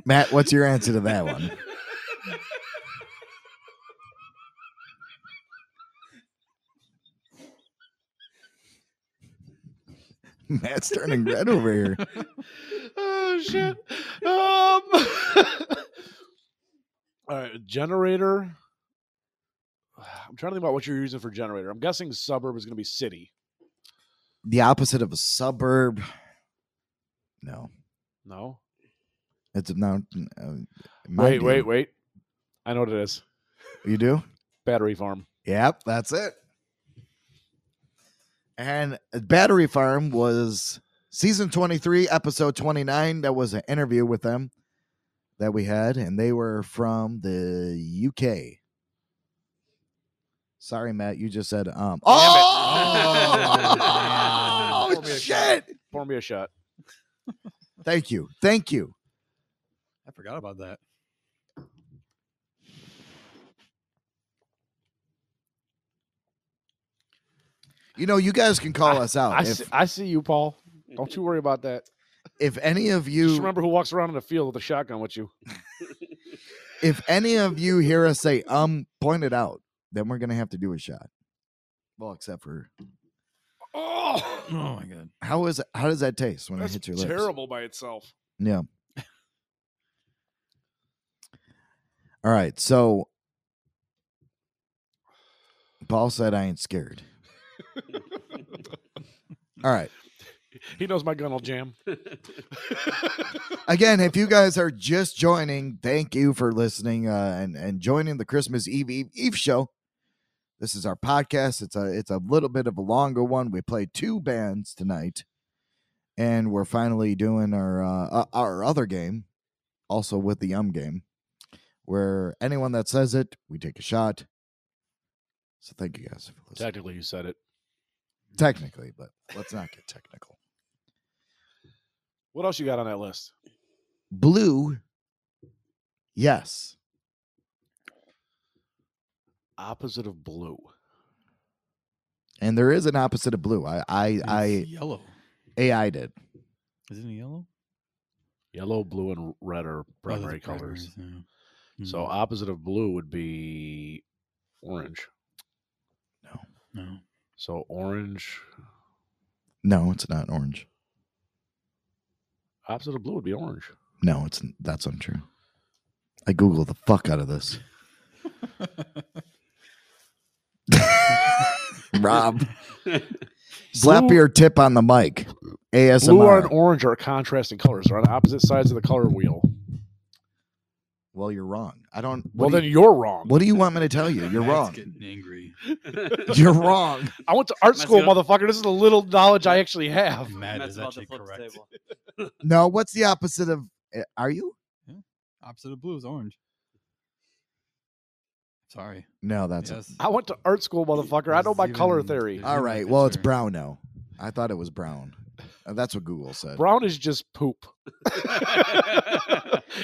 Speaker 6: Matt, what's your answer to that one? Matt's turning red over here.
Speaker 7: oh shit. Um All right, generator. I'm trying to think about what you're using for generator. I'm guessing suburb is going to be city.
Speaker 6: The opposite of a suburb. No,
Speaker 7: No.
Speaker 6: it's not. Uh, mine
Speaker 7: Wait,
Speaker 6: do.
Speaker 7: wait, wait. I know what it is.
Speaker 6: You do?
Speaker 7: Battery farm.
Speaker 6: Yep, that's it. And Battery Farm was season 23, episode 29. That was an interview with them that we had, and they were from the UK. Sorry, Matt, you just said, um, oh,
Speaker 7: Pour me a shot.
Speaker 6: shit.
Speaker 7: Pour me a shot.
Speaker 6: Thank you. Thank you.
Speaker 4: I forgot about that.
Speaker 6: You know, you guys can call us out.
Speaker 7: I,
Speaker 6: if,
Speaker 7: see, I see you, Paul. Don't you worry about that.
Speaker 6: if any of you.
Speaker 7: Just remember who walks around in the field with a shotgun with you.
Speaker 6: if any of you hear us say um point it out then we're gonna have to do a shot well except for
Speaker 7: Oh,
Speaker 4: Oh my god.
Speaker 6: how is how does that taste when it
Speaker 7: that's
Speaker 6: hits your lips
Speaker 7: terrible by itself.
Speaker 6: yeah all right so paul said i ain't scared all right
Speaker 7: He knows my gun will jam.
Speaker 6: again if you guys are just joining thank you for listening uh, and and joining the christmas eve eve eve show this is our podcast it's a it's a little bit of a longer one we played two bands tonight and we're finally doing our uh, o- our other game also with the um game where anyone that says it we take a shot so thank you guys for listening
Speaker 7: Technically, you said it.
Speaker 6: technically but let's not get technical
Speaker 7: What else you got on that list?
Speaker 6: Blue. Yes.
Speaker 7: Opposite of blue.
Speaker 6: And there is an opposite of blue. I I I
Speaker 4: yellow.
Speaker 6: AI did.
Speaker 4: Isn't it yellow? Oh,
Speaker 7: Yellow, blue, and red are primary colors. So
Speaker 4: Mm-hmm.
Speaker 7: opposite of blue would be orange.
Speaker 4: No. No.
Speaker 7: So orange,
Speaker 6: No, it's not orange.
Speaker 7: opposite of blue would be orange.
Speaker 6: No, it's that's untrue. I Google the fuck out of this. Rob, slap
Speaker 7: Blue-
Speaker 6: your tip on the mic. ASMR.
Speaker 7: Blue and orange are contrasting colors. They're on opposite sides of the color wheel.
Speaker 6: Well, you're wrong. I don't. what
Speaker 7: Well,
Speaker 6: do
Speaker 7: then you're wrong.
Speaker 6: What do you want me to tell you? You're wrong.
Speaker 4: angry.
Speaker 6: You're wrong.
Speaker 7: I went to art
Speaker 6: Matt's
Speaker 7: school,
Speaker 6: gonna-
Speaker 7: motherfucker. This is the little knowledge I actually have.
Speaker 4: Matt is actually
Speaker 5: correct.
Speaker 6: No, what's the opposite of? eh, Are you?
Speaker 4: Opposite of blue is orange. Sorry.
Speaker 6: No, that's
Speaker 4: Yes.
Speaker 7: I went to art school, motherfucker. I know my color theory.
Speaker 6: all right. Well, it's brown now. I thought it was brown. Uh, That's what Google said.
Speaker 7: Brown is just poop.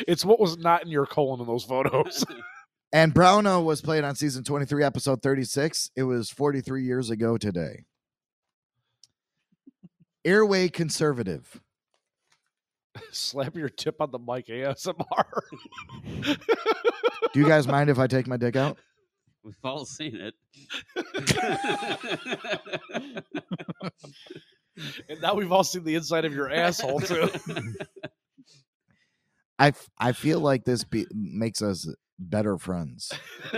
Speaker 7: it's what was not in your colon in those photos.
Speaker 6: And Browno was played on season 23, episode 36. It was 43 years ago today. Airway conservative.
Speaker 7: Slap your tip on the mic ASMR.
Speaker 6: Do you guys mind if I take my dick out?
Speaker 5: We've all seen it.
Speaker 7: and now we've all seen the inside of your asshole too.
Speaker 6: I, f- I feel like this be- makes us better friends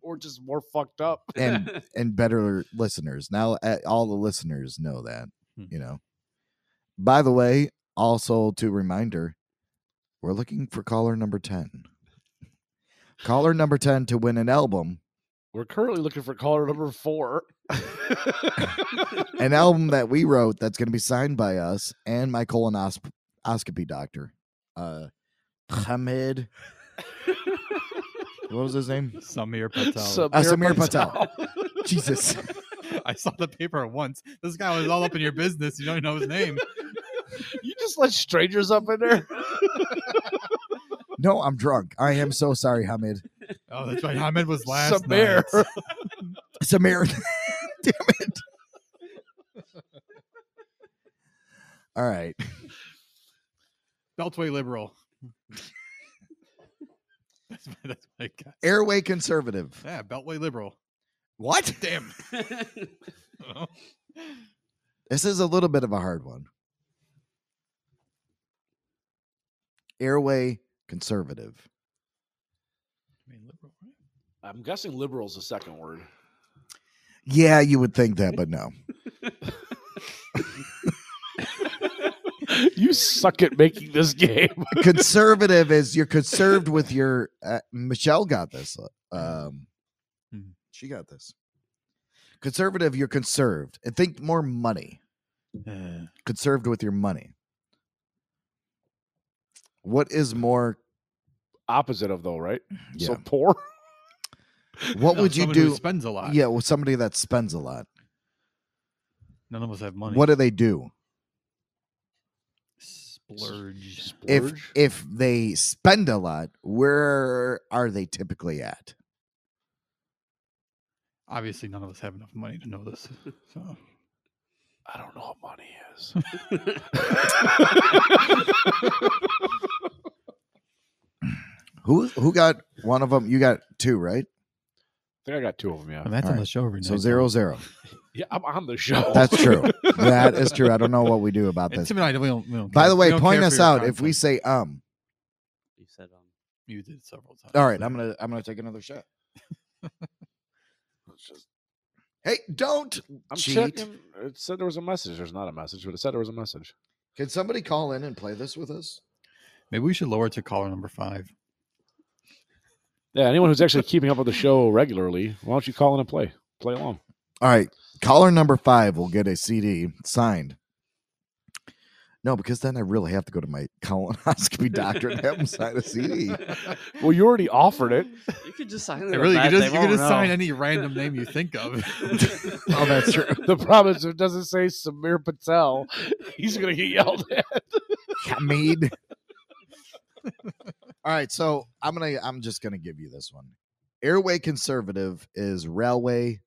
Speaker 7: or just more fucked up.
Speaker 6: and and better listeners. Now uh, all the listeners know that, you know. By the way, also to reminder, we're looking for caller number 10. Caller number 10 to win an album
Speaker 7: we're currently looking for caller number four.
Speaker 6: an album that we wrote that's going to be signed by us and my colonoscopy doctor, uh, Hamid. what was his name?
Speaker 4: Samir Patel.
Speaker 6: Uh, Samir Patel. Jesus.
Speaker 4: I saw the paper at once. This guy was all up in your business. You don't even know his name.
Speaker 7: You just let strangers up in there.
Speaker 6: No, I'm drunk. I am so sorry, Hamid.
Speaker 4: Oh, that's right. Ahmed was last
Speaker 6: Samir.
Speaker 4: night.
Speaker 6: Samir. Damn it. All right.
Speaker 4: Beltway liberal. that's my, that's my guy.
Speaker 6: Airway conservative.
Speaker 4: Yeah, Beltway liberal.
Speaker 6: What?
Speaker 4: Damn.
Speaker 6: This is a little bit of a hard one. Airway conservative.
Speaker 7: I'm guessing liberal's the second word.
Speaker 6: Yeah, you would think that, but no.
Speaker 7: you suck at making this game.
Speaker 6: conservative is you're conserved with your uh, Michelle got this. uh, Um, she got this. Conservative, you're conserved and think more money.
Speaker 4: Uh.
Speaker 6: Conserved with your money. What is more
Speaker 7: Opposite of though, right? So
Speaker 6: Yeah.
Speaker 7: poor.
Speaker 6: what
Speaker 4: No,
Speaker 6: would you
Speaker 4: someone who
Speaker 6: do?
Speaker 4: spends a lot.
Speaker 6: Yeah, well, somebody that spends a lot.
Speaker 4: None of us have money.
Speaker 6: What do they do?
Speaker 4: Splurge.
Speaker 6: If if they spend a lot, where are they typically at?
Speaker 4: Obviously, none of us have enough money to know this. So.
Speaker 7: I don't know what money is.
Speaker 6: Who who got one of them? You got two, right?
Speaker 7: I think I got two of them. Yeah,
Speaker 6: All right. So zero zero.
Speaker 7: Yeah, I'm on the show.
Speaker 6: That's true. that is true. I don't know what we do about this.
Speaker 4: Tim and I, we don't- we don't
Speaker 6: By
Speaker 4: care-
Speaker 6: the
Speaker 4: we
Speaker 6: way,
Speaker 4: don't
Speaker 6: point
Speaker 4: care for
Speaker 6: us
Speaker 4: your
Speaker 6: out if we say um.
Speaker 5: You said um,
Speaker 4: you did several times.
Speaker 6: All right, I'm gonna I'm gonna take another shot. Hey, don't
Speaker 7: I'm
Speaker 6: cheat.
Speaker 7: checking. It said there was a message. There's not a message, but it said there was a message.
Speaker 6: Can somebody call in and play this with us?
Speaker 4: Maybe we should lower it to caller number five.
Speaker 7: Yeah, anyone who's actually keeping up with the show regularly, why don't you call in and play? Play along.
Speaker 6: All right, caller number five will get a CD signed. No, because then I really have to go to my colonoscopy doctor and have him sign a CD.
Speaker 7: Well, you already offered it.
Speaker 5: you could just sign
Speaker 4: Hey,
Speaker 5: it.
Speaker 4: really, you
Speaker 5: Matt,
Speaker 4: just
Speaker 5: they
Speaker 4: you can
Speaker 5: won't
Speaker 4: just sign
Speaker 5: know.
Speaker 4: any random name you think of.
Speaker 6: Oh, that's true.
Speaker 7: The problem is, if it doesn't say Samir Patel, he's going to get yelled at.
Speaker 6: Hamid. All right, so I'm gonna I'm just gonna give you this one. Airway conservative is railway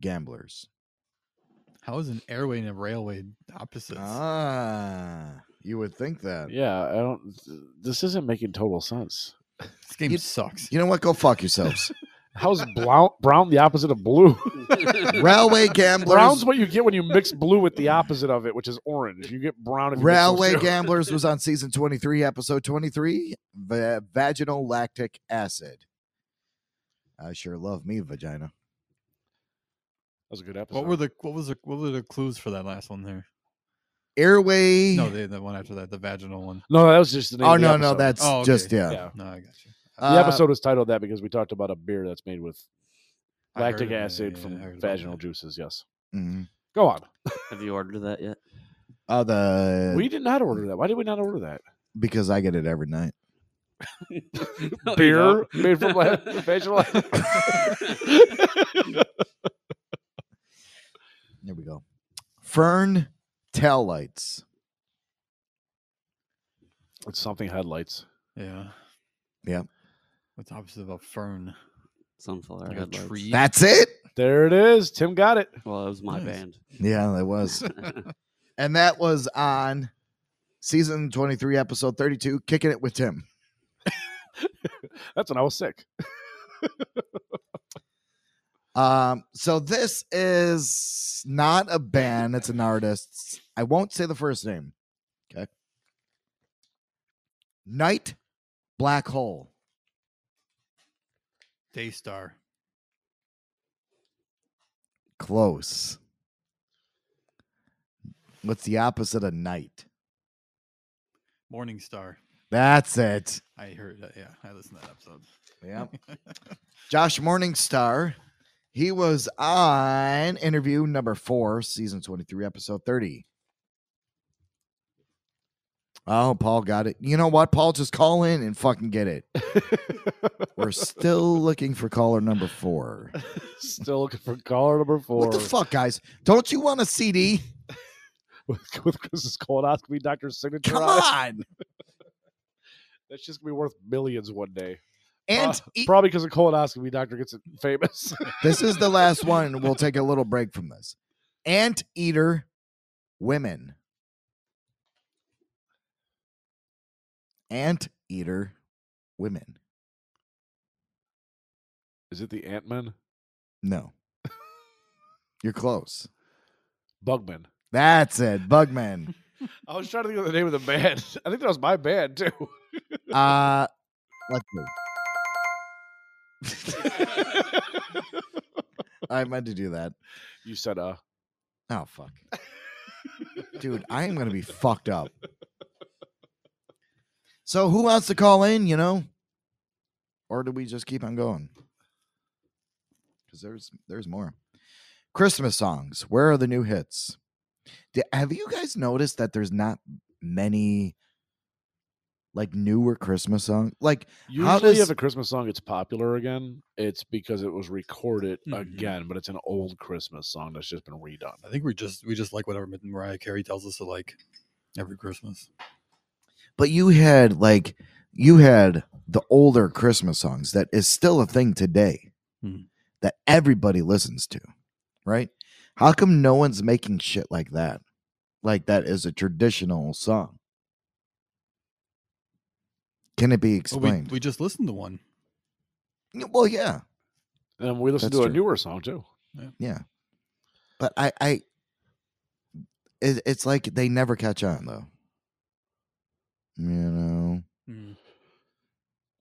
Speaker 6: gamblers.
Speaker 4: How is an airway and a railway opposites?
Speaker 6: Ah, you would think that.
Speaker 7: Yeah, I don't. This isn't making total sense.
Speaker 4: This game sucks.
Speaker 6: You know what? Go fuck yourselves.
Speaker 7: How's brown, brown the opposite of blue?
Speaker 6: Railway gamblers.
Speaker 7: Brown's what you get when you mix blue with the opposite of it, which is orange. You get brown. If you mix those
Speaker 6: Railway
Speaker 7: two.
Speaker 6: Gamblers was on season 23, episode 23, va- vaginal lactic acid. I sure love me vagina.
Speaker 7: That was a good episode.
Speaker 4: What were the what was the what were the clues for that last one there?
Speaker 6: Airway.
Speaker 4: No, the, the one after that, the vaginal one.
Speaker 7: No, that was just the name.
Speaker 6: Oh,
Speaker 7: of the
Speaker 6: no, no,
Speaker 7: episode.
Speaker 6: that's
Speaker 4: Oh, okay.
Speaker 6: just, yeah.
Speaker 7: Yeah.
Speaker 4: No, I got you.
Speaker 7: the
Speaker 6: Uh,
Speaker 7: episode was titled that because we talked about a beer that's made with
Speaker 4: I heard
Speaker 7: lactic
Speaker 4: of it,
Speaker 7: acid
Speaker 4: yeah, I heard
Speaker 7: from
Speaker 4: about
Speaker 7: vaginal juices. Yes.
Speaker 6: Mhm.
Speaker 7: Go on.
Speaker 5: Have you ordered that yet?
Speaker 6: Uh, mm. the,
Speaker 7: we did not order that. Why did we not order that?
Speaker 6: because I get it every night.
Speaker 5: No, you
Speaker 7: beer
Speaker 5: don't.
Speaker 7: made from la- vaginal.
Speaker 6: There we go. Fern taillights.
Speaker 7: it's something headlights.
Speaker 4: Yeah.
Speaker 6: Yep.
Speaker 4: What's opposite of a fern?
Speaker 5: Sunflower
Speaker 4: Like a
Speaker 5: headlights.
Speaker 4: tree.
Speaker 6: That's it.
Speaker 7: There it is. Tim got it.
Speaker 5: Well, it was my
Speaker 4: Nice.
Speaker 5: band.
Speaker 6: Yeah, that was. and that was on season 23, episode 32, Kicking It With Tim.
Speaker 7: That's when I was sick.
Speaker 6: Um, so this is not a band, it's an artist. I won't say the first name. Okay. Night Black Hole.
Speaker 4: Daystar.
Speaker 6: Close. What's the opposite of night?
Speaker 4: Morning Star.
Speaker 6: That's it.
Speaker 4: I heard that. Yeah, I listened to that episode.
Speaker 6: Yeah. Josh Morningstar. He was on interview number four, season 23, episode 30. Oh, Paul got it. You know what? Paul, just call in and fucking get it. We're still looking for caller number four.
Speaker 7: Still looking for caller number four.
Speaker 6: What the fuck, guys? Don't you want a CD?
Speaker 7: With, with Chris's colonoscopy doctor's signature.
Speaker 6: Come
Speaker 7: on. it.
Speaker 6: on.
Speaker 7: That's just gonna be worth millions one day.
Speaker 6: And e
Speaker 7: Uh, probably because a colonoscopy doctor gets it famous.
Speaker 6: this is the last one. We'll take a little break from this. Ant eater women. Ant eater women.
Speaker 7: is it the Ant Man?
Speaker 6: No. You're close.
Speaker 7: Bugman.
Speaker 6: That's it. Bugman.
Speaker 7: I was trying to think of the name of the band. I think that was my band too.
Speaker 6: Uh let's move. I meant to do that.
Speaker 7: you said uh
Speaker 6: Oh fuck. Dude, I am gonna be fucked up. So who wants to call in, you know? Or do we just keep on going? Because there's there's more. Christmas songs. Where are the new hits? D- have you guys noticed that there's not many like newer Christmas songs? Like how
Speaker 7: usually
Speaker 6: does
Speaker 7: if a Christmas song gets popular again, it's because it was recorded
Speaker 6: Mm-hmm.
Speaker 4: Mhm.
Speaker 7: again, but it's an old Christmas song that's just been redone.
Speaker 4: I think we just we just like whatever Mariah Carey tells us to like every Christmas.
Speaker 6: but you had like you had the older christmas songs that is still a thing today
Speaker 4: Hmm.
Speaker 6: that everybody listens to right how come no one's making shit like that like that is a traditional song can it be
Speaker 4: Oh, we,
Speaker 6: explained
Speaker 4: we just listened to one.
Speaker 6: well, yeah
Speaker 7: And we listened
Speaker 6: That's
Speaker 7: to a
Speaker 6: true.
Speaker 7: newer song too.
Speaker 6: yeah but i i it, it's like they never catch on though you know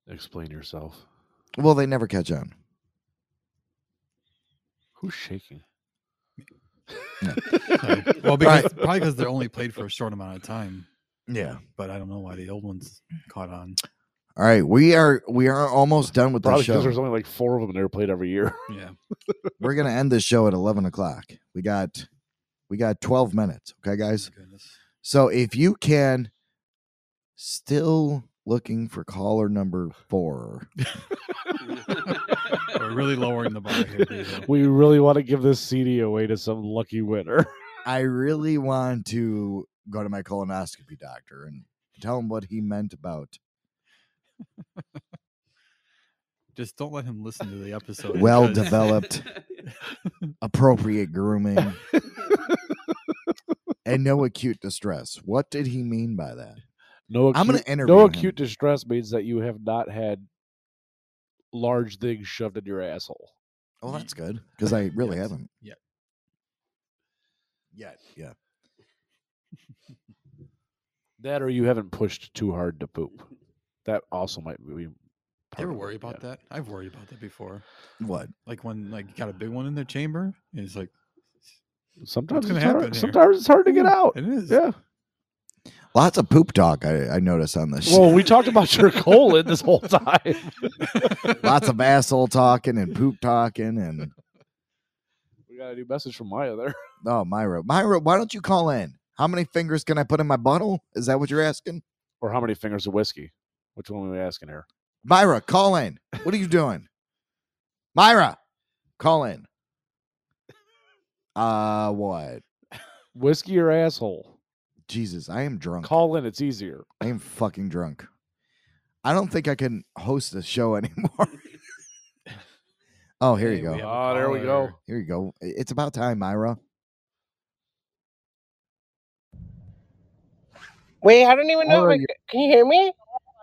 Speaker 7: Explain yourself.
Speaker 6: well they never catch on
Speaker 7: Who's shaking?
Speaker 4: Sorry. Well, because probably because they're only played for a short amount of time.
Speaker 6: yeah
Speaker 4: But I don't know why the old ones caught on.
Speaker 6: All right, we are we are almost done with the
Speaker 7: Probably because
Speaker 6: show.
Speaker 7: there's only like four of them and they're played every year.
Speaker 4: Yeah.
Speaker 6: We're gonna end this show at eleven o'clock. We got we got twelve minutes. Okay, guys.
Speaker 4: Goodness.
Speaker 6: So if you can, still looking for caller number four.
Speaker 4: We're really lowering the bar here. Diesel.
Speaker 7: we really want to give this CD away to some lucky winner.
Speaker 6: I really want to go to my colonoscopy doctor and tell him what he meant about.
Speaker 4: Just don't let him listen to the episode.
Speaker 6: Well
Speaker 4: because-
Speaker 6: developed, appropriate grooming, and no acute distress. What did he mean by that?
Speaker 7: No,
Speaker 6: I'm going
Speaker 7: acute-
Speaker 6: to interview
Speaker 7: No
Speaker 6: him.
Speaker 7: acute distress means that you have not had large things shoved in your asshole.
Speaker 6: Oh, that's good because I really haven't.
Speaker 4: Yet.
Speaker 6: Yet, yeah.
Speaker 7: That or you haven't pushed too hard to poop. That also might be. part
Speaker 4: Ever
Speaker 7: of it,
Speaker 4: worry about
Speaker 7: yeah.
Speaker 4: that? I've worried about that before.
Speaker 6: What?
Speaker 4: Like when like you got a big one in the chamber, and it's like
Speaker 7: Sometimes
Speaker 4: gonna
Speaker 7: it's hard-
Speaker 4: happen here?
Speaker 7: Sometimes it's hard to get out.
Speaker 4: It is.
Speaker 7: Yeah.
Speaker 6: Lots of poop talk I, I notice on this.
Speaker 7: Well, we talked about your colon this whole time.
Speaker 6: Lots of asshole talking and poop talking and
Speaker 7: We got a new message from Maya there.
Speaker 6: oh Myra. Myra, why don't you call in? How many fingers can I put in my bottle? Is that what you're asking?
Speaker 7: Or how many fingers of whiskey? Which one are we asking here?
Speaker 6: Myra, call in. What are you doing? Myra, call in. Uh what?
Speaker 7: Whiskey or asshole?
Speaker 6: Jesus, I am drunk.
Speaker 7: Call in. It's easier.
Speaker 6: I am fucking drunk. I don't think I can host the show anymore. oh, here you go.
Speaker 7: Ah, there we go.
Speaker 6: Here you go. I- It's about time, Myra.
Speaker 17: Wait, I don't even know. if I- Can you hear me?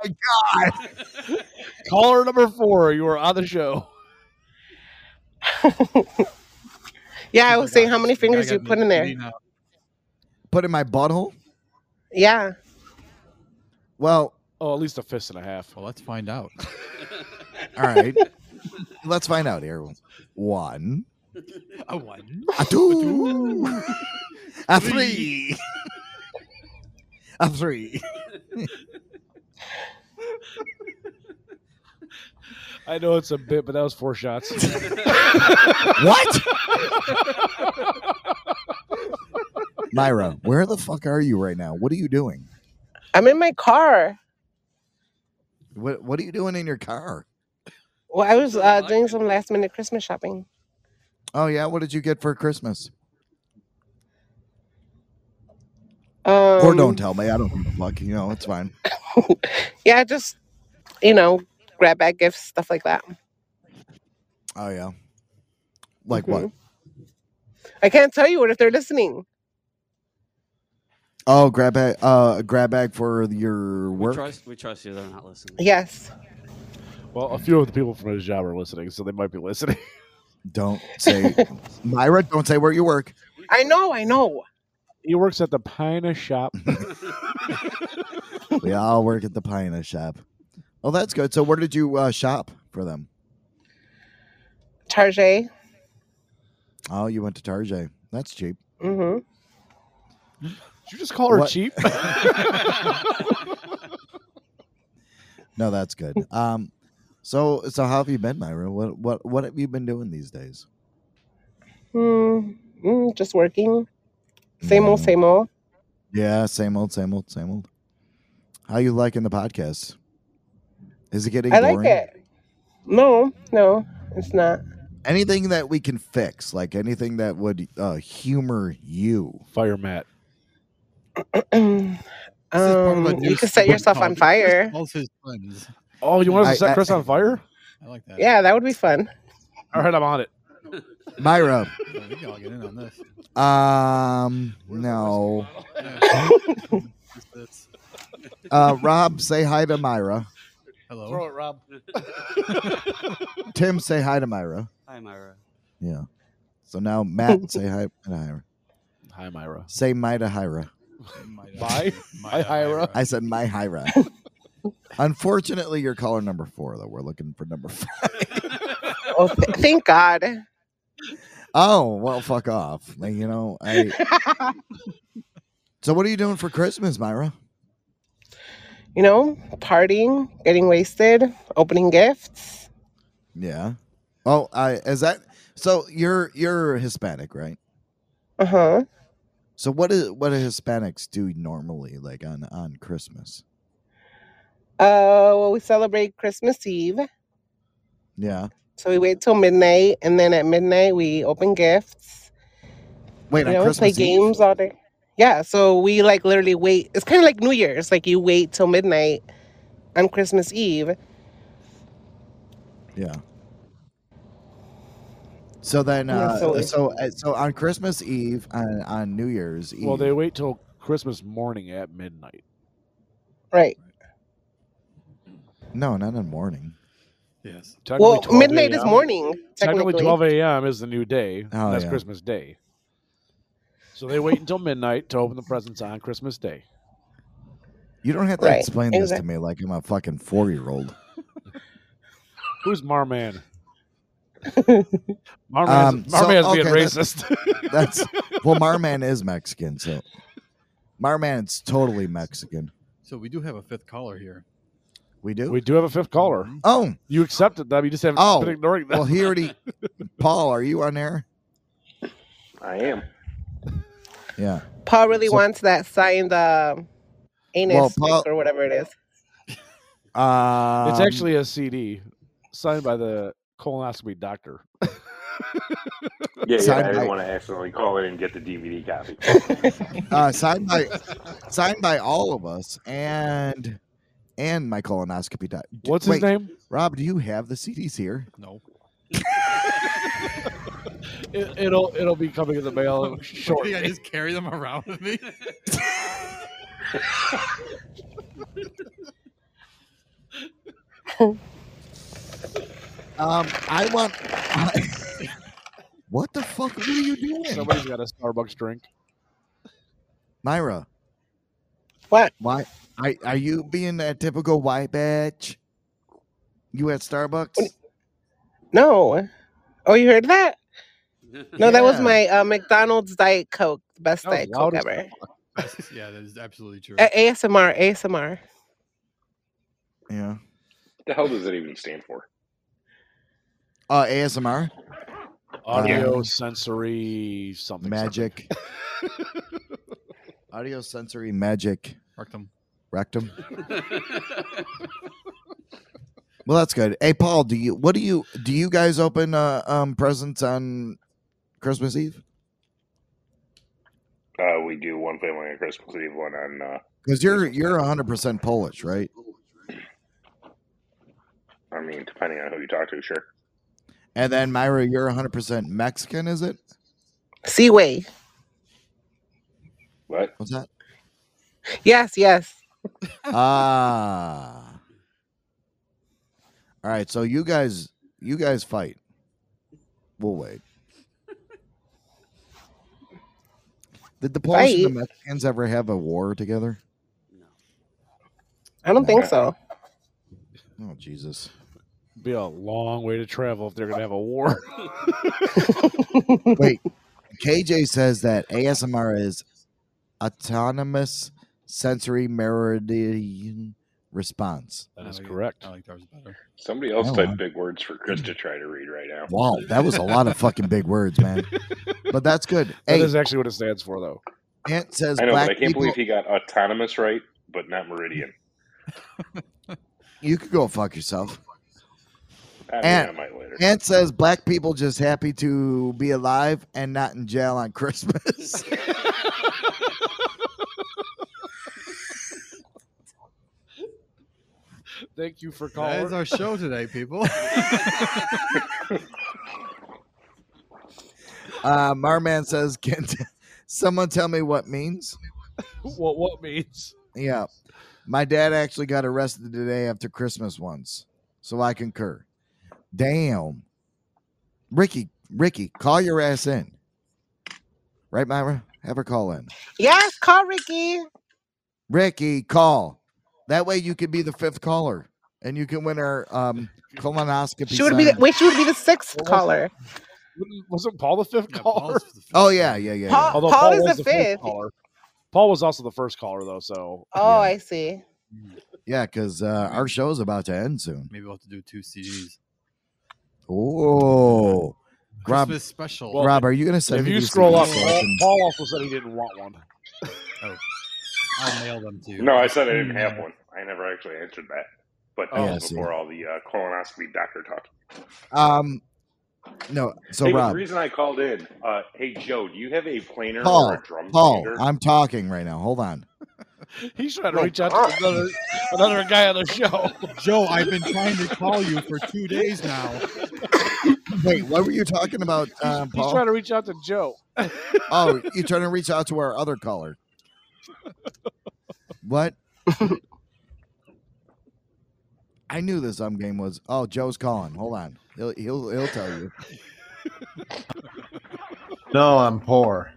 Speaker 6: my
Speaker 17: god!
Speaker 7: Caller number four, you are on the show.
Speaker 17: Yeah, I was saying how many fingers you put in there.
Speaker 6: Put in my butthole?
Speaker 17: Yeah.
Speaker 6: Well,
Speaker 7: Oh, at least a fist and a half.
Speaker 4: Well, let's find out.
Speaker 6: all right. Let's find out here. One,
Speaker 4: a one,
Speaker 6: a two, a three, a three.
Speaker 7: I know it's a bit, but that was four shots.
Speaker 6: Myra, where the fuck are you right now? What are you doing?
Speaker 17: I'm in my car.
Speaker 6: What What are you doing in your car?
Speaker 17: Well, I was uh, doing some last minute Christmas shopping.
Speaker 6: Oh yeah, what did you get for Christmas?
Speaker 17: Um,
Speaker 6: or don't tell me. I don't give a fuck. You know, it's fine.
Speaker 17: Yeah, just you know, grab bag gifts, stuff like that.
Speaker 6: Oh yeah. Like what?
Speaker 17: I can't tell you what if they're listening.
Speaker 6: Oh, grab bag. Uh, grab bag for your work.
Speaker 5: Trust, we trust you. They're not listening.
Speaker 17: Yes.
Speaker 7: Well, a few of the people from his job are listening, so they might be listening.
Speaker 6: Don't say, Myra. Don't say where you work.
Speaker 17: I know. I know.
Speaker 7: He works at the Pina shop.
Speaker 6: We all work at the Pioneer Shop. Oh, that's good. So, where did you uh, shop for them?
Speaker 17: Tarjay.
Speaker 6: Oh, you went to Tarjay. That's cheap.
Speaker 17: Mm-hmm.
Speaker 7: Did you just call her
Speaker 6: What-
Speaker 7: cheap?
Speaker 6: No, that's good. Um, so, so how have you been, Myra? What, what, what have you been doing these days?
Speaker 17: Mm, mm, just working. Same old, same old.
Speaker 6: Yeah, same old, same old, same old. How you liking the podcast? Is it getting?
Speaker 17: I
Speaker 6: boring?
Speaker 17: like it. No, no, it's not.
Speaker 6: Anything that we can fix, like anything that would uh, humor you.
Speaker 7: Fire Matt.
Speaker 17: Um,
Speaker 4: But
Speaker 17: you can
Speaker 4: there's
Speaker 17: set
Speaker 4: someone
Speaker 17: yourself on
Speaker 4: called-
Speaker 17: fire.
Speaker 4: Calls his friends.
Speaker 7: Oh, you want us to
Speaker 6: I-
Speaker 7: set
Speaker 6: I-
Speaker 7: Chris on fire?
Speaker 4: I like that.
Speaker 17: Yeah, that would be fun.
Speaker 7: All right, I'm on it.
Speaker 6: Myra.
Speaker 4: Yeah, we can all get in on this.
Speaker 6: Um, no.
Speaker 4: Just this.
Speaker 6: Uh, Rob, say hi to Myra.
Speaker 4: Hello.
Speaker 7: Throw it, Rob.
Speaker 6: Tim, say hi to Myra.
Speaker 5: Hi, Myra.
Speaker 6: Yeah. So now Matt, say hi to Myra.
Speaker 7: Hi, Myra.
Speaker 6: Say my to Hira.
Speaker 7: Bye. Hi, Hira.
Speaker 6: I said my Hira. Unfortunately, you're caller number four, though. We're looking for number five.
Speaker 17: Oh, th- thank God.
Speaker 6: Oh, well, fuck off. Like, you know, I. So, what are you doing for Christmas, Myra?
Speaker 17: You know, partying, getting wasted, opening gifts.
Speaker 6: Yeah. Oh, I is that so? You're you're Hispanic, right?
Speaker 17: Uh huh.
Speaker 6: So what is what do Hispanics do normally, like on on Christmas?
Speaker 17: Uh, well, we celebrate Christmas Eve,
Speaker 6: Yeah.
Speaker 17: so we wait till midnight, and then at midnight we open gifts.
Speaker 6: Wait,
Speaker 17: you
Speaker 6: on
Speaker 17: know, we play
Speaker 6: Christmas Eve?
Speaker 17: games all day. Yeah, so we like literally wait. It's kind of like New Year's, like you wait till midnight on Christmas Eve.
Speaker 6: Yeah. So then,
Speaker 17: Yeah,
Speaker 6: uh,
Speaker 17: so-
Speaker 6: so so, uh, so on Christmas Eve, on, on New Year's Eve.
Speaker 7: Well, they wait till Christmas morning at midnight.
Speaker 17: Right.
Speaker 6: no, not in morning.
Speaker 7: Yes.
Speaker 17: Well, midnight is morning,
Speaker 7: Technically,
Speaker 17: technically.
Speaker 7: 12 a.m. is the new day.
Speaker 6: Oh,
Speaker 7: That's
Speaker 6: yeah.
Speaker 7: Christmas Day. So they wait until midnight to open the presents on Christmas Day.
Speaker 6: You don't have to
Speaker 7: Right,
Speaker 6: explain this to
Speaker 7: exact-
Speaker 6: me like I'm a fucking four year old.
Speaker 7: Who's Marman? Marman's,
Speaker 6: Um,
Speaker 7: Marman's being racist.
Speaker 6: That's, well, Marman is Mexican, so Marman's totally Mexican.
Speaker 4: So we do have a fifth caller here.
Speaker 6: We do.
Speaker 7: We do have a fifth caller.
Speaker 6: Oh,
Speaker 7: you accepted that. You just haven't
Speaker 6: oh,
Speaker 7: been ignoring that.
Speaker 6: Well, he already. Paul, are you on air?
Speaker 10: I am.
Speaker 6: Yeah.
Speaker 17: Paul really
Speaker 6: So-
Speaker 17: wants that signed uh, anus
Speaker 6: Well,
Speaker 17: stick
Speaker 6: Paul-
Speaker 17: or whatever it is.
Speaker 6: Um,
Speaker 7: it's actually a CD signed by the colonoscopy doctor.
Speaker 10: Yeah, yeah. I
Speaker 6: Side
Speaker 10: didn't
Speaker 6: by-
Speaker 10: want to accidentally call it and get the DVD copy.
Speaker 6: uh, signed by signed by all of us and and my colonoscopy doc. d-
Speaker 7: What's his
Speaker 6: wait,
Speaker 7: name?
Speaker 6: Rob, do you have the CDs here?
Speaker 7: No. It, it'll it'll be coming in the mail
Speaker 4: I
Speaker 7: shortly.
Speaker 4: think I just carry them around with me.
Speaker 6: Um, I want. what the fuck? What are you doing?
Speaker 7: Somebody's got a Starbucks drink.
Speaker 6: Myra.
Speaker 17: What?
Speaker 6: Why? I, are you being that typical white bitch? You at Starbucks?
Speaker 17: No. Oh, you heard that? No, that was
Speaker 6: Yeah.
Speaker 17: my uh, McDonald's Diet Coke, the best
Speaker 4: That was
Speaker 17: Diet
Speaker 4: loud
Speaker 17: Coke
Speaker 4: as
Speaker 17: ever.
Speaker 4: That's- yeah, that is absolutely true.
Speaker 17: A- ASMR, ASMR.
Speaker 6: Yeah.
Speaker 10: the hell does it even stand for?
Speaker 6: Uh, ASMR.
Speaker 7: Audio
Speaker 6: Um,
Speaker 7: sensory something.
Speaker 6: magic. Audio sensory magic.
Speaker 4: Rectum.
Speaker 6: Rectum.
Speaker 7: something.
Speaker 6: Well, that's good. Hey, Paul, do you what do you do? You guys open uh, um presents on Christmas Eve
Speaker 10: Uh, we do one family on Christmas Eve, one on. Uh,
Speaker 6: because you're you're hundred percent Polish, right?
Speaker 10: I mean, depending on who you talk to, sure.
Speaker 6: And then Myra, you're hundred percent Mexican, is it?
Speaker 17: Seaway.
Speaker 10: What?
Speaker 6: What's that?
Speaker 17: Yes, yes.
Speaker 6: Ah. All right, so you guys you guys fight. We'll wait. Did the Polish and the
Speaker 17: Fight?
Speaker 6: Mexicans ever have a war together?
Speaker 17: I don't think so.
Speaker 6: Oh Jesus.
Speaker 7: Be a long way to travel if they're gonna have a war.
Speaker 6: Wait, KJ says that ASMR is autonomous sensory meridian response.
Speaker 7: That is correct.
Speaker 4: I like ours better.
Speaker 10: Somebody else
Speaker 6: Oh,
Speaker 10: typed
Speaker 6: wow.
Speaker 10: big words for Chris to try to read right now.
Speaker 6: Wow, that was a lot of fucking big words, man. But that's good.
Speaker 7: That
Speaker 6: Hey,
Speaker 7: is actually what it stands for, though.
Speaker 6: Ant says
Speaker 10: I know, but I
Speaker 6: black
Speaker 10: can't
Speaker 6: people.
Speaker 10: believe he got autonomous right, but not Meridian.
Speaker 6: You could go fuck yourself.
Speaker 10: I mean, I
Speaker 6: Ant,
Speaker 10: might later.
Speaker 6: Ant says black people just happy to be alive and not in jail on Christmas.
Speaker 7: Thank you for calling.
Speaker 4: That is our show today, people.
Speaker 6: uh, Marman says, can t- someone tell me what means?
Speaker 7: what what means?
Speaker 6: Yeah. My dad actually got arrested the day after Christmas once. So I concur. Damn. Ricky, Ricky, call your ass in. Right, Myra? Have her call in.
Speaker 17: Yes, call Ricky.
Speaker 6: Ricky, call. That way you could be the fifth caller and you can win our um colonoscopy.
Speaker 17: She would be. The,
Speaker 6: signed-
Speaker 17: wait, she would be the sixth caller.
Speaker 7: Wouldn't- Wasn't Paul the fifth caller?
Speaker 6: oh yeah, yeah, yeah. yeah.
Speaker 17: Paul-
Speaker 7: Although
Speaker 17: Paul is
Speaker 7: was
Speaker 17: the
Speaker 7: fourth
Speaker 17: fifth.
Speaker 7: caller. Paul was also the first caller, though. So
Speaker 17: Oh, I see.
Speaker 6: Yeah, because uh, our show is about to end soon.
Speaker 4: Maybe we'll have to do two CDs.
Speaker 6: Oh, Rob,
Speaker 4: Christmas special.
Speaker 6: Rob, are you gonna send
Speaker 7: if
Speaker 6: me
Speaker 7: you
Speaker 6: these
Speaker 7: scroll up,
Speaker 6: CDs so I
Speaker 7: Paul,
Speaker 6: can- Oh.
Speaker 7: Paul also said he didn't want one.
Speaker 4: I'll mail them to you.
Speaker 10: No, I said I didn't
Speaker 6: Hmm.
Speaker 10: have one. I never actually answered that. But that
Speaker 6: Yeah,
Speaker 10: was
Speaker 6: see.
Speaker 10: before all the uh, colonoscopy doctor talk.
Speaker 6: Um, No, so
Speaker 10: hey, but
Speaker 6: Rob,
Speaker 10: the reason I called in, uh, hey Joe, do you have a planer or
Speaker 6: Paul,
Speaker 10: a drum
Speaker 6: Paul,
Speaker 10: sander?
Speaker 6: I'm talking right now. Hold on.
Speaker 7: He's trying to reach out
Speaker 10: Oh,
Speaker 7: to another, another guy on the show.
Speaker 4: Joe, Oh, I've been trying to call you for two days now.
Speaker 6: Wait, what were you talking about, um,
Speaker 7: He's
Speaker 6: Paul?
Speaker 7: trying to reach out to Joe.
Speaker 6: oh, you're trying to reach out to our other caller. What? I knew this um game was. Oh, Joe's calling. Hold on, he'll he'll he'll tell you.
Speaker 16: No, I'm poor.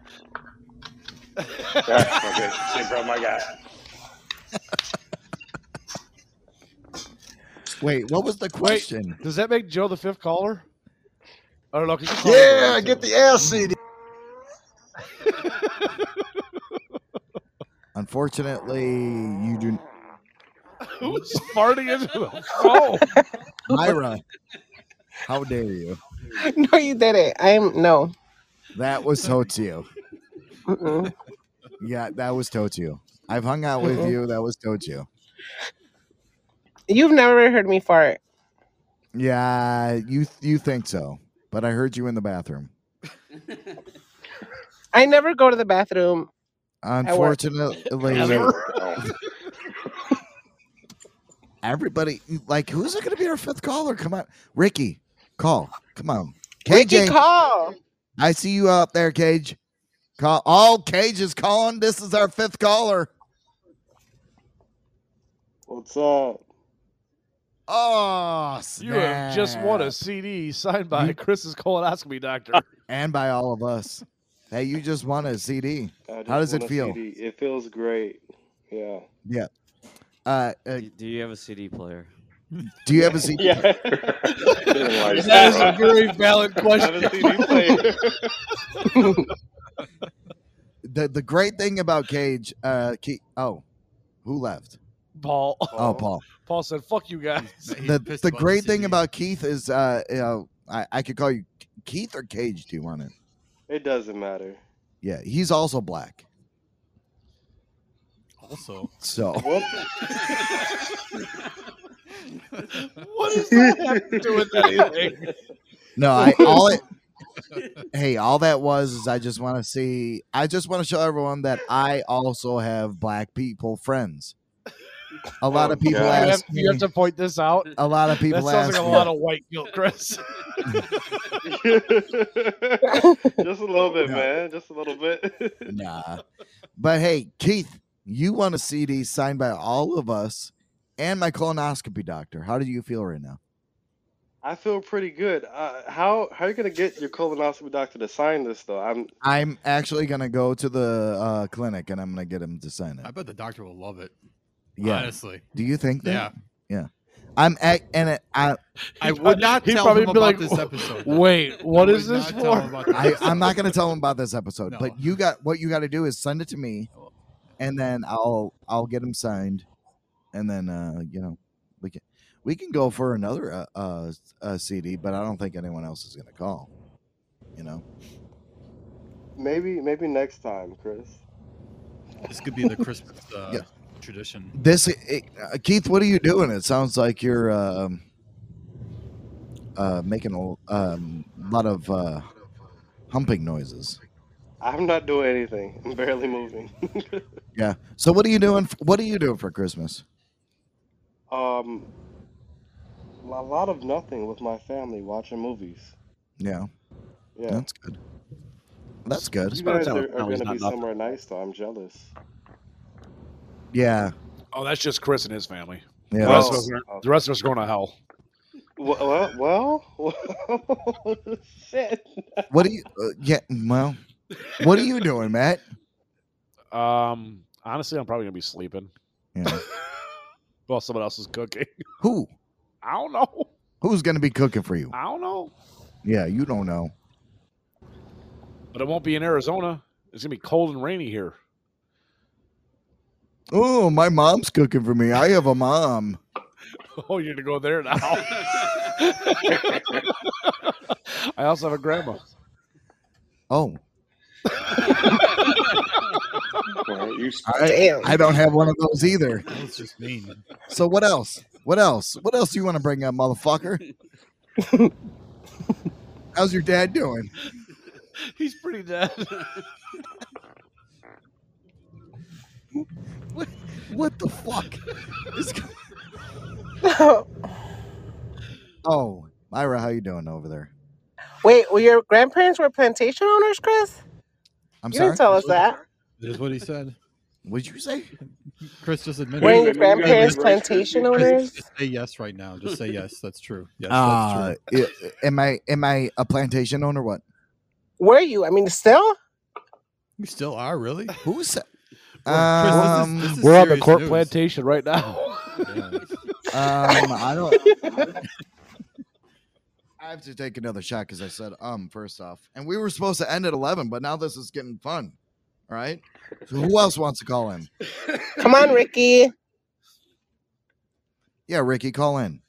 Speaker 10: Yeah, okay, same problem I got.
Speaker 6: Wait, what was the question?
Speaker 7: Does that make Joe the fifth caller? I don't know. 'cause you called him
Speaker 16: Yeah,
Speaker 7: last
Speaker 16: get
Speaker 7: time.
Speaker 16: the ass CD.
Speaker 6: Unfortunately, you do.
Speaker 7: Who's farting into the phone?
Speaker 6: Myra, how dare you?
Speaker 17: no, you did it. I'm no.
Speaker 6: That was Totio.
Speaker 17: Mm-mm.
Speaker 6: Yeah, that was Totio. I've hung out with
Speaker 17: Mhm.
Speaker 6: you. That was Totio.
Speaker 17: You've never heard me fart.
Speaker 6: Yeah, you you think so, but I heard you in the bathroom.
Speaker 17: I never go to the bathroom. work.
Speaker 6: Unfortunately, everybody like who's going to be our fifth caller? Come on, Ricky, call. Come on,
Speaker 17: Ricky,
Speaker 6: KJ,
Speaker 17: call.
Speaker 6: I see you out there, Cage. Call. All Cage is calling. This is our fifth caller.
Speaker 18: What's up?
Speaker 6: Oh,
Speaker 7: You have just won a CD signed by Chris's colonoscopy doctor.
Speaker 6: and by all of us. Hey, you just won a CD.
Speaker 18: I just
Speaker 6: How does
Speaker 18: want
Speaker 6: it
Speaker 18: a
Speaker 6: feel?
Speaker 18: CD. It feels great. Yeah.
Speaker 6: Yeah. Uh, uh,
Speaker 19: Do you have a CD player?
Speaker 6: do you have a CD?
Speaker 18: Yeah.
Speaker 19: That is a very valid question.
Speaker 18: Have a CD player.
Speaker 6: the the great thing about Cage, uh, Ke- oh, who left?
Speaker 7: Paul.
Speaker 6: Oh, Paul.
Speaker 7: Paul said, "Fuck you guys."
Speaker 6: The the great thing about Keith is, uh, you know, I I could call you Keith or Cage. Do you want it?
Speaker 18: it doesn't matter.
Speaker 6: Yeah, he's also black.
Speaker 4: Also,
Speaker 6: So
Speaker 18: What?
Speaker 7: what does that have to do with anything?
Speaker 6: no, I all it. Hey, all that was is I just want to see. I just want to show everyone that I also have black people friends. A lot of people
Speaker 7: you have,
Speaker 6: ask
Speaker 7: you have
Speaker 6: me-
Speaker 7: to point this out.
Speaker 6: A lot of
Speaker 7: That
Speaker 6: people
Speaker 7: sounds
Speaker 6: ask
Speaker 7: like a
Speaker 6: me-
Speaker 7: lot of white guilt, Chris.
Speaker 18: Just a little bit, man. Just a little bit.
Speaker 6: nah. But hey, Keith, you want a CD signed by all of us and my colonoscopy doctor. How do you feel right now?
Speaker 18: I feel pretty good. Uh, how how are you gonna get your colonoscopy doctor to sign this though? I'm
Speaker 6: I'm actually gonna go to the uh, clinic and I'm gonna get him to sign it.
Speaker 4: I bet the doctor will love it.
Speaker 6: Yeah.
Speaker 4: Honestly.
Speaker 6: Do you think?
Speaker 4: Yeah.
Speaker 6: That? Yeah. I'm at, and it, I
Speaker 4: I would not
Speaker 6: He'd
Speaker 4: tell
Speaker 6: probably
Speaker 4: him
Speaker 6: be
Speaker 4: about
Speaker 6: like,
Speaker 4: this episode.
Speaker 7: Wait, what
Speaker 4: what
Speaker 7: is
Speaker 4: is
Speaker 7: this
Speaker 4: not tell
Speaker 7: for?
Speaker 4: him about
Speaker 6: I, I'm not gonna tell him about this episode, but you got what you got to do is send it to me, and then I'll I'll get him signed, and then uh you know we can we can go for another uh, uh, uh CD, but I don't think anyone else is gonna call. You know,
Speaker 18: maybe maybe next time, Chris.
Speaker 4: This could be the Christmas uh,
Speaker 6: Yeah.
Speaker 4: tradition.
Speaker 6: this it, uh, Keith, what are you doing? It sounds like you're um uh making a um, lot of uh humping noises.
Speaker 18: I'm not doing anything. I'm barely moving.
Speaker 6: Yeah. So what are you doing? f- What are you doing for Christmas?
Speaker 18: um, a lot of nothing with my family watching movies.
Speaker 6: Yeah.
Speaker 18: Yeah.
Speaker 6: That's good. That's good.
Speaker 18: You guys are, are
Speaker 7: No,
Speaker 18: going
Speaker 7: he's
Speaker 18: to
Speaker 7: not
Speaker 18: be
Speaker 7: nothing.
Speaker 18: somewhere nice, though. I'm jealous.
Speaker 6: Yeah.
Speaker 7: Oh, that's just Chris and his family.
Speaker 6: Yeah.
Speaker 7: The, rest of
Speaker 18: Well-
Speaker 7: us are, the rest of us are going to hell.
Speaker 18: Well, well, well shit.
Speaker 6: What are you? Uh, yeah. Well, what are you doing, Matt?
Speaker 7: Um, honestly, I'm probably going to be sleeping
Speaker 6: Yeah.
Speaker 7: while someone else is cooking.
Speaker 6: Who?
Speaker 7: I don't know.
Speaker 6: Who's gonna be cooking for you?
Speaker 7: I don't know.
Speaker 6: Yeah, you don't know.
Speaker 7: But it won't be in Arizona. It's going to be cold and rainy here.
Speaker 6: Oh, my mom's cooking for me. I have a mom.
Speaker 7: Oh, you're going to go there now. I also have a grandma.
Speaker 6: Oh,
Speaker 18: you
Speaker 6: I, I don't have one of those either.
Speaker 4: That's just mean.
Speaker 6: So what else? What else? What else do you want to bring up, motherfucker? How's your dad doing?
Speaker 5: He's pretty dead.
Speaker 6: What the fuck? This guy- oh, Myra, how you doing over there?
Speaker 17: Wait, well, your grandparents were plantation owners, Chris?
Speaker 6: I'm
Speaker 17: you
Speaker 6: sorry.
Speaker 17: didn't tell us that.
Speaker 4: That's what he said.
Speaker 6: What'd you say?
Speaker 4: Chris just admitted.
Speaker 17: Weren't your grandparents plantation owners?
Speaker 4: Just say yes right now. Just say yes. That's true. Yes,
Speaker 6: uh,
Speaker 4: that's true.
Speaker 6: i- am I am I a plantation owner? What?
Speaker 17: Were you? I mean, still?
Speaker 4: You still are, really?
Speaker 6: Who's?
Speaker 7: Well, Chris, this is- this is We're on the serious Corp news. plantation right now.
Speaker 6: um, I don't. I have to take another shot because I said um first off, and we were supposed to end at eleven, but now this is getting fun. All right. So who else wants to call in?
Speaker 17: Come on, Ricky.
Speaker 6: Yeah, Ricky, call in.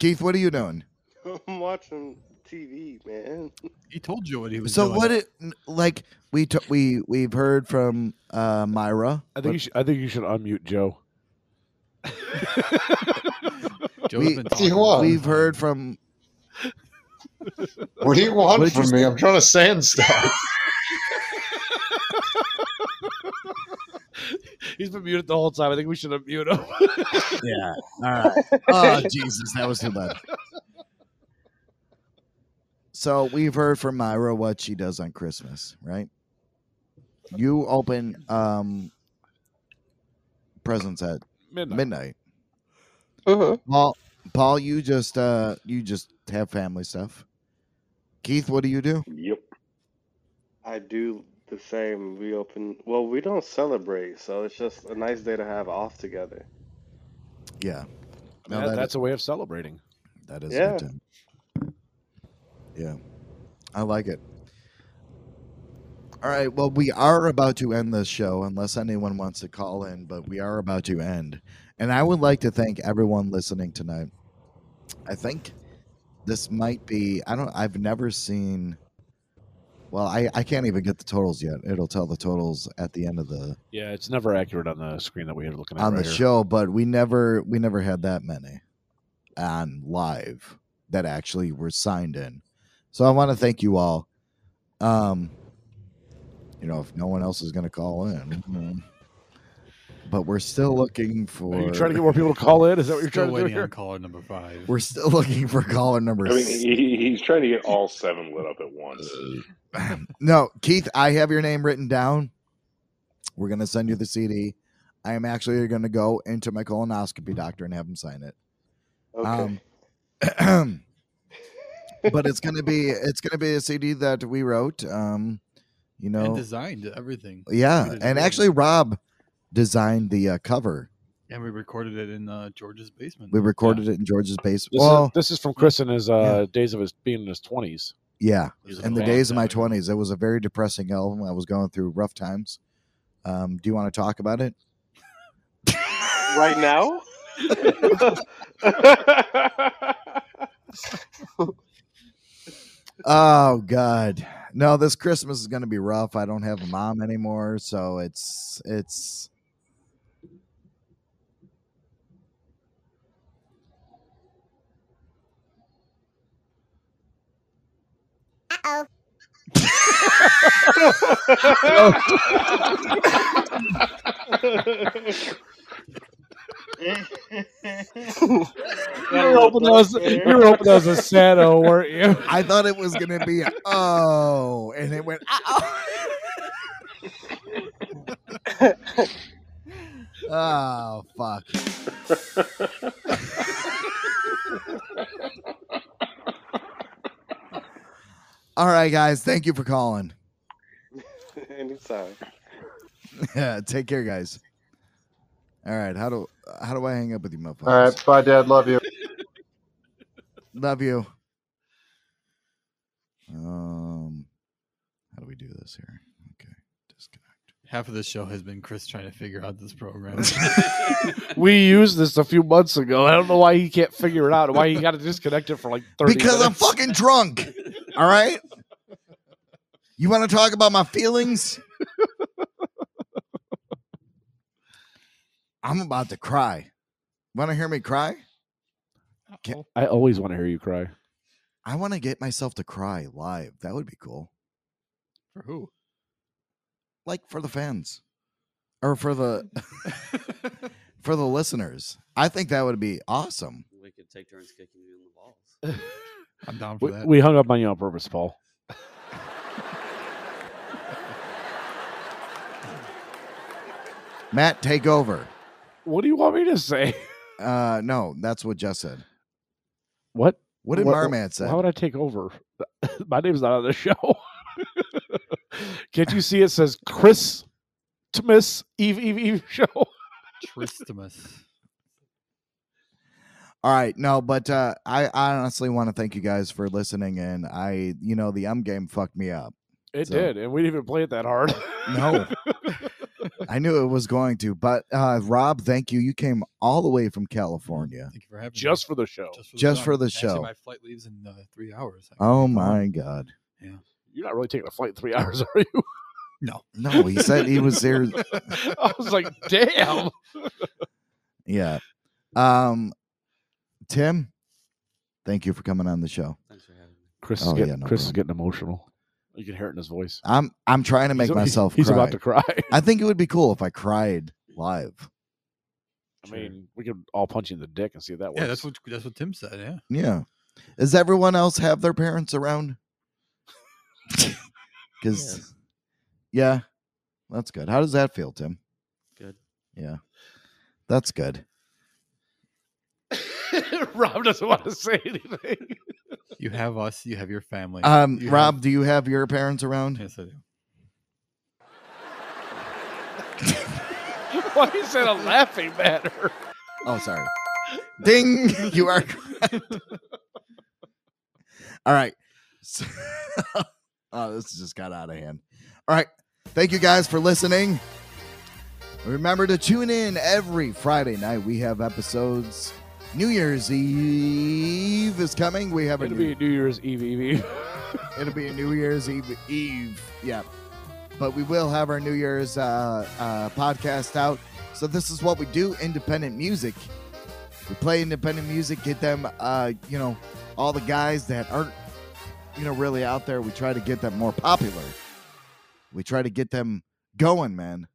Speaker 6: Keith, what are you doing? uh,
Speaker 18: I'm watching TV, man.
Speaker 4: He told you what he
Speaker 6: So what? It n- like we t- we we've heard from uh Myra.
Speaker 7: I think you should, I think you should unmute Joe.
Speaker 6: we,
Speaker 7: What do you want?
Speaker 6: we've heard from.
Speaker 16: What do you want
Speaker 6: What did you
Speaker 16: from me? I'm trying to sand stuff.
Speaker 7: He's been muted the whole time. I think we should unmute him.
Speaker 6: yeah. All right. Oh Jesus, that was too bad. So we've heard from Myra what she does on Christmas, right? You open um presents at
Speaker 7: Midnight.
Speaker 6: midnight. Paul, Paul, you just uh you just have family stuff. Keith, what do you do?
Speaker 10: Yep.
Speaker 18: I do the same. We open. Well, we don't celebrate, so it's just a nice day to have off together.
Speaker 6: Yeah.
Speaker 7: Man,
Speaker 6: No, that-
Speaker 7: that's a way of celebrating.
Speaker 6: That is
Speaker 18: Yeah.
Speaker 6: good time. Yeah. I like it. All right. Well, we are about to end this show unless anyone wants to call in, but we are about to end. And I would like to thank everyone listening tonight. I think this might be I don't I've never seen well, I, I can't even get the totals yet. It'll tell the totals at the end of the
Speaker 7: Yeah, it's never accurate on the screen that we are looking at
Speaker 6: on
Speaker 7: right
Speaker 6: the
Speaker 7: here.
Speaker 6: show, but we never we never had that many on live that actually were signed in. So I want to thank you all. Um, you know, if no one else is going to call in, mm, but we're still looking for.
Speaker 7: Are you trying to get more people to call in? Is that what you're
Speaker 4: Still
Speaker 7: trying to do
Speaker 4: waiting on
Speaker 7: here?
Speaker 4: caller number five.
Speaker 6: We're still looking for caller number.
Speaker 10: I mean,
Speaker 6: s-
Speaker 10: he, he- he's trying to get all seven lit up at once.
Speaker 6: Uh, no, Keith, I have your name written down. We're going to send you the CD. I am actually going to go into my colonoscopy doctor and have him sign it.
Speaker 18: Okay.
Speaker 6: Um, but it's going to be it's going to be a CD that we wrote. Um, you know,
Speaker 4: And designed everything. We
Speaker 6: yeah,
Speaker 4: did
Speaker 6: and
Speaker 4: everything.
Speaker 6: actually Rob designed the uh, cover.
Speaker 4: and we recorded it in uh, George's basement.
Speaker 6: We recorded it in George's basement.
Speaker 7: This,
Speaker 6: Well,
Speaker 7: is, this is from Chris in his uh, days of his being in his twenties.
Speaker 6: Yeah.
Speaker 7: He's
Speaker 6: In
Speaker 7: a
Speaker 6: the
Speaker 7: fan
Speaker 6: days of my 20s, it was a very depressing album. I was going through rough times. Um, do you want to talk about it?
Speaker 18: Right now.
Speaker 6: Oh, God. No, this Christmas is going to be rough. I don't have a mom anymore. So it's, it's,
Speaker 4: Oh.
Speaker 7: You were hoping that was, you were hoping that was a sad O, weren't you?
Speaker 6: I thought it was going to be, a, oh, and it went, oh. oh, fuck. All right, guys. Thank you for calling.
Speaker 18: Anytime.
Speaker 6: Yeah, take care, guys. All right, how do how do I hang up with you, motherfuckers?
Speaker 16: All right. Bye, Dad. Love you.
Speaker 6: Love you. Um, how do we do this here?
Speaker 4: Half of this show has been Chris trying to figure out this program.
Speaker 7: We used this a few months ago. I don't know why he can't figure it out. Why he got to disconnect it for like thirty.
Speaker 6: Because I'm
Speaker 7: minutes.
Speaker 6: fucking drunk. All right. You want to talk about my feelings? I'm about to cry. Want to hear me cry?
Speaker 7: I always want to hear you cry.
Speaker 6: I want to get myself to cry live. That would be cool.
Speaker 4: For who?
Speaker 6: Like for the fans or for the for the listeners. I think that would be awesome.
Speaker 5: We could take turns kicking you in the balls.
Speaker 4: I'm down for
Speaker 7: We,
Speaker 4: that.
Speaker 7: we hung up on you on purpose, Paul.
Speaker 6: Matt, take over.
Speaker 7: What do you want me to say?
Speaker 6: Uh, no, that's what Jess said.
Speaker 7: What?
Speaker 6: What did Merman say?
Speaker 7: How would I take over? My name's not on the show. Can't you see it says Chris Tmas Eve Eve Eve show?
Speaker 4: Tristimus.
Speaker 6: All right, no, but uh, I, I honestly want to thank you guys for listening. And I, you know, the um game fucked me up.
Speaker 7: It
Speaker 6: So-
Speaker 7: did, and we didn't even play it that hard.
Speaker 6: No. I knew it was going to, but uh, Rob, thank you. You came all the way from California.
Speaker 4: Thank you for having me.
Speaker 7: Just for the show.
Speaker 6: Just for the
Speaker 4: Actually,
Speaker 6: show.
Speaker 4: my flight leaves in uh, three hours.
Speaker 6: Oh my god!
Speaker 7: You're not really taking a flight in three hours, are you?
Speaker 4: No.
Speaker 6: No, he said he was there.
Speaker 7: I was like, damn.
Speaker 6: Yeah. Um, Tim, thank you for coming on the show.
Speaker 7: Chris,
Speaker 6: Oh,
Speaker 7: is, getting,
Speaker 6: yeah, no
Speaker 7: Chris is
Speaker 6: problem.
Speaker 7: getting emotional. You can hear it in his voice.
Speaker 6: I'm I'm trying to
Speaker 7: He's
Speaker 6: make
Speaker 7: a- he's-
Speaker 6: myself.
Speaker 7: he's about to cry.
Speaker 6: I think it would be cool if I cried live.
Speaker 7: I mean, we could all punch you in the dick and see if that works.
Speaker 4: Yeah, that's what that's what Tim said. Yeah.
Speaker 6: Yeah. Does everyone else have their parents around? Because, yeah, that's good. How does that feel, Tim?
Speaker 5: Good.
Speaker 6: Yeah, that's good.
Speaker 7: Rob doesn't want to say anything.
Speaker 4: You have us. You have your family.
Speaker 6: Um,
Speaker 4: you
Speaker 6: Rob, do you have your parents around?
Speaker 4: Yes, I do.
Speaker 7: Why is that a laughing matter?
Speaker 6: Oh, sorry. Ding! You are correct. All right. So- oh, this just got out of hand. All right. Thank you guys for listening. Remember to tune in every Friday night. We have episodes. New Year's Eve is coming. We have a
Speaker 7: It'll
Speaker 6: new-
Speaker 7: be New Year's Eve, Eve, Eve.
Speaker 6: It'll be a New Year's Eve. Eve. Yeah. But we will have our New Year's uh, uh, podcast out. So this is what we do independent music. We play independent music, get them, uh, you know, all the guys that aren't, you know, really out there. We try to get them more popular. We try to get them going, man.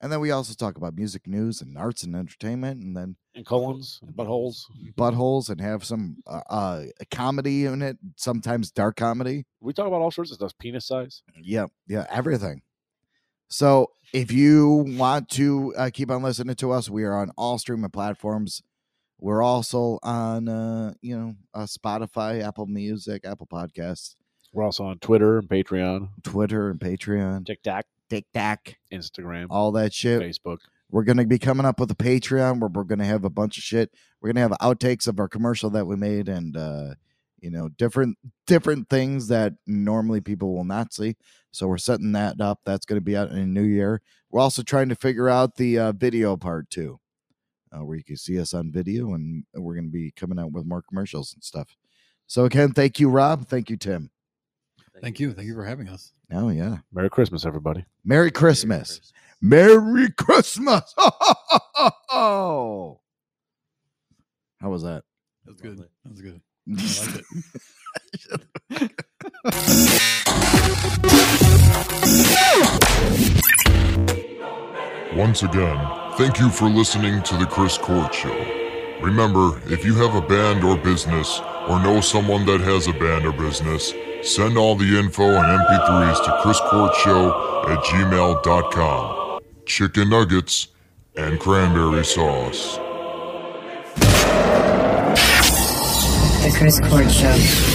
Speaker 6: And then we also talk about music news and arts and entertainment and then Mm,
Speaker 7: And colons, and buttholes.
Speaker 6: buttholes and have some uh, uh, comedy in it, sometimes dark comedy.
Speaker 7: We talk about all sorts of stuff. Penis size.
Speaker 6: Yep. Yeah. Everything. So if you want to uh, keep on listening to us, we are on all streaming platforms. We're also on, uh, you know, uh, Spotify, Apple Music, Apple Podcasts,
Speaker 7: We're also on Twitter and Patreon,
Speaker 6: Twitter, and Patreon,
Speaker 7: TikTok,
Speaker 6: TikTok,
Speaker 7: Instagram,
Speaker 6: all that shit.
Speaker 7: Facebook.
Speaker 6: We're gonna be coming up with a Patreon where we're gonna have a bunch of shit. We're gonna have outtakes of our commercial that we made and uh, you know different different things that normally people will not see. So we're setting that up. That's gonna be out in the new year. We're also trying to figure out the uh, video part too, uh, where you can see us on video, and we're gonna be coming out with more commercials and stuff. So again, thank you, Rob. Thank you, Tim.
Speaker 4: Thank you. Thank you for having us.
Speaker 6: Oh yeah,
Speaker 7: Merry Christmas, everybody.
Speaker 6: Merry Christmas. Merry Christmas. Oh. How was that?
Speaker 4: That's good. That's good.
Speaker 6: I
Speaker 4: liked it.
Speaker 20: Once again, thank you for listening to The Chris Court Show. Remember, if you have a band or business, or know someone that has a band or business, send all the info and MP3s to chriscourtshow at gmail.com. Chicken nuggets and cranberry sauce.
Speaker 21: The Chris Court Show.